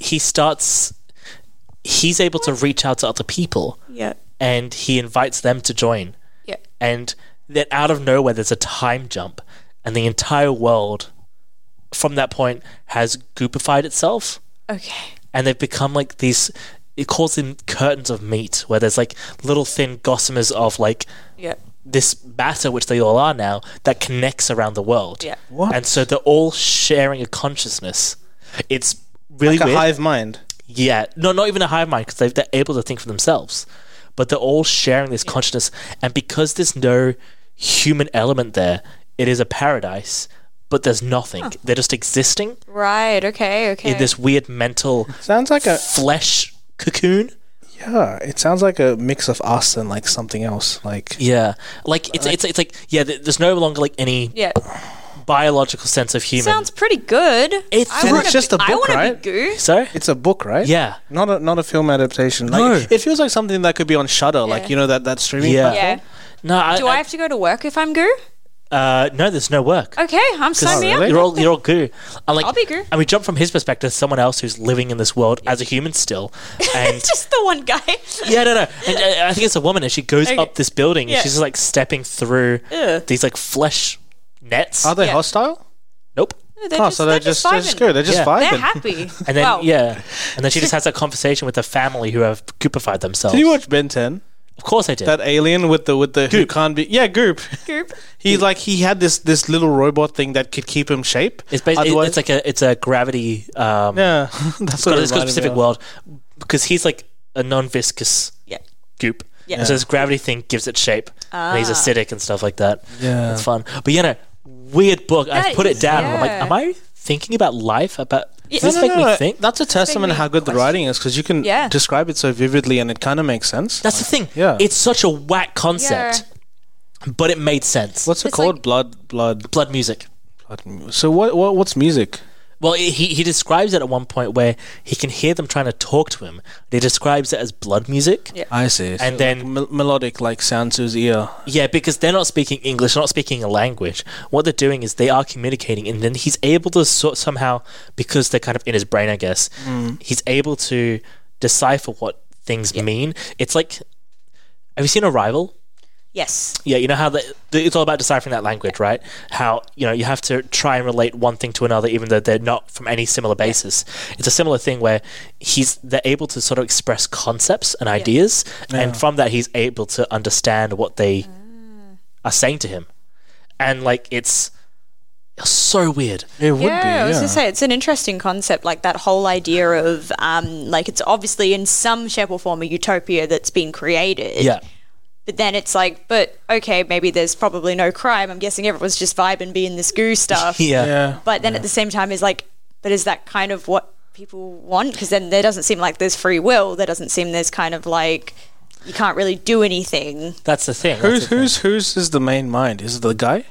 S3: he starts he's able to reach out to other people
S1: yeah,
S3: and he invites them to join.
S1: yeah.
S3: And then out of nowhere there's a time jump and the entire world from that point has goopified itself
S1: Okay.
S3: and they've become like these it calls them curtains of meat where there's like little thin gossamers of like
S1: Yeah.
S3: this matter which they all are now that connects around the world.
S1: Yeah.
S2: What?
S3: And so they're all sharing a consciousness. It's really
S2: Like a
S3: weird.
S2: hive mind.
S3: yeah. No, not even a hive mind because they're able to think for themselves. But they're all sharing this consciousness. And because there's no human element there, it is a paradise, but there's nothing. They're just existing
S1: Right. Okay. Okay.
S3: in this weird mental
S2: Sounds like a
S3: flesh cocoon.
S2: yeah. It sounds like a mix of us and like something else. Like
S3: Yeah. Like it's, it's, it's like, yeah, th- there's no longer like any
S1: yeah.
S3: biological sense of human.
S1: Sounds pretty good.
S3: It's-
S1: I
S3: Then
S1: wanna
S2: it's just
S1: be,
S2: a
S1: I
S2: book,
S1: wanna
S2: right?
S1: be goo.
S3: so?
S2: it's a book, right?
S3: Yeah.
S2: Not a not a film adaptation. Like,
S3: No.
S2: It feels like something that could be on Shudder,
S1: Yeah.
S2: like you know that that streaming.
S3: Yeah.
S2: platform.
S1: Yeah.
S3: No, I,
S1: Do I, have to go to work if I'm goo?
S3: Uh, no, there's no work.
S1: Okay, I'm signing me
S2: really?
S1: up.
S3: You're all you're all goo. I like.
S1: I'll be goo.
S3: And we jump from his perspective, someone else who's living in this world as a human still, and
S1: It's just the one guy.
S3: yeah, no, no. And uh, I think it's a woman, and she goes
S1: Okay.
S3: up this building,
S1: Yeah.
S3: and she's just, like stepping through
S1: Ugh.
S3: these like flesh nets.
S2: Are they
S1: Yeah.
S2: hostile?
S3: nope.
S1: They're
S2: oh,
S1: just,
S2: so
S1: they're
S2: they're just they're just
S1: vibing.
S2: good. They're just
S3: Yeah.
S2: vibing.
S1: They're happy.
S3: And then
S1: Wow.
S3: yeah, and then she just has that conversation with the family who have goopified themselves.
S2: Did you watch Ben Ten?
S3: Of course, I did.
S2: That alien with the with the who
S3: Goop.
S2: can't be yeah goop.
S1: Goop.
S2: He like he had this this little robot thing that could keep him shape.
S3: it's basically
S2: Otherwise-
S3: it's like a it's a gravity. Um,
S2: yeah, that's what
S3: got
S2: it
S3: this got a
S2: reminded me
S3: specific
S2: of.
S3: world because he's like a non-viscous
S1: Yeah.
S3: goop.
S1: Yeah. Ah.
S3: And so this gravity thing gives it shape. And he's acidic and stuff like that.
S2: Yeah.
S3: It's fun. But you know, weird book.
S1: That
S3: I've put
S1: is-
S3: it down. and I'm
S1: yeah.
S3: like, am I thinking about life? About
S1: Yeah.
S3: does this
S1: No,
S3: make me think?
S2: That's a testament
S1: me
S2: to how good the writing is because you can
S1: Yeah.
S2: describe it so vividly and it kind of makes sense.
S3: That's the thing.
S2: Yeah.
S3: It's such a whack concept. But it made sense.
S2: What's it
S1: It's
S2: called?
S1: like-
S2: blood, blood,
S3: blood music?
S2: blood. mu- So what? what what's music?
S3: Well, he, he describes it at one point where he can hear them trying to talk to him. He describes it as blood music.
S1: Yeah.
S2: I see.
S3: And then-
S2: mel- melodic, like sounds to his ear.
S3: Yeah, because they're not speaking English, not speaking a language. What they're doing is they are communicating, and then he's able to sort somehow, because they're kind of in his brain, I guess, he's able to decipher what things mean. It's like, have you seen Arrival?
S1: Yes.
S3: Yeah, you know how the, the, it's all about deciphering that language, right? How you know you have to try and relate one thing to another, even though they're not from any similar basis. It's a similar thing where he's they're able to sort of express concepts and ideas, and from that he's able to understand what they
S1: Ah.
S3: are saying to him, and like it's so weird.
S2: It would
S1: yeah, I was gonna say it's an interesting concept, like that whole idea of um, like it's obviously in some shape or form a utopia that's been created.
S3: Yeah,
S1: But then it's like, but okay, maybe there's probably no crime. I'm guessing everyone's just vibing, being this goo stuff.
S3: yeah,
S2: yeah.
S1: But then at the same time, is like, but is that kind of what people want? Because then there doesn't seem like there's free will. There doesn't seem there's kind of like you can't really do anything.
S3: That's the thing. That's
S2: Who's
S3: the thing.
S2: who's who's is the main mind? Is it the guy?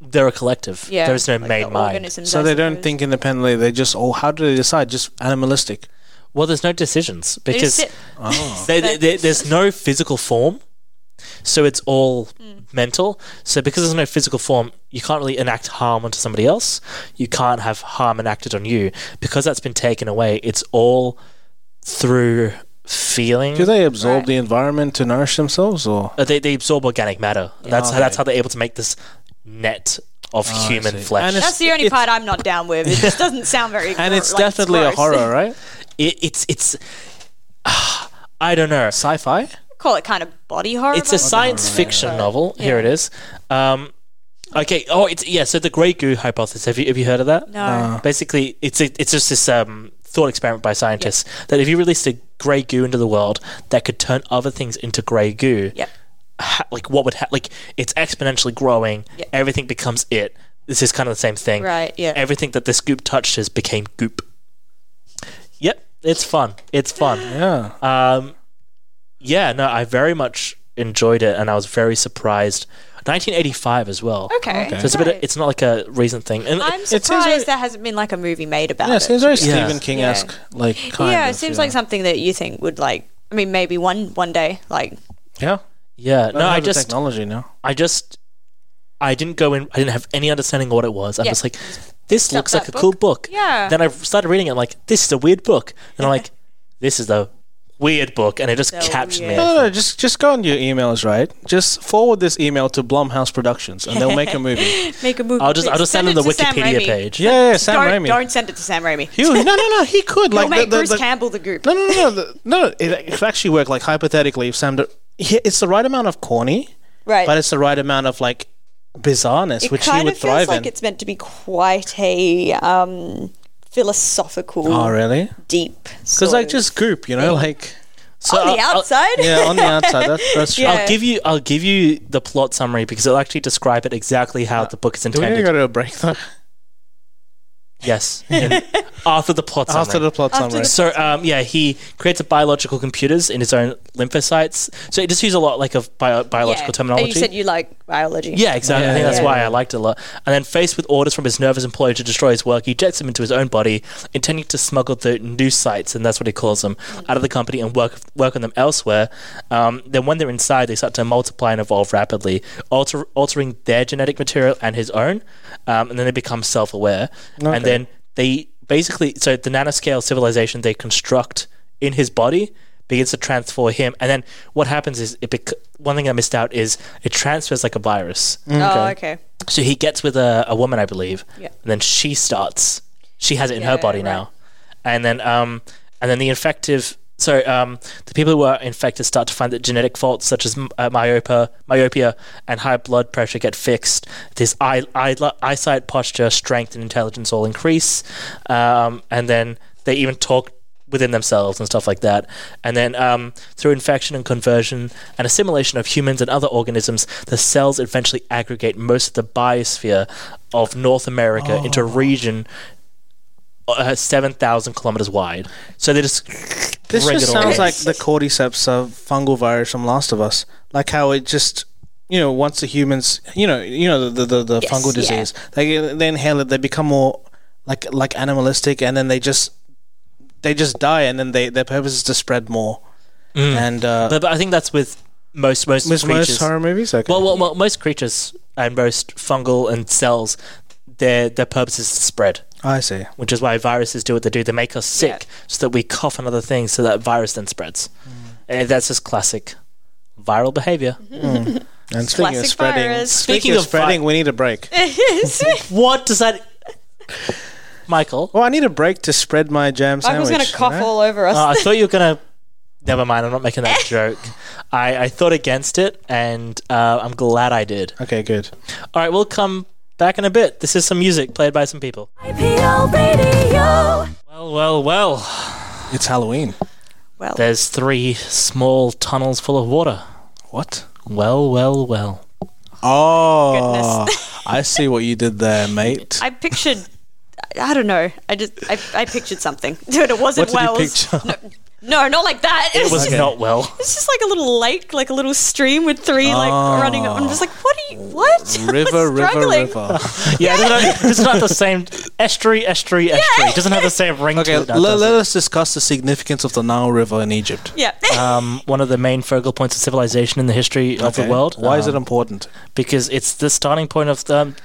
S3: They're a collective.
S1: Yeah,
S3: there is no
S1: like
S3: main
S1: the
S3: mind.
S1: organisms,
S2: So
S1: I
S2: they don't
S1: suppose.
S2: think independently. They just oh, how do they decide? Just animalistic.
S3: Well, there's no decisions
S1: They just
S3: because
S1: sit-
S3: There- there- there- there's no physical form, so it's all mental. So because there's no physical form, you can't really enact harm onto somebody else. You can't have harm enacted on you because that's been taken away. It's all through feeling.
S2: Do they absorb
S1: Right.
S2: the environment to nourish themselves, or
S3: Uh, they, they absorb organic matter. That's
S2: Okay.
S3: how,
S2: Oh,
S3: that's how they're able to make this net of human
S2: see.
S3: flesh.
S2: And it's-
S1: That's the only
S2: it's-
S1: part I'm not down with. It just doesn't sound very.
S2: and
S1: gro-
S2: it's
S1: like,
S2: definitely a
S1: gross.
S2: horror, right?
S3: It, it's it's. I don't know.
S2: Sci-fi.
S1: Call it kind of Oh, body horror.
S3: It's a
S1: but-
S3: science fiction novel. Here it is. Um, okay. Oh, it's yeah. So the Grey Goo hypothesis. Have you have you heard of that?
S1: No.
S3: Basically, it's a, it's just this um, thought experiment by scientists that if you released a grey goo into the world that could turn other things into grey goo,
S1: Yep.
S3: ha- like what would ha- like it's exponentially growing.
S1: Yeah.
S3: Everything becomes it. This is kind of the same thing.
S1: Right, yeah.
S3: Everything that this goop touches became goop. Yep. It's fun. It's fun.
S1: Uh,
S2: Yeah.
S3: Um, yeah, no, I very much enjoyed it, and I was very surprised. 1985 as well.
S1: Okay.
S2: Okay.
S3: So it's a bit. Of,
S1: Right.
S3: it's not like a recent thing. And
S1: I'm
S2: seems
S1: surprised
S2: very-
S1: there hasn't been like a movie made about
S2: Yeah, it
S1: it.
S2: seems very
S3: Yeah.
S2: Stephen King esque, like kind
S1: yeah, it
S2: of,
S1: seems
S2: yeah.
S1: like something that you think would like. I mean, maybe one one day, like
S2: yeah.
S3: yeah.
S2: They
S3: No, I
S2: have the
S3: just.
S2: technology now.
S3: I just. I didn't go in. I didn't have any understanding of what it was. I'm
S1: Yeah.
S3: just like, this looks
S1: that
S3: like a
S1: book.
S3: cool book.
S1: Yeah.
S3: Then I started reading it. I'm like, this is a weird book. And I'm like, this is a weird book. And it just
S1: So
S3: captured
S1: weird.
S3: me.
S2: No, no, no, just just go on your emails, right? Just forward this email to Blumhouse Productions, and they'll make a movie.
S1: make a movie.
S3: I'll just. I'll
S1: please.
S3: just send,
S1: it
S3: them the
S1: to Sam
S3: Wikipedia
S1: Raimi.
S3: page.
S2: Yeah, yeah, Sam
S1: don't,
S2: Raimi.
S1: don't send it to Sam Raimi.
S2: He would- no, no, no. He could
S1: Don't
S2: like
S1: make
S2: the, the,
S1: Bruce
S2: the,
S1: Campbell the group.
S2: No, no, no, the, no. It, it actually worked. Like hypothetically, if Sam, he, it's the right amount of corny,
S1: right.
S2: but it's the right amount of like bizarreness,
S1: it
S2: which
S1: kind
S2: he would
S1: of
S2: thrive
S1: feels like
S2: in.
S1: it's meant to be quite a um, philosophical,
S2: oh, really?
S1: deep.
S2: Because like just goop, you know, like
S3: So
S1: on the
S3: I'll- I'll-
S1: outside.
S2: uh, yeah, on the outside. That's that's true.
S1: Yeah.
S3: I'll give you I'll give you the plot summary because it'll actually describe it exactly how the book is
S2: Uh, Do we need
S3: intended.
S2: to go to a break though?
S3: yes. After the plot summary.
S2: After the plot
S1: After
S2: summary.
S1: the-
S3: so um, yeah, he creates a biological computers in his own lymphocytes. So it just uses a lot like of bio- biological terminology.
S1: Oh, you said you like biology.
S3: yeah, exactly. I think that's
S1: yeah.
S3: why I liked it a lot. And then faced with orders from his nervous employer to destroy his work, he jets him into his own body, intending to smuggle the new sites, and that's what he calls them, out of the company and work work on them elsewhere. Um, then when they're inside, they start to multiply and evolve rapidly, alter, altering their genetic material and his own, um, and then they become self aware. And then they basically, so the nanoscale civilization they construct in his body begins to transfer him. And then what happens is, it bec- one thing I missed out is it transfers like a virus.
S1: Oh, okay.
S3: So he gets with a, a woman, I believe.
S1: Yeah.
S3: And then she starts. She has it in
S1: Yeah,
S3: her body
S1: right.
S3: now. And then um and then the infective so um, the people who are infected start to find that genetic faults such as m- uh, myopia, myopia, and high blood pressure get fixed. This eye, eye, eyesight, posture, strength, and intelligence all increase, um, and then they even talk within themselves and stuff like that. And then um, through infection and conversion and assimilation of humans and other organisms, the cells eventually aggregate most of the biosphere of North America into
S1: Oh.
S3: a region uh, 7,000 kilometers wide. So they just
S2: This
S3: bring
S2: just
S3: it all
S2: sounds
S3: in.
S2: like the cordyceps uh, fungal virus from Last of Us. Like how it just, you know, once the humans, you know, you know the the, the
S1: Yes,
S2: fungal
S1: yeah.
S2: disease, they they inhale it, they become more like like animalistic, and then they just they just die, and then they their purpose is to spread more.
S3: Mm.
S2: And uh,
S3: But, but I think that's with most most
S2: most, most
S3: creatures.
S2: horror movies, okay.
S3: well, well, well, most creatures and most fungal and cells, their their purpose is to spread,
S2: I see.
S3: which is why viruses do what they do. They make us sick so that we cough on other things, so that virus then spreads.
S2: Mm.
S3: And that's just classic viral behavior.
S2: Mm-hmm. And speaking of
S1: Classic
S2: spreading,
S1: virus.
S2: speaking,
S3: Speaking
S2: of,
S3: of vi-
S2: spreading, we need a break.
S3: What does that, Michael?
S2: Well, Oh, I need a break to spread my jam
S1: Michael's
S2: sandwich.
S1: gonna cough
S2: you know? Ah,
S1: all over us.
S3: Oh, I thought you were gonna. Never mind. I'm not making that joke. I, I thought against it, and uh, I'm glad I did.
S2: Okay, good.
S3: All right, we'll come back in a bit. This is some music played by some people.
S6: IPL Radio.
S3: Well, well, well.
S2: It's Halloween.
S1: well,
S3: There's three small tunnels full of water.
S2: What?
S3: Well, well, well.
S2: Oh, I see what you did there, mate.
S1: I pictured. I- I don't know. I just I, I pictured something, dude. It wasn't
S2: what
S1: Wells.
S2: did you picture?
S1: No, not like that. It
S3: It was
S1: just,
S3: not well.
S1: it's just like a little lake, like a little stream with three like running. I'm just like, what are you? What? I'm
S2: Ah. River, river,
S1: struggling.
S2: river.
S3: Yeah, it's not, it's not the same. Estuary, estuary, estuary. It doesn't have the same ring
S2: Okay,
S3: to
S2: let,
S3: it. now, does
S2: let
S3: it?
S2: us discuss the significance of the Nile River in Egypt.
S1: Yeah.
S2: Ah,
S3: Um, one of the main focal points of civilization in the history of
S2: Okay,
S3: the world.
S2: Why is
S3: Um,
S2: it important?
S3: Because it's the starting point of um,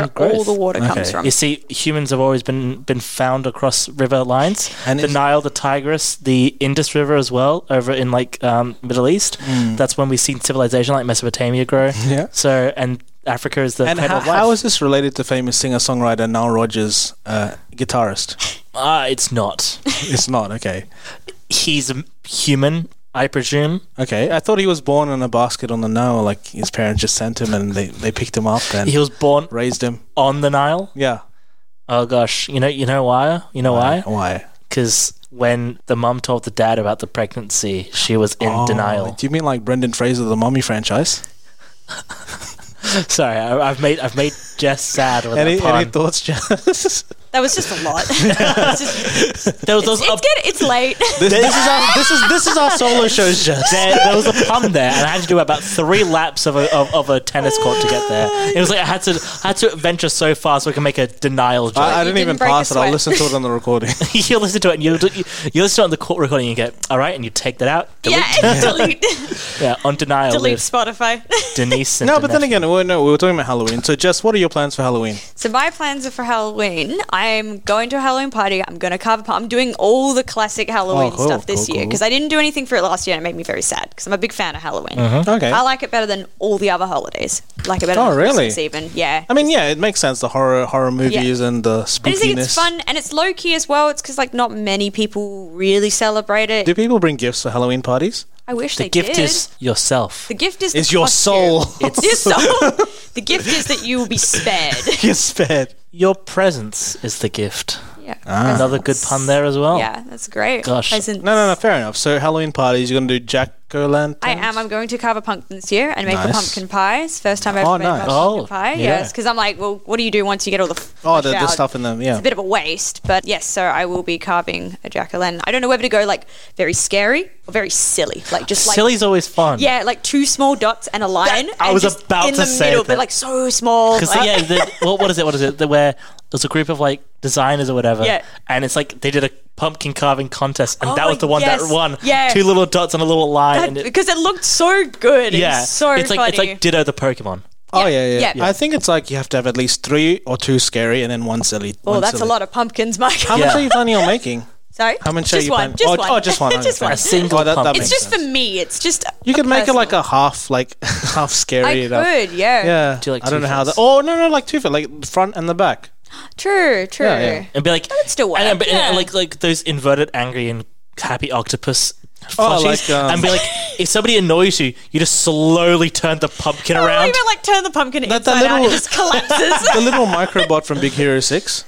S1: Where
S3: growth.
S1: all the water comes
S2: Okay.
S1: from.
S3: You see, humans have always been been found across river lines,
S2: And
S3: the
S2: it's-
S3: Nile, the Tigris, the Indus River as well, over in like um, Middle East. That's when we've seen civilization like Mesopotamia grow.
S2: Mm. Yeah.
S3: So and Africa is the
S2: And
S3: cradle
S2: how,
S3: of life.
S2: how is this related to famous singer-songwriter Nile Rodgers, uh, guitarist?
S3: Ah, it's not.
S2: it's not. Okay,
S3: He's a human, I presume.
S2: okay. I thought he was born in a basket on the Nile. Like his parents just sent him, and they, they picked him up and
S3: He was born
S2: raised him.
S3: on the Nile.
S2: Yeah.
S3: Oh gosh, you know, you know why? You know why?
S2: Why?
S3: Because when the mum told the dad about the pregnancy, she was in
S2: Oh,
S3: denial.
S2: Do you mean like Brendan Fraser, the Mummy franchise?
S3: Sorry, I, I've made I've made Jess sad with
S2: Any
S3: that pun.
S2: any thoughts, Jess?
S1: That was just a lot. it's, just,
S3: There was
S1: it's,
S3: those
S1: it's
S3: up-
S1: good. It's late.
S2: This, this is our this is this is our solo shows, Jess.
S3: there, there was a pun there, and I had to do about three laps of a, of, of a tennis court to get there. It was like I had to I had to venture so far so I can make a denial joke.
S2: I, I
S1: You
S2: didn't
S1: didn't
S2: even
S1: break a
S2: pass it. I'll
S1: sweat.
S2: listen to it on the recording.
S3: you listen to it, and you, you you listen to it on the court recording, and you get all right, and you take that out. Delete,
S1: yeah, delete,
S3: yeah, on denial.
S1: delete
S3: Delete.
S1: Spotify.
S3: Denise.
S2: no, but then
S3: International.
S2: again, we no, we were talking about Halloween. So, Jess, what are your plans for Halloween?
S1: So my plans are for Halloween. I'm going to a Halloween party. I'm going to carve a pie. I'm doing all the classic Halloween
S2: Oh, cool,
S1: stuff this
S2: cool,
S1: year
S2: cool.
S1: because I didn't do anything for it last year and it made me very sad because I'm a big fan of Halloween.
S2: Uh-huh. Okay.
S1: I like it better than all the other holidays. Like it better
S2: Oh,
S1: than
S2: really?
S1: Christmas even. Yeah.
S2: I mean, yeah, it makes sense. The horror horror movies and
S1: I
S2: the
S1: just think
S2: spookiness.
S1: it's fun and it's low key as well. It's because like not many people really celebrate it.
S2: Do people bring gifts for Halloween parties?
S1: I wish
S3: the
S1: they
S3: gift
S1: did.
S3: is yourself.
S1: the gift is
S2: It's
S1: the
S2: your
S1: costume.
S2: soul.
S1: It's your soul. the gift is that you will be spared.
S2: You're spared.
S3: Your presence is the gift.
S1: Yeah.
S3: Another good pun there as well.
S1: Yeah, that's great.
S3: Gosh.
S1: Presents.
S2: No, no, no. Fair enough. So, Halloween parties. You're gonna do jack o' lanterns.
S1: I am. I'm going to carve a pumpkin this year and make a
S2: Nice.
S1: pumpkin pie. It's the first time I've
S2: Oh,
S1: ever made a
S2: nice.
S1: pumpkin
S3: Oh,
S1: pie.
S3: yeah.
S1: Yes, because I'm like, well, what do you do once you get all the f-
S2: Oh, the,
S1: out?
S2: the stuff in them. Yeah.
S1: It's a bit of a waste, but yes. So I will be carving a jack o' lantern. I don't know whether to go like very scary or very silly, like just like
S3: Silly's always fun.
S1: Yeah, like two small dots and a line.
S3: I
S1: and
S3: was
S1: just
S3: about
S1: in
S3: to
S1: the
S3: say
S1: middle,
S3: that.
S1: but like so small.
S3: Because
S1: like-
S3: yeah, the, what, what is it? What is it? The, where there's a group of like designers or whatever,
S1: Yeah.
S3: and it's like they did a pumpkin carving contest, and
S1: Oh,
S3: that was the one
S1: yes.
S3: that won.
S1: Yeah.
S3: two little dots on a little line.
S1: That-
S3: and it,
S1: because it looked so good. Yeah,
S3: yeah,
S1: so
S3: it's like
S1: funny.
S3: it's like Ditto the Pokemon.
S2: Oh yeah, yeah,
S1: yeah. Yeah.
S2: I think it's like you have to have at least three or two scary and then one silly.
S1: oh,
S2: one
S1: that's a
S2: silly.
S1: lot of pumpkins, Mike.
S2: How much
S3: Yeah.
S2: are you planning on making?
S1: Sorry,
S2: How much
S1: just
S2: are you
S1: one,
S2: planning?
S1: Just
S2: oh,
S1: one.
S2: oh, just one. okay,
S1: just
S2: fine.
S1: one.
S3: A single
S2: Oh, that- that
S3: pumpkin.
S1: It's
S2: makes
S1: just
S2: sense.
S1: for me. It's just
S2: You could make it like
S1: personal.
S2: a half, like half scary.
S1: I
S2: it up.
S1: could, yeah.
S2: Yeah.
S3: Do you like
S2: I don't know how that.
S3: two-faced?
S2: Oh no, no, like two for like the front and the back.
S1: True, true.
S2: Yeah, yeah.
S3: and be like,
S1: would still work,
S3: And, and, and,
S1: yeah.
S3: like like those inverted angry and happy octopus.
S2: Oh,
S3: Plushies,
S2: like, um,
S3: and be like, if somebody annoys you, you just slowly turn the pumpkin
S1: Or
S3: around.
S1: even like turn the pumpkin inside
S2: That- that
S1: out,
S2: little-
S1: it just collapses.
S2: The little microbot from Big Hero Six.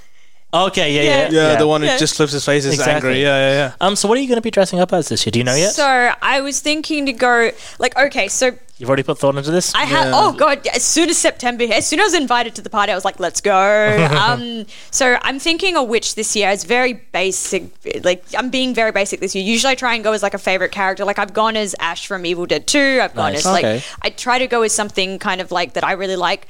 S3: Okay, yeah, yeah,
S1: Yeah.
S2: Yeah, the one who
S1: Yeah.
S2: just flips his face is
S3: Exactly.
S2: angry. Yeah, yeah, yeah.
S3: Um, so what are you going to be dressing up as this year? Do you know yet?
S1: So I was thinking to go like okay, so
S3: You've already put thought into this.
S1: I had
S2: Yeah.
S1: oh god, as soon as September as soon as I was invited to the party, I was like, let's go. um, so I'm thinking a witch this year. It's very basic. Like I'm being very basic this year. Usually I try and go as like a favorite character. Like I've gone as Ash from Evil Dead Two. I've gone
S3: Nice.
S1: as like
S2: Okay.
S1: I try to go as something kind of like that I really like.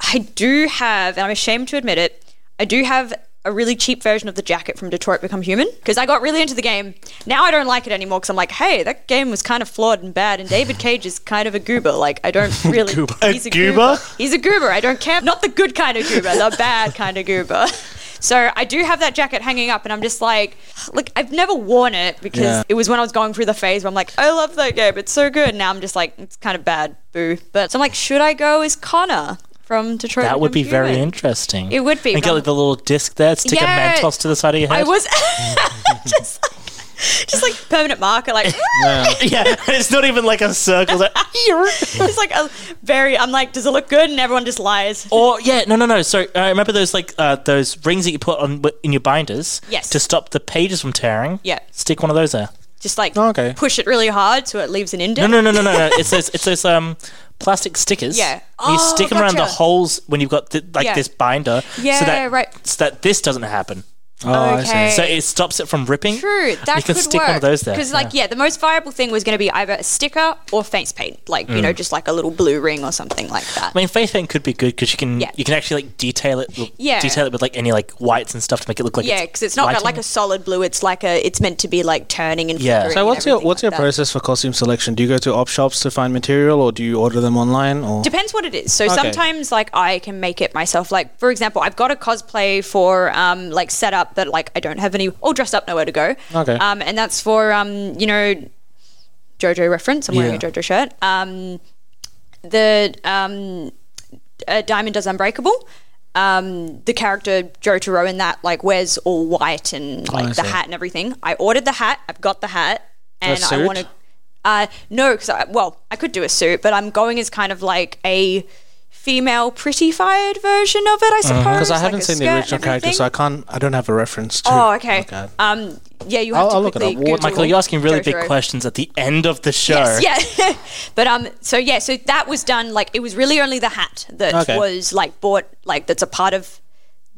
S1: I do have, and I'm ashamed to admit it, I do have a really cheap version of the jacket from Detroit Become Human because I got really into the game. Now I don't like it anymore because I'm like, hey, that game was kind of flawed and bad, and David Cage is kind of a goober. Like, I don't really. He's a goober? He's a goober. I don't care. Not the good kind of goober, the bad kind of goober. So I do have that jacket hanging up, and I'm just like, look, I've never worn it because
S2: Yeah.
S1: it was when I was going through the phase where I'm like, I love that game, it's so good. Now I'm just like, it's kind of bad, boo. But so I'm like, should I go as Connor from Detroit?
S3: that would be
S1: Become
S3: very
S1: Human?
S3: interesting.
S1: It would be,
S3: And get
S1: but-
S3: like the little disc there, stick
S1: Yeah.
S3: a Mentos to the side of your
S1: I
S3: head.
S1: was just like, just like permanent marker, like
S3: yeah, it's not even like a circle. It's like,
S1: it's like a very. I'm like, does it look good? And everyone just lies.
S3: Or yeah, no, no, no. So uh, remember those like uh, those rings that you put on in your binders.
S1: Yes.
S3: To stop the pages from tearing.
S1: Yeah.
S3: Stick one of those there.
S1: Just like
S2: Oh, okay.
S1: push it really hard so it leaves an indent.
S3: No, no, no, no, no, no. It's those it's those um plastic stickers.
S1: Yeah.
S3: And you
S1: Oh,
S3: stick them around the
S1: gotcha.
S3: holes when you've got th- like
S1: Yeah.
S3: this binder.
S1: Yeah,
S3: So that
S1: right.
S3: so that this doesn't happen.
S2: Oh, I
S1: Okay.
S2: see.
S3: So it stops it from ripping.
S1: True, that
S3: you can
S1: could
S3: stick
S1: work.
S3: one of those there.
S1: Because, like, yeah. the most viable thing was going to be either a sticker or face paint, like you know,
S3: Mm.
S1: just like a little blue ring or something like that.
S3: I mean, face paint could be good because you can
S1: Yeah.
S3: you can actually like detail it,
S1: Yeah.
S3: detail it with like any like whites and stuff to make it look like
S1: yeah, because it's not got
S3: lighting.
S1: like a solid blue. It's like a. It's meant to be like turning and
S3: Yeah.
S1: flickering
S2: So
S1: and
S2: what's your
S1: everything
S2: what's
S1: like
S2: your
S1: that.
S2: process for costume selection? Do you go to op shops to find material, or do you order them online? Or
S1: Depends what it is. So sometimes, like, I can make it myself. Like, for example, I've got a cosplay for, um, like, setup that, like, I don't have any, all dressed up, nowhere to go.
S2: Okay.
S1: Um, and that's for, um, you know, JoJo reference. I'm wearing a JoJo shirt. Um, the um, uh, Diamond Does Unbreakable. Um, the character Jotaro in that like wears all white and like the hat and everything. I ordered the hat. I've got the hat, and I
S2: suit?
S1: want to. Uh, no, because I, well, I could do a suit, but I'm going as kind of like a female pretty-fied version of it, I suppose.
S2: because Mm-hmm. I
S1: like
S2: haven't
S1: a
S2: seen
S1: skirt
S2: the
S1: and
S2: original character, so I
S1: everything.
S2: can't. I don't have a reference to.
S1: Oh, okay.
S2: look at.
S1: Um, yeah, you have
S2: I'll-
S1: to
S2: I'll look it
S1: quickly
S2: up. What-
S1: Google
S3: Michael, you're asking really big
S1: Jotaro.
S3: questions at the end of the show.
S1: Yes, yeah. but um, so yeah, so that was done like it was really only the hat that
S2: Okay.
S1: was like bought like that's a part of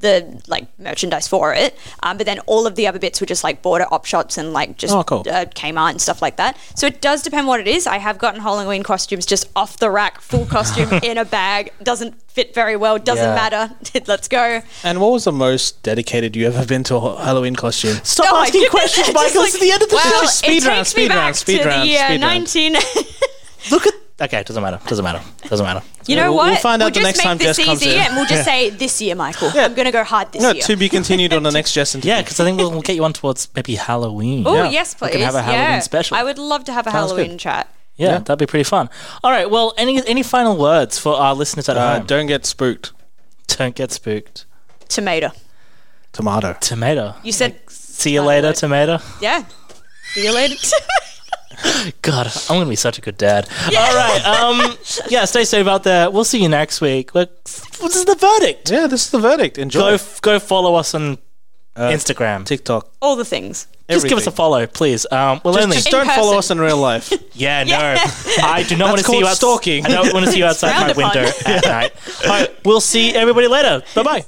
S1: the like merchandise for it. Um, but then all of the other bits were just like border op shops and like just
S2: Oh, cool.
S1: uh, Kmart and stuff like that. So it does depend what it is. I have gotten Halloween costumes just off the rack, full costume in a bag. Doesn't fit very well. Doesn't
S3: Yeah.
S1: matter. Let's go.
S2: And what was the most dedicated you ever been to a Halloween costume?
S3: Stop
S1: No, I
S3: asking
S1: didn't.
S3: questions,
S1: Just
S3: Michael.
S1: like-
S3: it's the end of the
S1: Well,
S3: show.
S2: Just speed
S1: it
S2: round,
S1: takes
S2: speed
S1: me back
S2: round, speed
S1: to
S2: round,
S1: the year
S2: speed round.
S1: 19.
S3: Look at. Okay, doesn't matter. Doesn't matter. Doesn't matter.
S1: you know
S2: We'll-
S1: what?
S2: we'll find out the
S1: just
S2: next
S1: make
S2: time
S1: this
S2: Jess comes
S1: easy
S2: in.
S1: and we'll just say this year, Michael. I'm going to go hard this
S2: No,
S1: year.
S2: to be continued on the next Jess and
S3: Yeah, because I think we'll, we'll get you on towards maybe Halloween.
S1: Oh
S3: yeah.
S1: yes, please.
S3: We can have a Halloween
S1: yeah.
S3: special.
S1: I would love to have a
S2: Sounds
S1: Halloween
S2: good.
S1: chat.
S3: yeah, that'd be pretty fun. All right. Well, any any final words for our listeners at
S2: Uh,
S3: home?
S2: don't get spooked.
S3: Don't get spooked.
S1: Tomato.
S2: Tomato.
S3: Tomato.
S1: You said,
S3: See you later,
S1: word.
S3: tomato.
S1: yeah. See you later.
S3: God, I'm gonna be such a good dad. All right. Um. Yeah. Stay safe out there. We'll see you next week. Look, this is the verdict.
S2: Yeah, this is the verdict. Enjoy.
S3: Go f- go follow us on Instagram.
S2: TikTok.
S1: All the things.
S3: just give us a
S2: Uh, everything.
S3: follow, please. Um. We'll
S2: Just,
S3: only.
S2: just
S1: In
S2: don't follow
S1: person.
S2: us in real life.
S3: Yeah, no. I do not want to see
S2: called
S3: you out-
S2: stalking.
S3: I don't want to see you outside my
S1: Frowned upon.
S3: window at night. All right, we'll see everybody later. Bye bye.